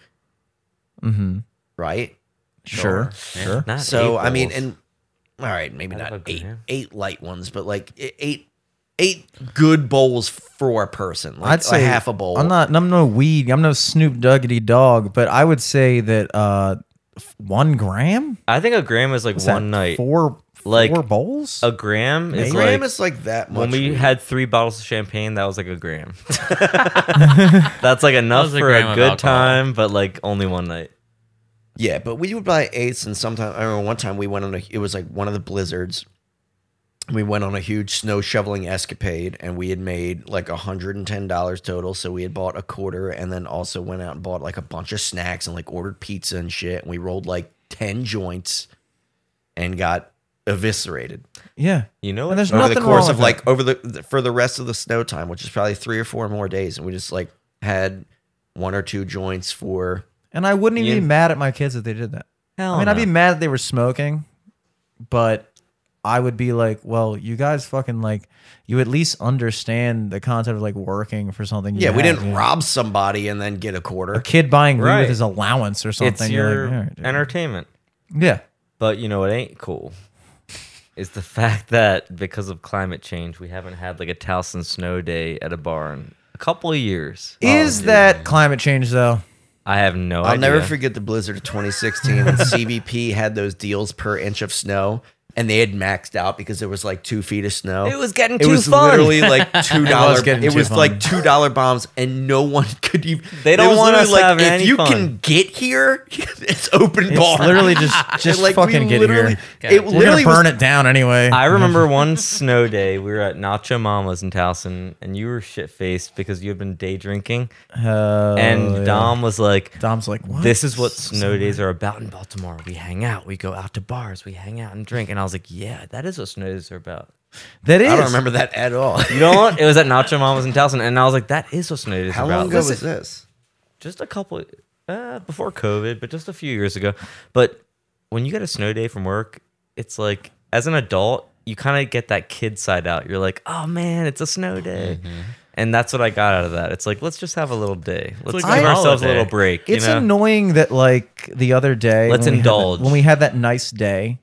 Mhm.
right?
Sure, sure.
Not
so
eight
I mean,
bowls.
and all right, maybe
Out of
not
a
eight,
gram.
eight light ones, but like e- eight, eight good bowls for a person. Like
I'd say
a half a bowl.
I'm not. I'm no weed. I'm no Snoop Duggity dog. But I would say that uh, f- one gram.
I think a gram is like
What's
one
that,
night.
Four
Like,
four bowls.
A gram
a
is
gram
like
is like that much.
when we
weed.
had three bottles of champagne. That was like a gram. That's like enough
was a
for a
gram of
good
alcohol.
time, but like only one night.
yeah, but we would buy eights, and sometimes I remember one time we went on a. It was like one of the blizzards. We went on a huge snow shoveling escapade, and we had made like hundred and ten dollars total. So we had bought a quarter, and then also went out and bought like a bunch of snacks and like ordered pizza and shit. And we rolled like ten joints, and got eviscerated.
yeah.
You know
And
what?
there's
over
nothing
the course
wrong
of
with
like over the for the rest of the snow time, which is probably three or four more days, and we just like had one or two joints for
And I wouldn't even
You-
be mad at my kids if they did that.
Hell
I mean, I'd be
no.
mad that they were smoking, but I would be like, well, you guys fucking like, you at least understand the concept of like working for something. you
yeah. We
have,
didn't
you know?
rob somebody and then get a quarter.
a kid buying weed
Right.
with his allowance or something.
it's
You're
your
like, "All right, dude."
entertainment.
yeah.
But you know what ain't cool is the fact that because of climate change, we haven't had like a Towson snow day at a barn a couple of years.
Is that climate change though?
I have no
I'll
idea.
never forget the blizzard of 2016 when CBP had those deals per inch of snow. And they had maxed out because there was like two feet of snow. It was getting it
too
was
fun.
literally like two dollar. it
getting
was,
too fun.
like two dollar bombs, and no one could even.
They don't
it was
want us
literally like
having
if
any
you
fun.
can get here, it's open
It's
bar.
literally just just
like, we
fucking get
literally-
here.
It
We're gonna
literally was
burn it down anyway.
I remember one snow day we were at Nacho Mama's in Towson, and you were shit faced because you had been day drinking,
Oh,
and
yeah.
Dom was like,
Dom's like, what?
"This is what snow days are about in Baltimore. We hang out, we go out to bars, we hang out and drink." And I was like, "Yeah, that is what snow days are about."
that is.
I don't remember that at all.
You know what? It was at Nacho Mama's in Towson, and I was like, "That is what snow days
How
are about."
long ago
Listen,
was this?
just a couple uh, before COVID, but just a few years ago. But when you get a snow day from work, it's like as an adult, you kind of get that kid side out. You're like, oh man, it's a snow day.
Mm-hmm.
And that's what I got out of that. It's like let's just have a little day. Let's
like
give
a
ourselves a
holiday.
little break.
It's
you know?
annoying that like the other day.
Let's
when we had that-
indulge.
when we had that nice day.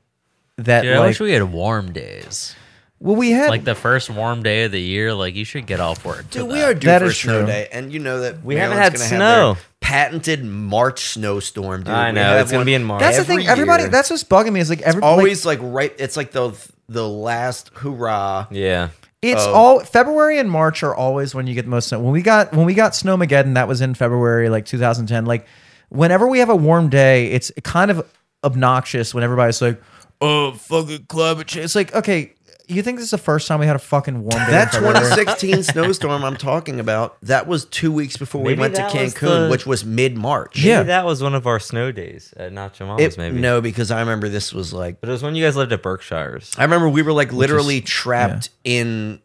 That
Dude, I
like,
wish we had warm days.
well, we had
Like the first warm day of the year, like you should get off work. to
Dude, we
that.
are due
That
for a
is
snow
true.
day, and you know that
We haven't
Maryland's
had
gonna have
snow.
their patented March snowstorm. Dude,
I
We
know,
have
it's gonna
one
be in March.
that's the
every
thing. Everybody,
year.
that's what's bugging me is like every like,
always like right. It's like the the last hurrah.
yeah.
It's
of-
all February and March are always when you get the most snow. When we got when we got snowmageddon, that was in February, like 2010. Like whenever we have a warm day, it's kind of obnoxious when everybody's like,
Oh, fucking climate change.
it's like, okay, you think this is the first time we had a fucking warm day? in
That
February?
2016 snowstorm I'm talking about, that was two weeks before
Maybe
we went to
that was
Cancun,
the-
which was mid March.
Yeah.
Maybe that was one of our snow days at Nacho Mama's,
It,
maybe.
no, because I remember this was like,
But it was when you guys lived at Berkshire's.
I remember we were like literally trapped in.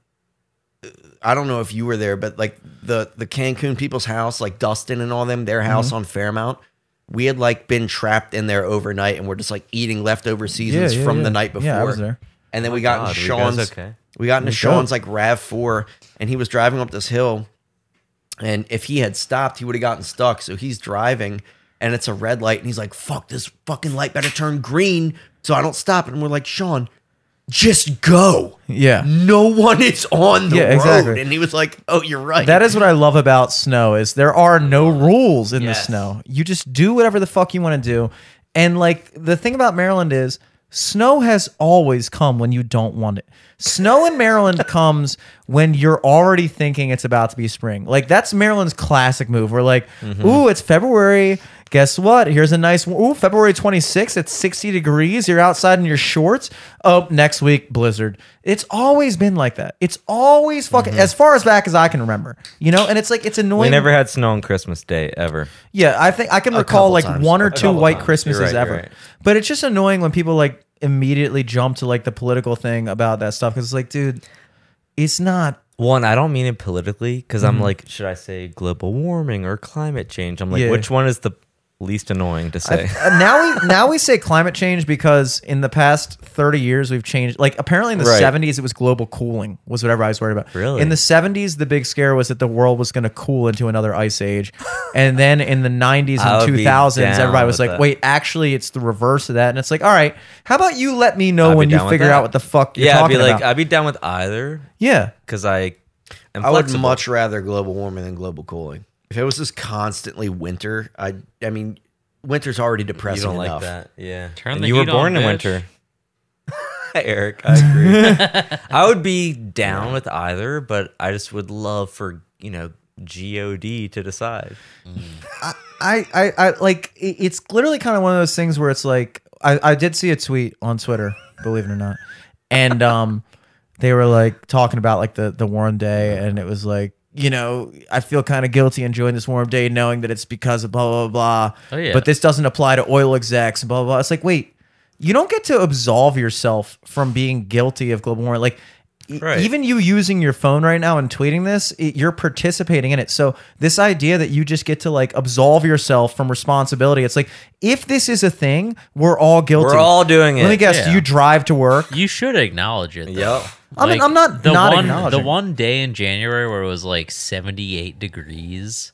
I don't know if you were there, but like the the Cancun people's house, like Dustin and all them, their
Mm-hmm.
house on Fairmount. We had like been trapped in there overnight, and we're just like eating leftover seasons
yeah,
from
yeah.
the night before.
Yeah, I was there.
And then we got
Oh God,
into
were you guys
Sean's.
okay?
We got into
good.
Sean's like Rav Four, and he was driving up this hill. And if he had stopped, he would have gotten stuck. So he's driving and it's a red light. And he's like, fuck, this fucking light better turn green so I don't stop. And we're like, Sean, just go.
yeah.
No one is on the
Yeah,
road.
exactly.
And he was like, oh, you're right.
That is what I love about snow is there are no rules in
Yes.
the snow. You just do whatever the fuck you want to do. And like the thing about Maryland is snow has always come when you don't want it. Snow in Maryland comes when you're already thinking it's about to be spring. Like that's Maryland's classic move. We're like,
Mm-hmm.
"Ooh, it's February. Guess what? Here's a nice Ooh, February 26th, it's 60 degrees. You're outside in your shorts. Oh, next week blizzard. It's always been like that. It's always fucking as far as back as I can remember. You know, and it's like it's annoying.
Mm-hmm. We never had snow on Christmas Day ever.
Yeah, I think I can recall like
times.
one or two
couple
white
times.
Christmases
You're right,
ever.
you're right.
But it's just annoying when people like immediately jump to like the political thing about that stuff because it's like, dude, it's not.
one i don't mean it politically because i'm like should i say global warming or climate change i'm like
Yeah.
which one is the least annoying to say
Uh, now we now we say climate change because in the past 30 years we've changed like apparently in the
Right.
70s it was global cooling was whatever I was worried about.
Really?
In the 70s the big scare was that the world was going to cool into another ice age. and then in the 90s
I would
and
be
2000s
down
everybody was
with
like
that.
wait actually it's the reverse of that and it's like all right how about you let me know
I'd be
when you
down with
figure
that.
out what the fuck you're
yeah i'd be
talking
like uh,
about.
i'd be down with either
yeah.
because i am
I would
flexible.
much rather global warming than global cooling. If it was just constantly winter, I I mean, winter's already
you
depressing
don't like
enough.
that yeah
Turn
And
the
you were
heat on,
born in
bitch.
winter eric i agree i would be down with either but i just would love for you know god to decide
I, I, I like it- it's literally kind of one of those things where it's like I, I did see a tweet on Twitter, believe it or not, and um, they were like talking about like the the warm day, and it was like you know I feel kind of guilty enjoying this warm day, knowing that it's because of blah blah blah.
Oh, yeah.
But this doesn't apply to oil execs, blah blah. blah. It's like wait, you don't get to absolve yourself from being guilty of global warming, like. e-
Right.
Even even you using your phone right now and tweeting this, it, you're participating in it. So this idea that you just get to like absolve yourself from responsibility, it's like if this is a thing, we're all guilty.
we're all doing it
Let me guess,
Yeah.
you drive to work.
You should acknowledge it. Though.
yep
I mean, I'm not-
the
not
one,
acknowledging.
The one day in January where it was like 78 degrees,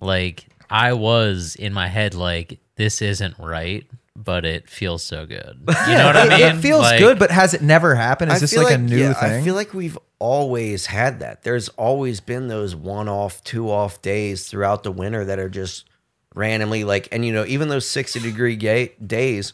like I was in my head like this isn't right, but it feels so good. You know what I
It-
mean?
It feels
Like,
good, but has it never happened? Is
I
this
feel
like, a new
yeah,
thing?
I feel like we've always had that. There's always been those one off, two off days throughout the winter that are just randomly like and you know even those 60 degree ga- days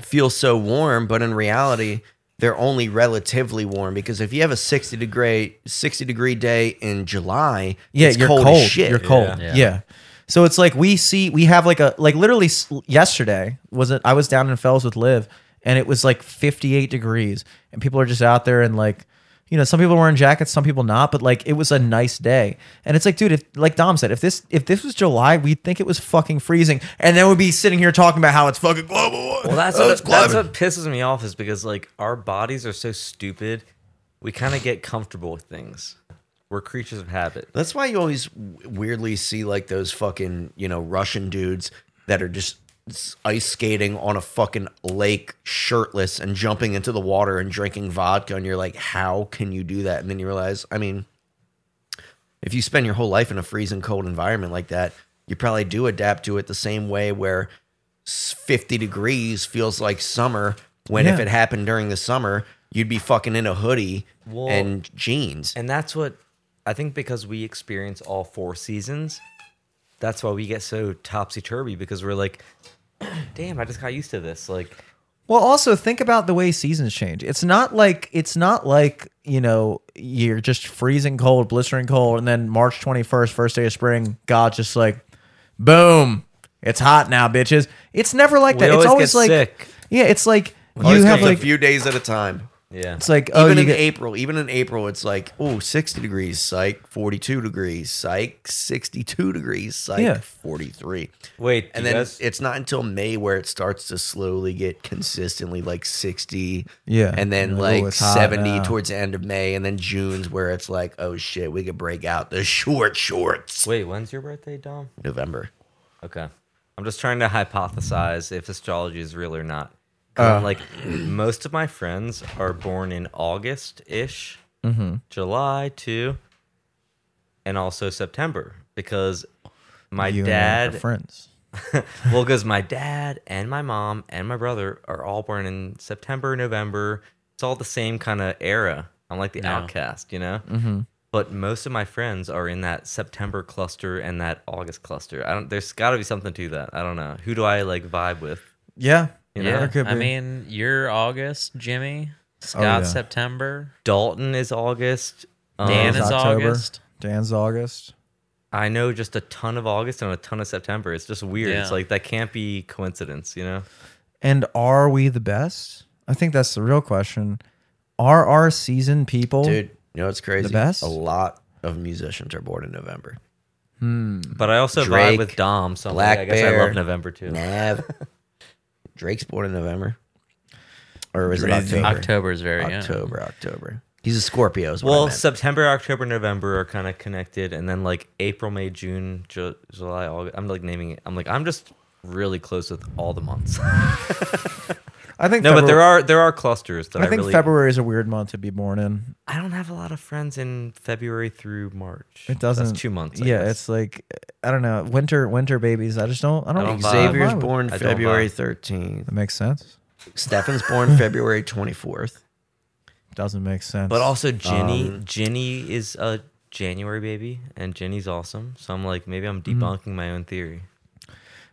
feel so warm but in reality they're only relatively warm because if you have a 60 degree 60 degree day in july
Yeah,
it's
you're
cold,
cold.
as shit
You're cold. Yeah.
Yeah.
So it's like we see we have like a like literally s- yesterday was it I was down in Fells with Liv and it was like 58 degrees and people are just out there and like you know some people wearing jackets some people not but like it was a nice day and it's like dude if like Dom said if this if this was July we'd think it was fucking freezing and then we'd be sitting here talking about how it's fucking global warming.
Well,
Uh,
that's,
Oh, it's
what, that's
climate.
what pisses me off is because like our bodies are so stupid, we kind of get comfortable with things. We're creatures of habit.
That's why you always w- weirdly see like those fucking, you know, Russian dudes that are just s- ice skating on a fucking lake shirtless and jumping into the water and drinking vodka and you're like, "How can you do that?" And then you realize, I mean, if you spend your whole life in a freezing cold environment like that, you probably do adapt to it the same way where s- 50 degrees feels like summer when if
Yeah.
it happened during the summer, you'd be fucking in a hoodie and jeans.
And that's what I think because we experience all four seasons, that's why we get so topsy turvy because we're like, damn, I just got used to this. Like,
Well, also think about the way seasons change. It's not like it's not like you know you're just freezing cold, blistering cold, and then March twenty first, first day of spring, God just like, boom, it's hot now, bitches. It's never like
We
that. It's
always
always
get
like
sick.
yeah, it's like you
Always
have
comes
like
a few days at a time.
yeah.
it's like oh
even
you
in
get,
April, even in April, it's like, oh, 60 degrees, psych, 42 degrees, psych, 62 degrees, psych,
Yeah.
43.
Wait,
And then it's not until May where it starts to slowly get consistently like 60.
Yeah.
And then
Ooh,
like
it's hot
70
now.
towards the end of May. And then June's where it's like, oh shit, we could break out the short shorts.
wait, when's your birthday, Dom?
November.
Okay. I'm just trying to hypothesize if astrology is real or not. 'Cause
Uh.
I'm like, most of my friends are born in August ish,
Mm-hmm.
July too, and also September because my
you and I are
dad,
friends.
well, because my dad and my mom and my brother are all born in September, November. It's all the same kind of era. I'm like the
No.
outcast, you know? Mm-hmm. But most of my friends are in that September cluster and that August cluster. I don't. There's got to be something to that. I don't know. Who do I like vibe with?
Yeah,
You know?
There could
I
be.
mean, you're August, Jimmy. Scott
yeah.
September.
Dalton is August. Um,
Dan
It's
is
October.
August.
Dan's August.
I know just a ton of August and a ton of September. It's just weird. It's
Yeah.
like that can't be coincidence, you know?
And are we the best? I think that's the real question. Are our season people?
Dude, you know what's crazy?
best?
A lot of musicians are born in November.
But I also vibe
Drake,
with Dom. So I'm
Black
like, I guess I
Bear,
love November too.
Nav. Drake's born in November. Or is it October?
October is very yeah.
October, October. He's a Scorpio. Is what
Well,
I meant.
September, October, November are kind of connected, and then like April, May, June, Ju- July, August. I'm like naming it. I'm like I'm just really close with all the months. no,
I think
but there are there are clusters that I,
I think
really.
February is a weird month to be born in.
I don't have a lot of friends in February through March.
It doesn't.
That's two months. I
yeah,
guess.
it's like I don't know. Winter, winter babies. I just don't. I don't.
I don't vibe.
Xavier's
vibe with-
born
I don't
February
vibe.
13th.
That makes sense.
Stefan's born February 24th.
Doesn't make sense.
But also Ginny.
um,
Ginny is a January baby, and Ginny's awesome. So I'm like, maybe I'm
Mm-hmm.
debunking my own theory.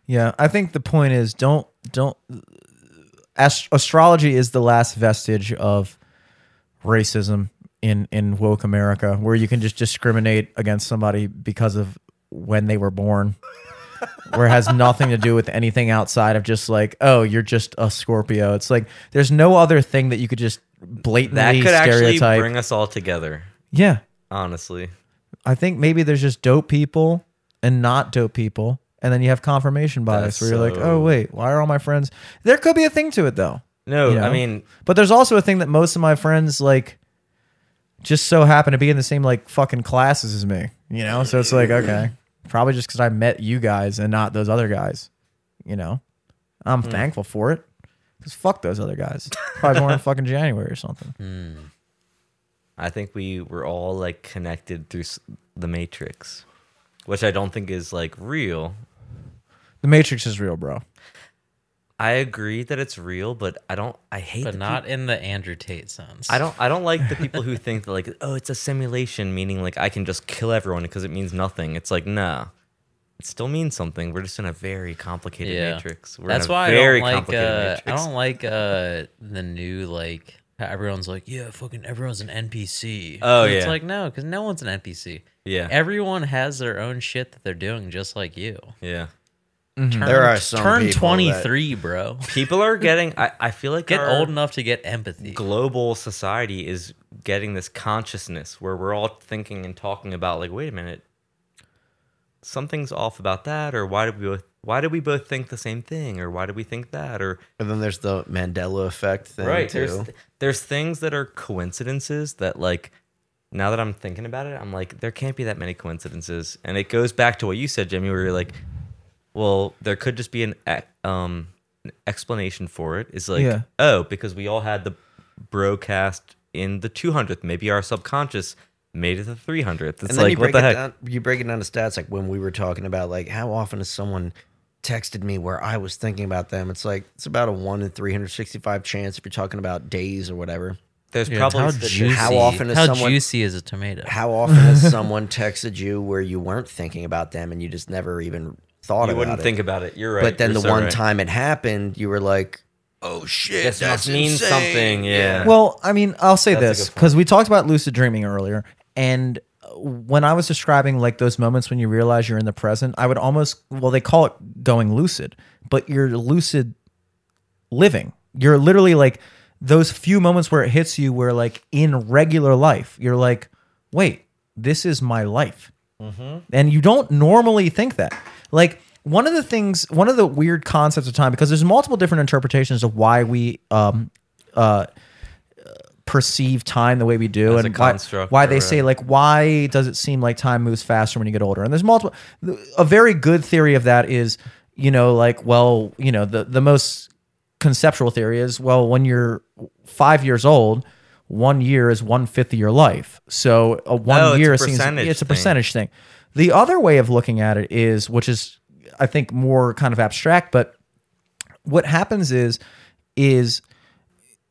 yeah, I think the point is don't don't. Ast- astrology is the last vestige of racism in in woke America, where you can just discriminate against somebody because of when they were born. where it has nothing to do with anything outside of just like, oh, you're just a Scorpio. It's like there's no other thing that you could just
That
blatantly
could actually
stereotype.
bring us all together.
yeah,
Honestly,
I think maybe there's just dope people and not dope people. And then you have confirmation bias
That's
where you're like,
so-
oh, wait, why are all my friends? There could be a thing to it though.
no.
you
I
know?
mean,
but there's also a thing that most of my friends like just so happen to be in the same like fucking classes as me, you know? So it's like, okay, probably just because I met you guys and not those other guys, you know? I'm
Hmm.
thankful for it because fuck those other guys. Probably born in fucking January or something.
I think we were all like connected through s- the Matrix, which I don't think is like real.
The Matrix is real, bro.
I agree that it's real, but I don't. I hate.
But
the
not
peop-
in the Andrew Tate sense.
I don't. I don't like the people who think that like, oh, it's a simulation, meaning like I can just kill everyone because it means nothing. It's like, nah. it still means something. We're just in a very complicated
yeah.
matrix. We're in
That's
a
why I
very
don't like.
complicated
Uh, I
matrix.
don't like uh, the new like. how Everyone's like, yeah, fucking everyone's an NPC.
Oh,
And It's
yeah.
like no, because no one's an NPC.
Yeah.
Everyone has their own shit that they're doing, just like you.
yeah.
Turn,
There are some
turn
people that-
twenty three, bro.
People are getting. I, I feel like
Get
our
old enough to get empathy.
global society is getting this consciousness where we're all thinking and talking about like, wait a minute, something's off about that, or why did we both, why did we both think the same thing, or why did we think that, or
And then there's the Mandela effect thing too.
there's there's things that are coincidences that like now that I'm thinking about it, I'm like there can't be that many coincidences, and it goes back to what you said, Jimmy, where you're like, well, there could just be an ex- um an explanation for it. Is like
Yeah.
oh because we all had the broadcast in the 200th, maybe our subconscious made it the 300th. It's
and then you
like what
break
the
it
heck?
down. You break it down to stats, like when we were talking about, like how often has someone texted me where I was thinking about them? It's like it's about a one in three hundred sixty-five chance if you're talking about days or whatever.
There's probably
how
the-
juicy,
How often is
how
someone-
juicy is a tomato?
How often has someone texted you where you weren't thinking about them and you just never even thought
you
about
wouldn't
it?
think about it. You're right.
but then
You're
the
so
one
right.
time it happened, you were like,
Oh shit,
this
that's
must mean
insane.
something. Yeah.
Well, I mean, I'll say
That's a
this
good
because we talked about lucid dreaming earlier, and uh, when I was describing like those moments when you realize you're in the present, I would almost well, they call it going lucid, but you're lucid living. You're literally like those few moments where it hits you, where like in regular life, you're like, wait, this is my life. And you don't normally think that. Like one of the things, one of the weird concepts of time, because there's multiple different interpretations of why we um, uh, perceive time the way we do,
As a
and why,
construct,
why they
right.
say like, why does it seem like time moves faster when you get older? And there's multiple. A very good theory of that is, you know, like well, you know, the the most conceptual theory is well, when you're five years old. One year is one fifth of your life, so a one
Oh, it's a
year seems
percentage
it's a
thing.
percentage percentage thing. The other way of looking at it is, which is I think more kind of abstract, but what happens is is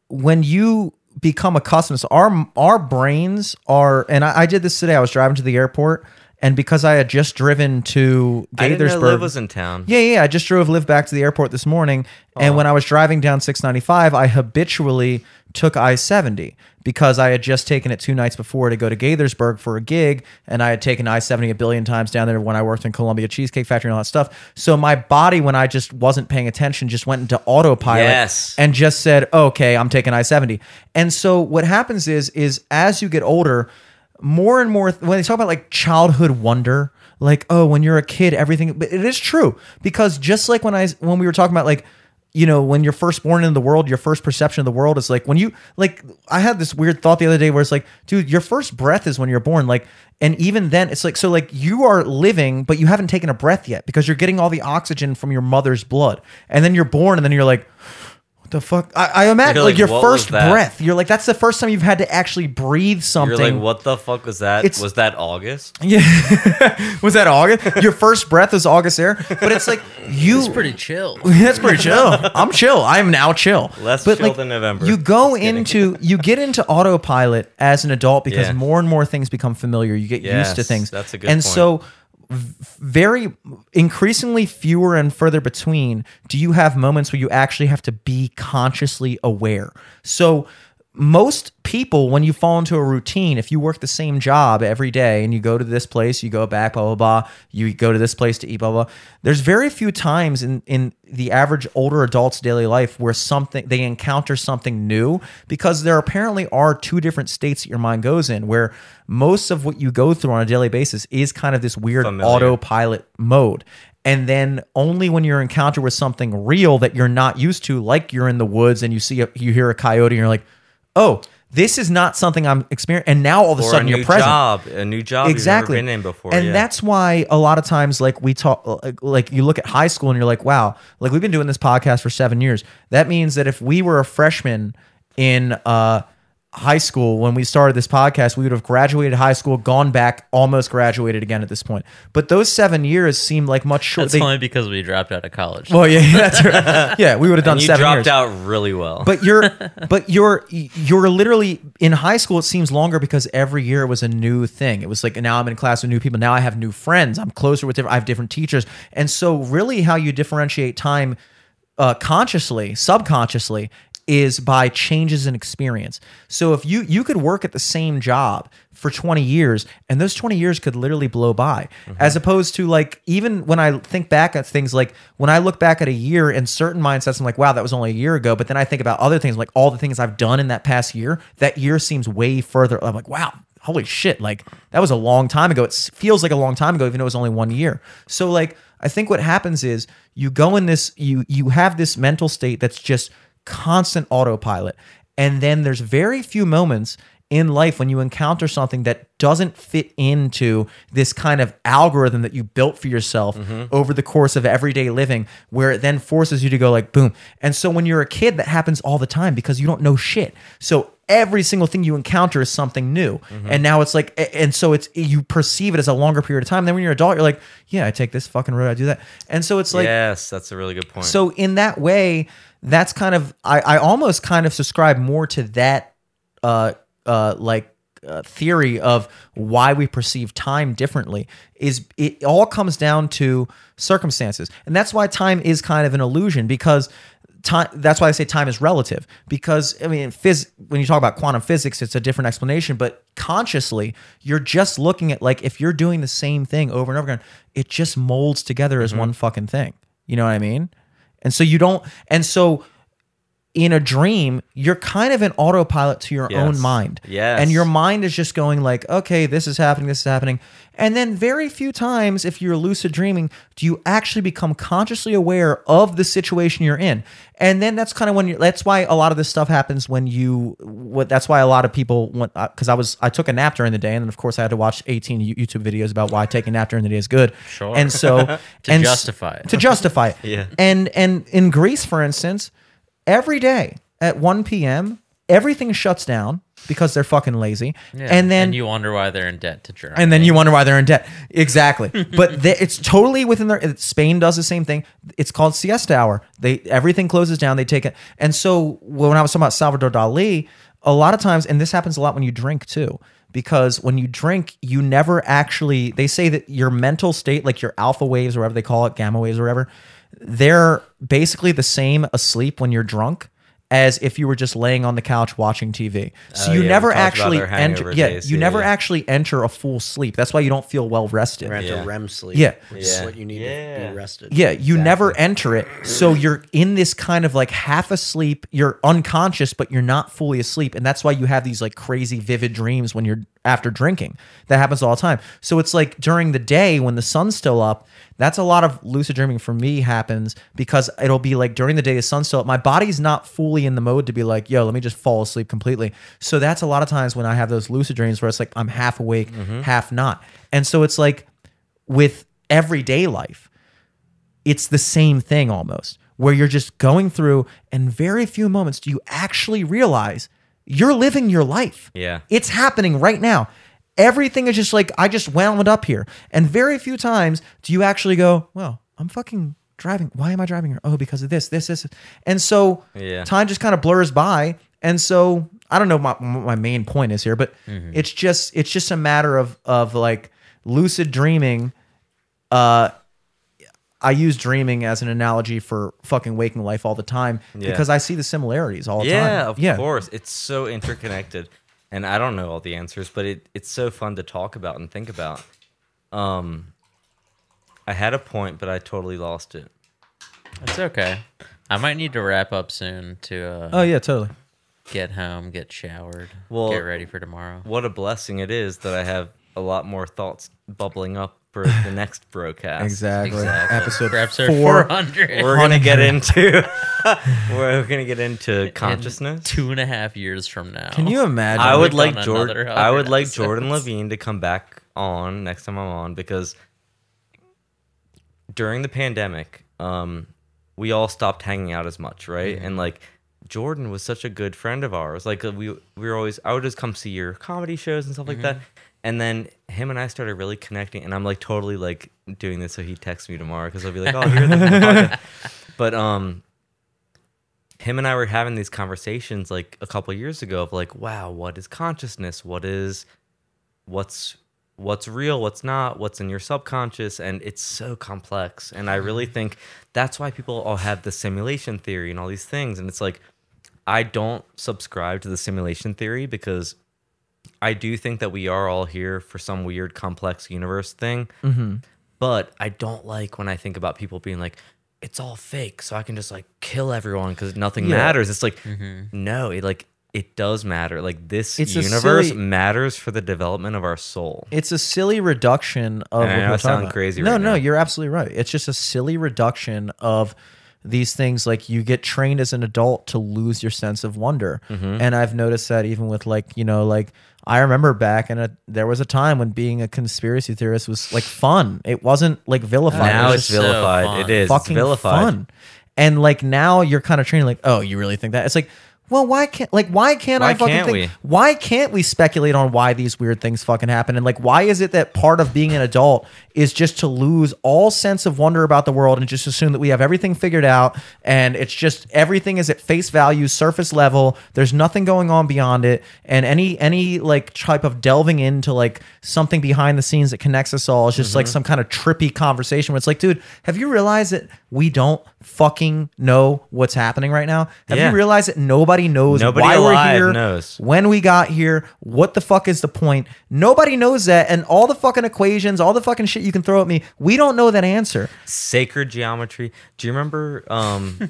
when you become accustomed so our our brains are and I, I did this today i was driving to the airport and because i had just driven to
I didn't know
gaithersburg
Liv was in town.
yeah, yeah. I just drove live back to the airport this morning, and when I was driving down 695, I habitually took I-70 because I had just taken it two nights before to go to Gaithersburg for a gig, and I had taken I-70 a billion times down there when I worked in Columbia Cheesecake Factory and all that stuff. So my body, when I just wasn't paying attention, just went into autopilot
Yes.
and just said, "Okay, I'm taking I-70." And so what happens is is as you get older, more and more when they talk about like childhood wonder, like oh, when you're a kid, everything. But it is true because just like when I when we were talking about like you know when you're first born into the world, your first perception of the world is like when you like I had this weird thought the other day where it's like, dude, your first breath is when you're born, like. And even then, it's like so like you are living, but you haven't taken a breath yet because you're getting all the oxygen from your mother's blood, and then you're born, and then you're like, the fuck? I, I imagine
You're
like,
like,
your
what
first
was that?
breath. You're like, that's the first time you've had to actually breathe
You're
something.
like, what the fuck was that?
It's-
was that August?
Yeah. was that August? your first breath is August air, but it's like you.
It's pretty chill.
that's pretty chill. I'm chill. I'm now chill.
Less
but
chill
like,
than November.
You go
Just kidding.
into you get into autopilot as an adult because
Yeah.
more and more things become familiar. You get used to
Yes,
things.
that's a good
And
point.
so very increasingly fewer and further between do you have moments where you actually have to be consciously aware so most people when you fall into a routine if you work the same job every day and you go to this place you go back blah blah blah you go to this place to eat blah blah there's very few times in in the average older adult's daily life where something they encounter something new because there apparently are two different states that your mind goes in where most of what you go through on a daily basis is kind of this weird
Familiar.
autopilot mode. And then only when you're encountered with something real that you're not used to, like you're in the woods and you see a, you hear a coyote and you're like, oh, this is not something I'm experiencing. And now all of a
Or
sudden
a new
you're present
job, a new job
exactly
you've never been in before.
and
yeah.
that's why a lot of times like we talk like- like you look at high school and you're like wow like we've been doing this podcast for seven years that means that if we were a freshman in uh high school when we started this podcast, we would have graduated high school, gone back, almost graduated again at this point. But those seven years seem like much shorter.
That's only because we dropped out of college.
well, yeah, that's right. yeah, we would have done
you
seven
dropped
years.
out really well.
But you're, but you're, you're literally in high school. It seems longer because every year was a new thing. It was like now I'm in class with new people. Now I have new friends. I'm closer with different. I have different teachers. And so, really, how you differentiate time uh, consciously, subconsciously, is by changes in experience. So if you you could work at the same job for 20 years and those 20 years could literally blow by as opposed to like even when I think back at things like when I look back at a year in certain mindsets I'm like wow that was only a year ago but then I think about other things like all the things I've done in that past year that year seems way further I'm like wow holy shit like that was a long time ago it s- feels like a long time ago even though it was only one year so like I think what happens is you go in this you you have this mental state that's just constant autopilot. And then there's very few moments in life when you encounter something that doesn't fit into this kind of algorithm that you built for yourself over the course of everyday living where it then forces you to go like boom. And so when you're a kid that happens all the time because you don't know shit. So every single thing you encounter is something new. And now it's like a- and so it's you perceive it as a longer period of time. Then when you're an adult you're like, yeah, I take this fucking road, I do that. And so it's like
yes, that's a really good point.
so in that way, that's kind of I, I almost kind of subscribe more to that uh uh like uh, theory of why we perceive time differently is it all comes down to circumstances. And that's why time is kind of an illusion because time that's why I say time is relative because I mean phys- when you talk about quantum physics it's a different explanation but consciously you're just looking at like if you're doing the same thing over and over again it just molds together as one fucking thing. You know what I mean? And so you don't, and so in a dream, you're kind of an autopilot to your own mind.
Yes.
And your mind is just going like, okay, this is happening, this is happening. And then very few times, if you're lucid dreaming, do you actually become consciously aware of the situation you're in. And then that's kind of when you that's why a lot of this stuff happens when you, what, that's why a lot of people went, because I was, I took a nap during the day. And then of course I had to watch 18 You- YouTube videos about why taking a nap during the day is good.
Sure.
And so,
To
and s-
justify it.
to justify it.
Yeah.
And and in Greece, for instance, every day at 1 p.m., everything shuts down because they're fucking lazy. And then
you wonder why they're in debt to Germany.
and then you wonder why they're in debt. Exactly. but they, it's totally within their. Spain does the same thing. It's called siesta hour. They everything closes down. They take it. And so when I was talking about Salvador Dali, a lot of times, and this happens a lot when you drink too, because when you drink, you never actually. They say that your mental state, like your alpha waves or whatever they call it, gamma waves or whatever, they're basically the same asleep when you're drunk. As if you were just laying on the couch watching TV, so
Oh,
you
yeah, we
never
talked about
actually
our
enter.
hangover
Yeah,
days.
you
Yeah,
never
yeah.
actually enter a full sleep. That's why you don't feel well rested.
You're into
Yeah.
REM sleep.
Yeah.
Which is
Yeah.
what you need to
Yeah.
be rested.
Yeah, you never enter it. So you're in this kind of like half asleep, you're unconscious, but you're not fully asleep. And that's why you have these like crazy vivid dreams when you're after drinking. That happens all the time. So it's like during the day when the sun's still up, that's a lot of lucid dreaming for me happens because it'll be like during the day the sun's still up. My body's not fully in the mode to be like, yo, let me just fall asleep completely. So that's a lot of times when I have those lucid dreams where it's like I'm half awake, half not. And so it's like with everyday life it's the same thing almost, where you're just going through, and very few moments do you actually realize you're living your life.
Yeah.
It's happening right now. Everything is just like, I just wound up here. And very few times do you actually go, well, I'm fucking driving. Why am I driving here? Oh, because of this, this, this. And so
Yeah.
time just kind of blurs by. And so I don't know what my, what my main point is here, but
Mm-hmm.
it's just it's just a matter of of like lucid dreaming Uh, I use dreaming as an analogy for fucking waking life all the time
Yeah.
because I see the similarities all the time.
yeah, of course. It's so interconnected. And I don't know all the answers, but it, it's so fun to talk about and think about. Um, I had a point, but I totally lost it.
it's okay. I might need to wrap up soon to uh,
Oh yeah, totally.
get home, get showered,
Well-
get ready for tomorrow.
What a blessing it is that I have a lot more thoughts bubbling up for the next broadcast.
Exactly. Episode
Perhaps there
four.
400.
We're gonna get into we're gonna get into consciousness.
In two and a half years from now.
Can you imagine?
I would
We've
like
done
Jordan.
another
I would
hundred
like Jordan
episodes.
Levine to come back on next time I'm on because during the pandemic, um, we all stopped hanging out as much, right? And like Jordan was such a good friend of ours. Like uh, we we were always I would just come see your comedy shows and stuff like that. And then him and I started really connecting, and I'm like totally like doing this so he texts me tomorrow because I'll be like, oh, here's the podcast. But um, him and I were having these conversations like a couple years ago of like, wow, what is consciousness? What is what's what's real, what's not, what's in your subconscious, and it's so complex. And I really think that's why people all have the simulation theory and all these things. And it's like, I don't subscribe to the simulation theory because I do think that we are all here for some weird complex universe thing.
Mm-hmm.
But I don't like when I think about people being like, it's all fake, so I can just like kill everyone because nothing matters. It's like,
Mm-hmm.
no, it like it does matter. Like this
Mm. It's a
universe
silly-
matters for the development of our soul.
It's a silly reduction of. what
I know,
we're
I
talking
sound
about.
crazy
No,
right
no,
now.
you're absolutely right. It's just a silly reduction of these things. Like you get trained as an adult to lose your sense of wonder,
Mm-hmm.
and I've noticed that even with like you know like I remember back and there was a time when being a conspiracy theorist was like fun. It wasn't like vilified. It
now
was
it's
just-
so
vilified.
fun.
it is it's
fucking
vilified.
fun. And like now you're kind of training like, oh, you really think that? It's like, well, why can't like why can't
Why
I fucking
can't
think?
we?
Why can't we speculate on why these weird things fucking happen? And like, why is it that part of being an adult is just to lose all sense of wonder about the world and just assume that we have everything figured out and it's just everything is at face value, surface level. There's nothing going on beyond it, and any any like type of delving into like something behind the scenes that connects us all is just like some kind of trippy conversation where it's like, dude, have you realized that we don't fucking know what's happening right now? Have
Yeah.
you realized that nobody knows
Nobody
why
alive
we're here?
knows.
when we got here, what the fuck is the point? Nobody knows that. And all the fucking equations, all the fucking shit you can throw at me, we don't know that answer.
Sacred geometry. Do you remember um,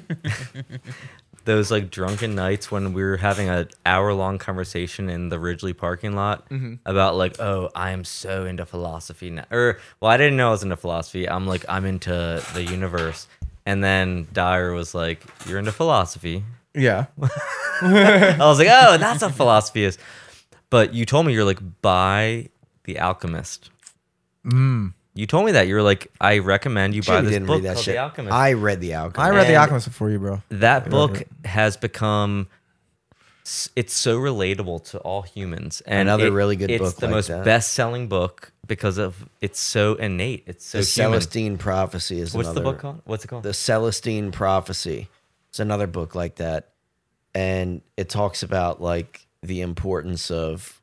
those like drunken nights when we were having an hour long conversation in the Ridgely parking lot
Mm-hmm.
about like, oh, I am so into philosophy now, or well, I didn't know I was into philosophy. I'm like, I'm into the universe, and then Dyer was like, you're into philosophy.
Yeah.
I was like, oh, that's what philosophy is. But you told me you're like by The Alchemist. You told me that you were like, I recommend you
Jimmy
buy this
Mm. didn't
book
read that
called
shit.
The Alchemist.
I read the Alchemist.
I read The
And
Alchemist before you, bro.
that book has become. s- It's so relatable to all humans. And
Another
it-
really good
it's
book
the
like
most
that.
best-selling book because of it's so innate. It's so
The
human.
Celestine Prophecy is
What's the
another-
book called? What's it called?
The Celestine Prophecy. It's another book like that. And it talks about like the importance of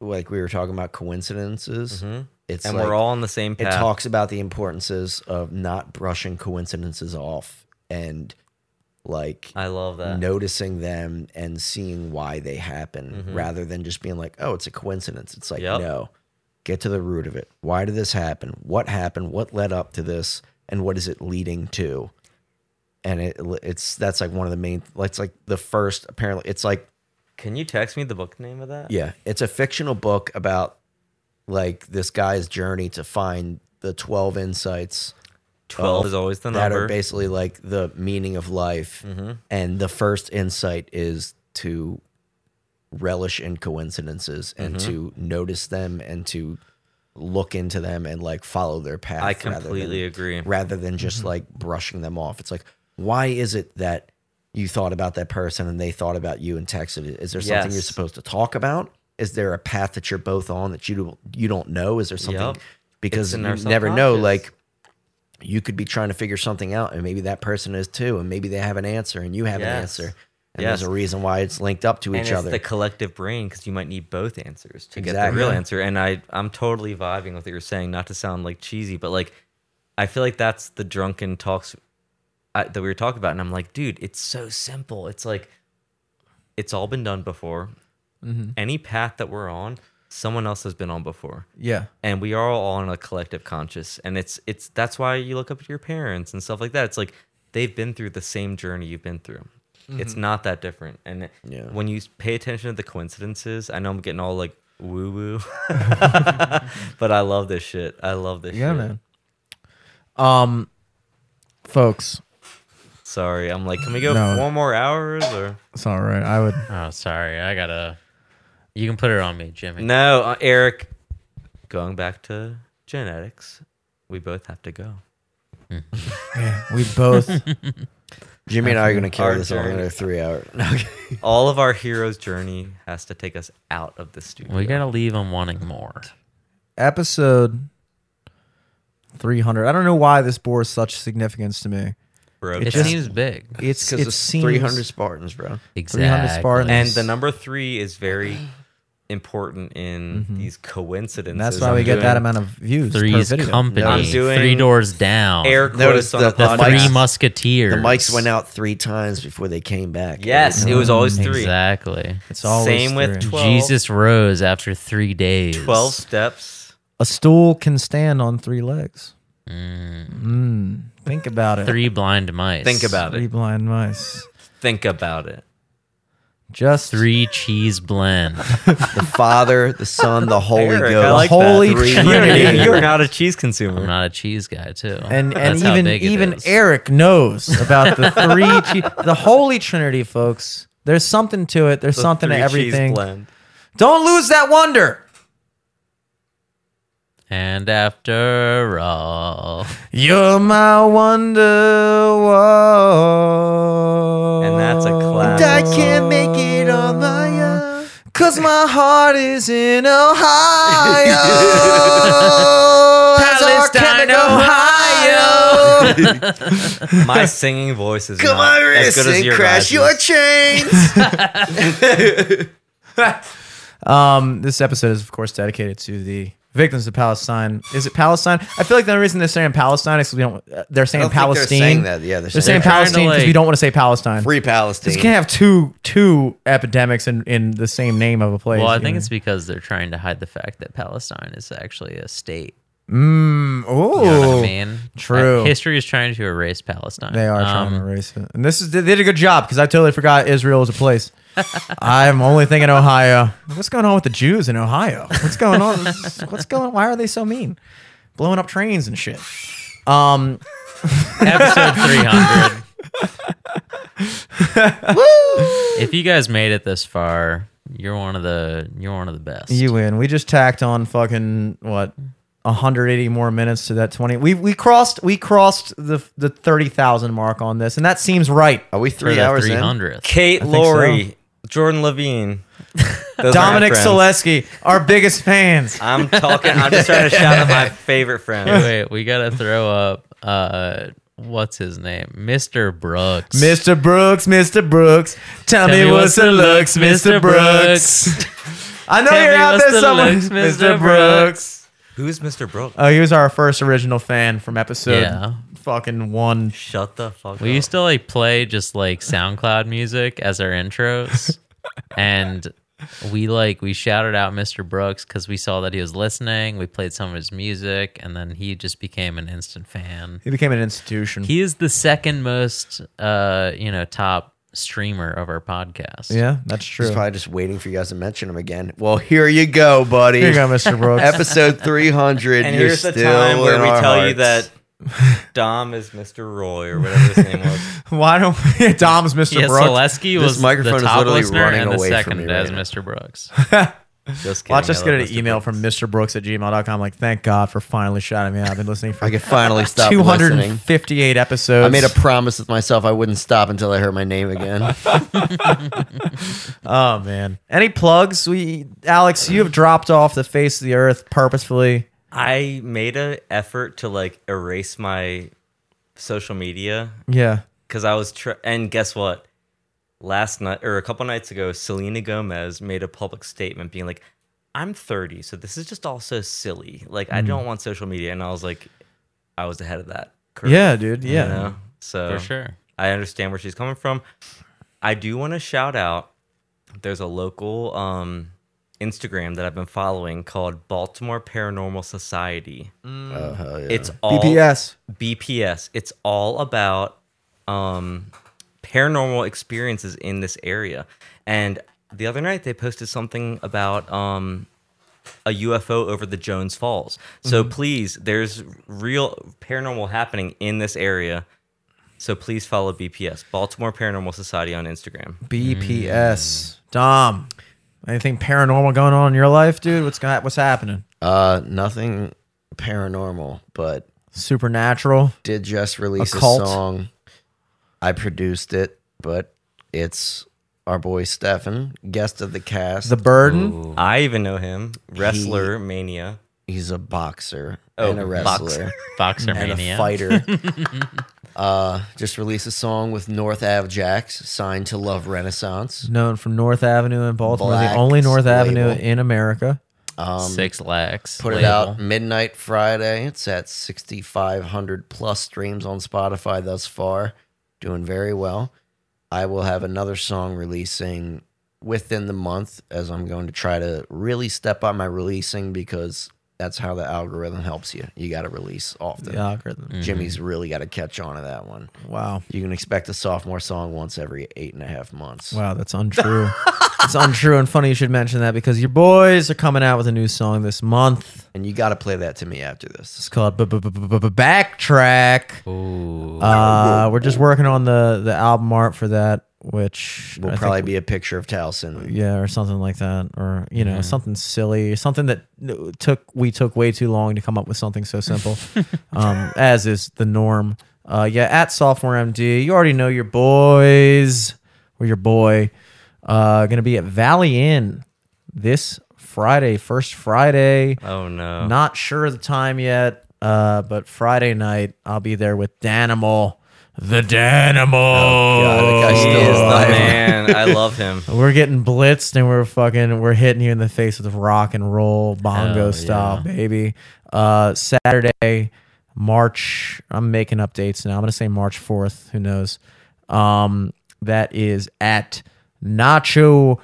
like we were talking about coincidences. It's
Mm-hmm. and
like-
we're all on the same
it
path.
talks about the importances of not brushing coincidences off and like
I love that.
noticing them and seeing why they happen rather than just being like, oh, it's a coincidence. It's like,
Mm-hmm. Yep.
no, get to the root of it. Why did this happen? What happened? What led up to this? And what is it leading to? And it, it's that's like one of the main, it's like the first, apparently, it's like
Can you text me the book name of that?
yeah, it's a fictional book about like this guy's journey to find the 12 insights
Twelve
Oh,
is always the
that
number. Mm-hmm.
are basically like the meaning of life. And the first insight is to relish in coincidences and
Mm-hmm.
to notice them and to look into them and like follow their path.
I
rather than-
completely agree.
Rather than just
Mm-hmm.
like brushing them off. It's like, why is it that you thought about that person and they thought about you and texted it? Is there something you're
Yes.
supposed to talk about? Is there a path that you're both on that you don't- you don't know? Is there something
Yup.
because
It's
you
in our
never know
subconscious.
like you could be trying to figure something out and maybe that person is too and maybe they have an answer and you have an
Yes.
answer and
Yes.
there's a reason why it's linked up to
and
each
it's
other
the collective brain because you might need both answers to get the
Exactly.
real answer. And I, I'm totally vibing with what you're saying. Not to sound like cheesy, but like, I feel like that's the drunken talks I, that we were talking about. And I'm like, dude, it's so simple. It's like, it's all been done before.
Mm-hmm.
Any path that we're on, someone else has been on before
Yeah.
and we are all on a collective conscious and it's it's that's why you look up to your parents and stuff like that it's like they've been through the same journey you've been through it's not that different and
Yeah.
when you pay attention to the coincidences i know i'm getting all like woo woo but i love this shit i love this
Yeah,
shit
man. Um, folks,
sorry i'm like can we go
No.
four more hours or
It's all right. I would.
Oh, sorry. I gotta. You can put it on me, Jimmy.
no uh, eric going back to genetics we both have to go
we both
Jimmy and I are going to carry
Our
this on
journey.
another three hour.
All of our hero's journey has to take us out of the studio.
We gotta leave them wanting more.
Episode 300. I don't know why this bore such significance to me.
Bro,
It
just-
seems big.
It's
Because
it
it's
seems
300 Spartans, bro.
Exactly.
Spartans.
and the number three is very important in these coincidences.
and Mm-hmm. that's why we
I'm
get
doing
that amount of views. per
Three's
video.
company.
I'm doing
Three doors down.
Air
Notice
quotes on the,
the- the
the three
mics-
podcast.
musketeers.
The mics went out three times before they came back.
Yes, it was always three.
Exactly.
It's always
Same with
three.
12.
Jesus rose after three days.
12 steps.
A stool can stand on three legs. Mm. Think about it.
Three blind mice.
Think about
Three
it.
blind mice.
Think about it.
Just
Three cheese blend.
The Father, the Son, the Holy
Eric, I
Ghost.
like
The Holy
that. Three-
Trinity.
You're not a cheese
I'm
consumer.
not a cheese guy too.
and and
That's how
even
big it
even
is.
Eric knows about the three che- the Holy Trinity, folks. There's something to it. There's
The
something to
three cheese
everything.
blend.
Don't lose that wonder.
And after all,
You're my wonder. Whoa.
And that's a classic.
Oh. I can't make it on my own. Cause my heart is in Ohio. That's our
Palestine,
Kennedy, Ohio.
My singing voice is
Come
not as
Iris
good as
and
your
crash
guys'.
your chains.
Um, this episode is, of course, dedicated to the victims of Palestine. Is it Palestine? I feel like the only reason they're saying Palestine is 'cause we don't. uh, They're saying
I don't
Palestine.
think they're saying that. Yeah, they're
They're
saying
saying
trying to,
Palestine because we
like-
don't want to say Palestine.
free Palestine.
You can't have two two epidemics in, in the same name of a place.
well, I
you
think
know?
it's because they're trying to hide the fact that Palestine is actually a state.
oh
You know what I mean?
true.
Uh, history is trying to erase Palestine.
They are
Um,
trying to erase it, and this is they did a good job because I totally forgot Israel was a place. I'm only thinking Ohio. What's going on with the Jews in Ohio? What's going on? What's going? Why are they so mean? Blowing up trains and shit. Um,
episode 300 if you guys made it this far you're one of the you're one of the best
You win. We just tacked on fucking what 180 more minutes to that 20. We we crossed we crossed the the 30,000 mark on this, and that seems right.
Are we
for
three
the
hours in?
300th
Kate
think so.
Laurie, Jordan Levine, Those are my
Dominic
friends.
Selesky, our biggest fans.
I'm talking. I'm just trying to shout out my favorite friends.
wait we gotta throw up uh what's his name mr brooks
Mr. Brooks, Mr. Brooks, tell, me what's the looks, Mr. Brooks. I know
Tell
you're
me
out
what's
there
the
somewhere,
looks,
Mr.
Mr.
Brooks.
Who's Mr. Brooks?
Oh, he was our first original fan from episode
yeah
fucking one.
Shut the fuck
we
up.
used to like play just like soundcloud music as our intros and we like we shouted out mr brooks because we saw that he was listening we played some of his music and then he just became an instant fan
He became an institution.
He is the second most, uh, you know, top streamer of our podcast.
yeah, that's true.
He's probably just waiting for you guys to mention him again. Well, here you go, buddy.
Here you go, Mr. Brooks.
Episode 300.
and
you're
here's the
still
time where
in
we
our
tell you
hearts.
that Dom is Mr. Roy or whatever his name was.
Why don't we? Dom's Mr.
Yeah,
Brooks.
Selesky was
microphone
the
is
top
literally
listener
running
and the
away from
second
me right
as
now.
Mr. Brooks.
Just kidding.
Watch us
I
get
love
an
Mr.
email
Brooks.
from Mr. Brooks at gmail.com. Like, thank God for finally shouting me out. I've been listening for
I could finally stop listening.
258 episodes.
I made a promise with myself I wouldn't stop until I heard my name again.
oh man. Any plugs? We Alex, you have dropped off the face of the earth purposefully.
I made an effort to like erase my social media
Yeah.
because I was tr- and guess what? Last night or a couple nights ago, Selena Gomez made a public statement being like, "I'm 30, so this is just all so silly. Like, I don't want social media." And I was like, I was ahead of that. curve,
Yeah, dude.
you
Yeah.
know?
For
So
sure.
I understand where she's coming from. I do want to shout out there's a local um, Instagram that I've been following called Baltimore Paranormal Society.
Oh, hell yeah.
It's all
BPS.
BPS. It's all about um, paranormal experiences in this area. And the other night they posted something about um, a UFO over the Jones Falls. So please, there's real paranormal happening in this area. So please follow BPS, Baltimore Paranormal Society on Instagram.
BPS. Mm. Dom. Anything paranormal going on in your life, dude? What's got what's happening?
uh, nothing paranormal, but
Supernatural.
did just release a
Occult.
song I produced it, but it's our boy Stefan, guest of the cast.
The burden.
I even know him. Wrestler Mania.
He's a boxer
Oh,
and a
boxer.
wrestler
Boxer
and
Mania.
a fighter. uh, just released a song with North Ave Jax, signed to Love Renaissance.
Known from North Avenue in Baltimore,
Black
the only North Avenue
label.
in America.
Six lakhs.
um, Put it
label.
out midnight Friday. It's at 6,500 plus streams on Spotify thus far. Doing very well. I will have another song releasing within the month as I'm going to try to really step up my releasing because that's how the algorithm helps you. You got to release often.
The algorithm.
Jimmy's really got to catch on to that one.
Wow.
You can expect a sophomore song once every eight and a half months.
Wow, that's untrue. it's untrue and funny you should mention that because your boys are coming out with a new song this month.
And you got to play that to me after this.
It's called Backtrack. Uh, we're just working on the, the album art for that, which
Will
I think-
probably be a picture of Towson.
yeah, or something like that, or you know, something silly, something that took we took way too long to come up with something so simple, um, as is the norm. Uh, yeah, at sophomore MD, you already know your boys or your boy, uh, gonna be at Valley Inn this Friday, first Friday.
Oh no.
Not sure of the time yet, uh, but Friday night I'll be there with Danimal, the Danimal.
Oh, God, that guy
he
still
is
alive.
the man. I love him.
We're getting blitzed and we're fucking we're hitting you in the face with rock and roll bongo
Hell
style, baby. Uh Saturday, March. I'm making updates now. I'm gonna say March 4th. Who knows? Um, that is at Nacho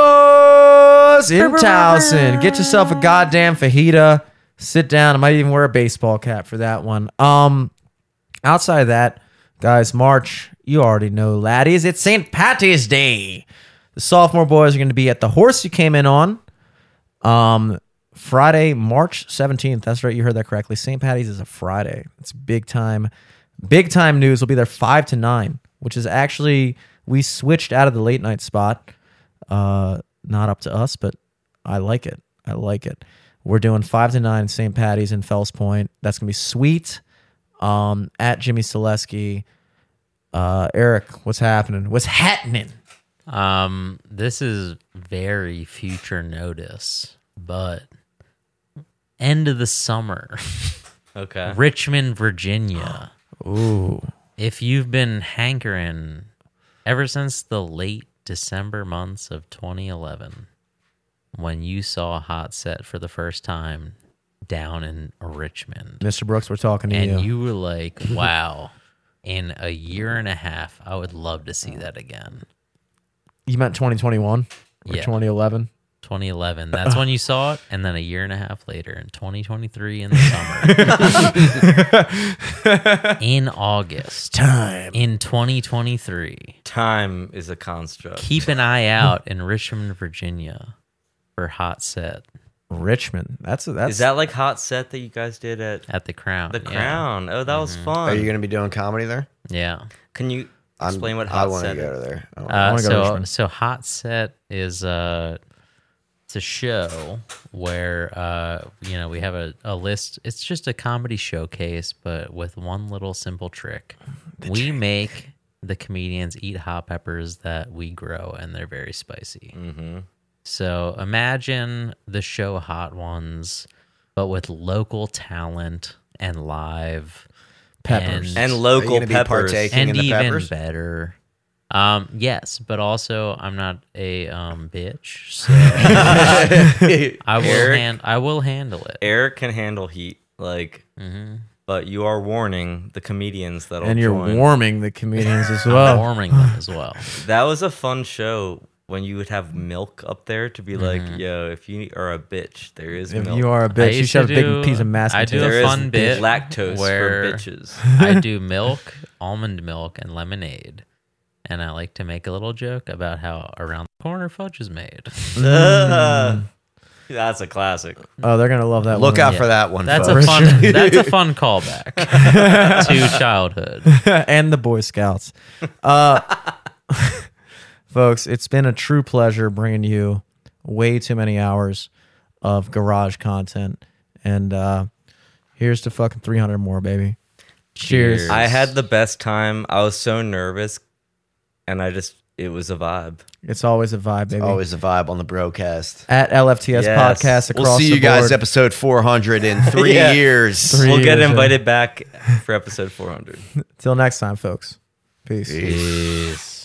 Mama's in Towson. Get yourself a goddamn fajita. Sit down. I might even wear a baseball cap for that one. Um, outside of that, guys, March, you already know, laddies, it's St. Patty's Day. The sophomore boys are going to be at the horse you came in on. Um, Friday, March 17th. That's right. You heard that correctly. St. Patty's is a Friday. It's big time. Big time news. We'll be there 5 to 9, which is actually, we switched out of the late night spot. Uh, not up to us, but I like it. I like it. We're doing 5 to 9 St. Patty's in Fells Point. That's going to be sweet. Um, at Jimmy Selesky. Uh, Eric, what's happening? What's happening?
Um, this is very future notice, but end of the summer,
Okay.
Richmond, Virginia.
Ooh.
If you've been hankering ever since the late December months of 2011, when you saw Hot Set for the first time down in Richmond,
Mr. Brooks, we're talking to
and
you.
you were like, wow, in a year and a half, I would love to see that again.
You meant 2021 or
Yeah.
2011?
2011. That's when you saw it, and then a year and a half later, in 2023, in the summer, in August, time in 2023.
Time is a construct.
Keep an eye out in Richmond, Virginia, for hot set
Richmond. That's that's
Is that like hot set that you guys did at
at the Crown.
the
yeah.
Crown? Oh, that was
Mm-hmm. Are
fun.
you going to be doing comedy there?
Yeah.
Can you
I'm-
explain what
I
hot
wanna
set?
go
Is?
to there. I don't-
Uh,
wanna go to
so,
Richmond.
so hot set is uh, it's a show where uh, you know we have a, a list. It's just a comedy showcase, but with one little simple trick. we make the comedians eat hot peppers that we grow, and they're very spicy.
Mm-hmm.
So imagine the show Hot Ones, but with local talent and live
Peppers.
and-
And
Are you
local
gonna be
peppers.
partaking?
and
in the
even
peppers?
better. Um, yes, but also I'm not a um bitch, so I will
Eric.
hand I will handle it. Mm-hmm.
Eric can handle heat, like, but you are warning the comedians that'll
and you're
join.
warming the comedians as
Oh.
I'm
well.
warming them as well.
that was a fun show when you would have milk up there to be like,
Mm-hmm.
yo, if you are a bitch, there is
If
milk.
you are a
I
bitch, you
used
should have
to
a big
do-
piece of mashed
I do
potatoes.
a
There is
fun bit
lactose
where-
for bitches.
I do milk, almond milk, and lemonade, and I like to make a little joke about how around the corner fudge is made.
Mm.
Ugh. That's a classic.
Oh, they're gonna love that.
Look
one.
out
Yeah.
for that one.
That's
folks.
a fun. That's a fun callback to childhood.
and the Boy Scouts. Uh, folks, it's been a true pleasure bringing you way too many hours of garage content, and uh, here's to fucking 300 more, baby. Cheers.
I had the best time. I was so nervous, and I just it was a vibe.
It's always a vibe, baby.
Always a vibe on the broadcast.
At LFTS
Yes.
podcast across
We'll see
the
you guys
board.
episode 400 in three
Yeah.
years.
Three
we'll get
years in.
invited back for episode 400.
Till next time, folks. Peace.
Peace.
Peace.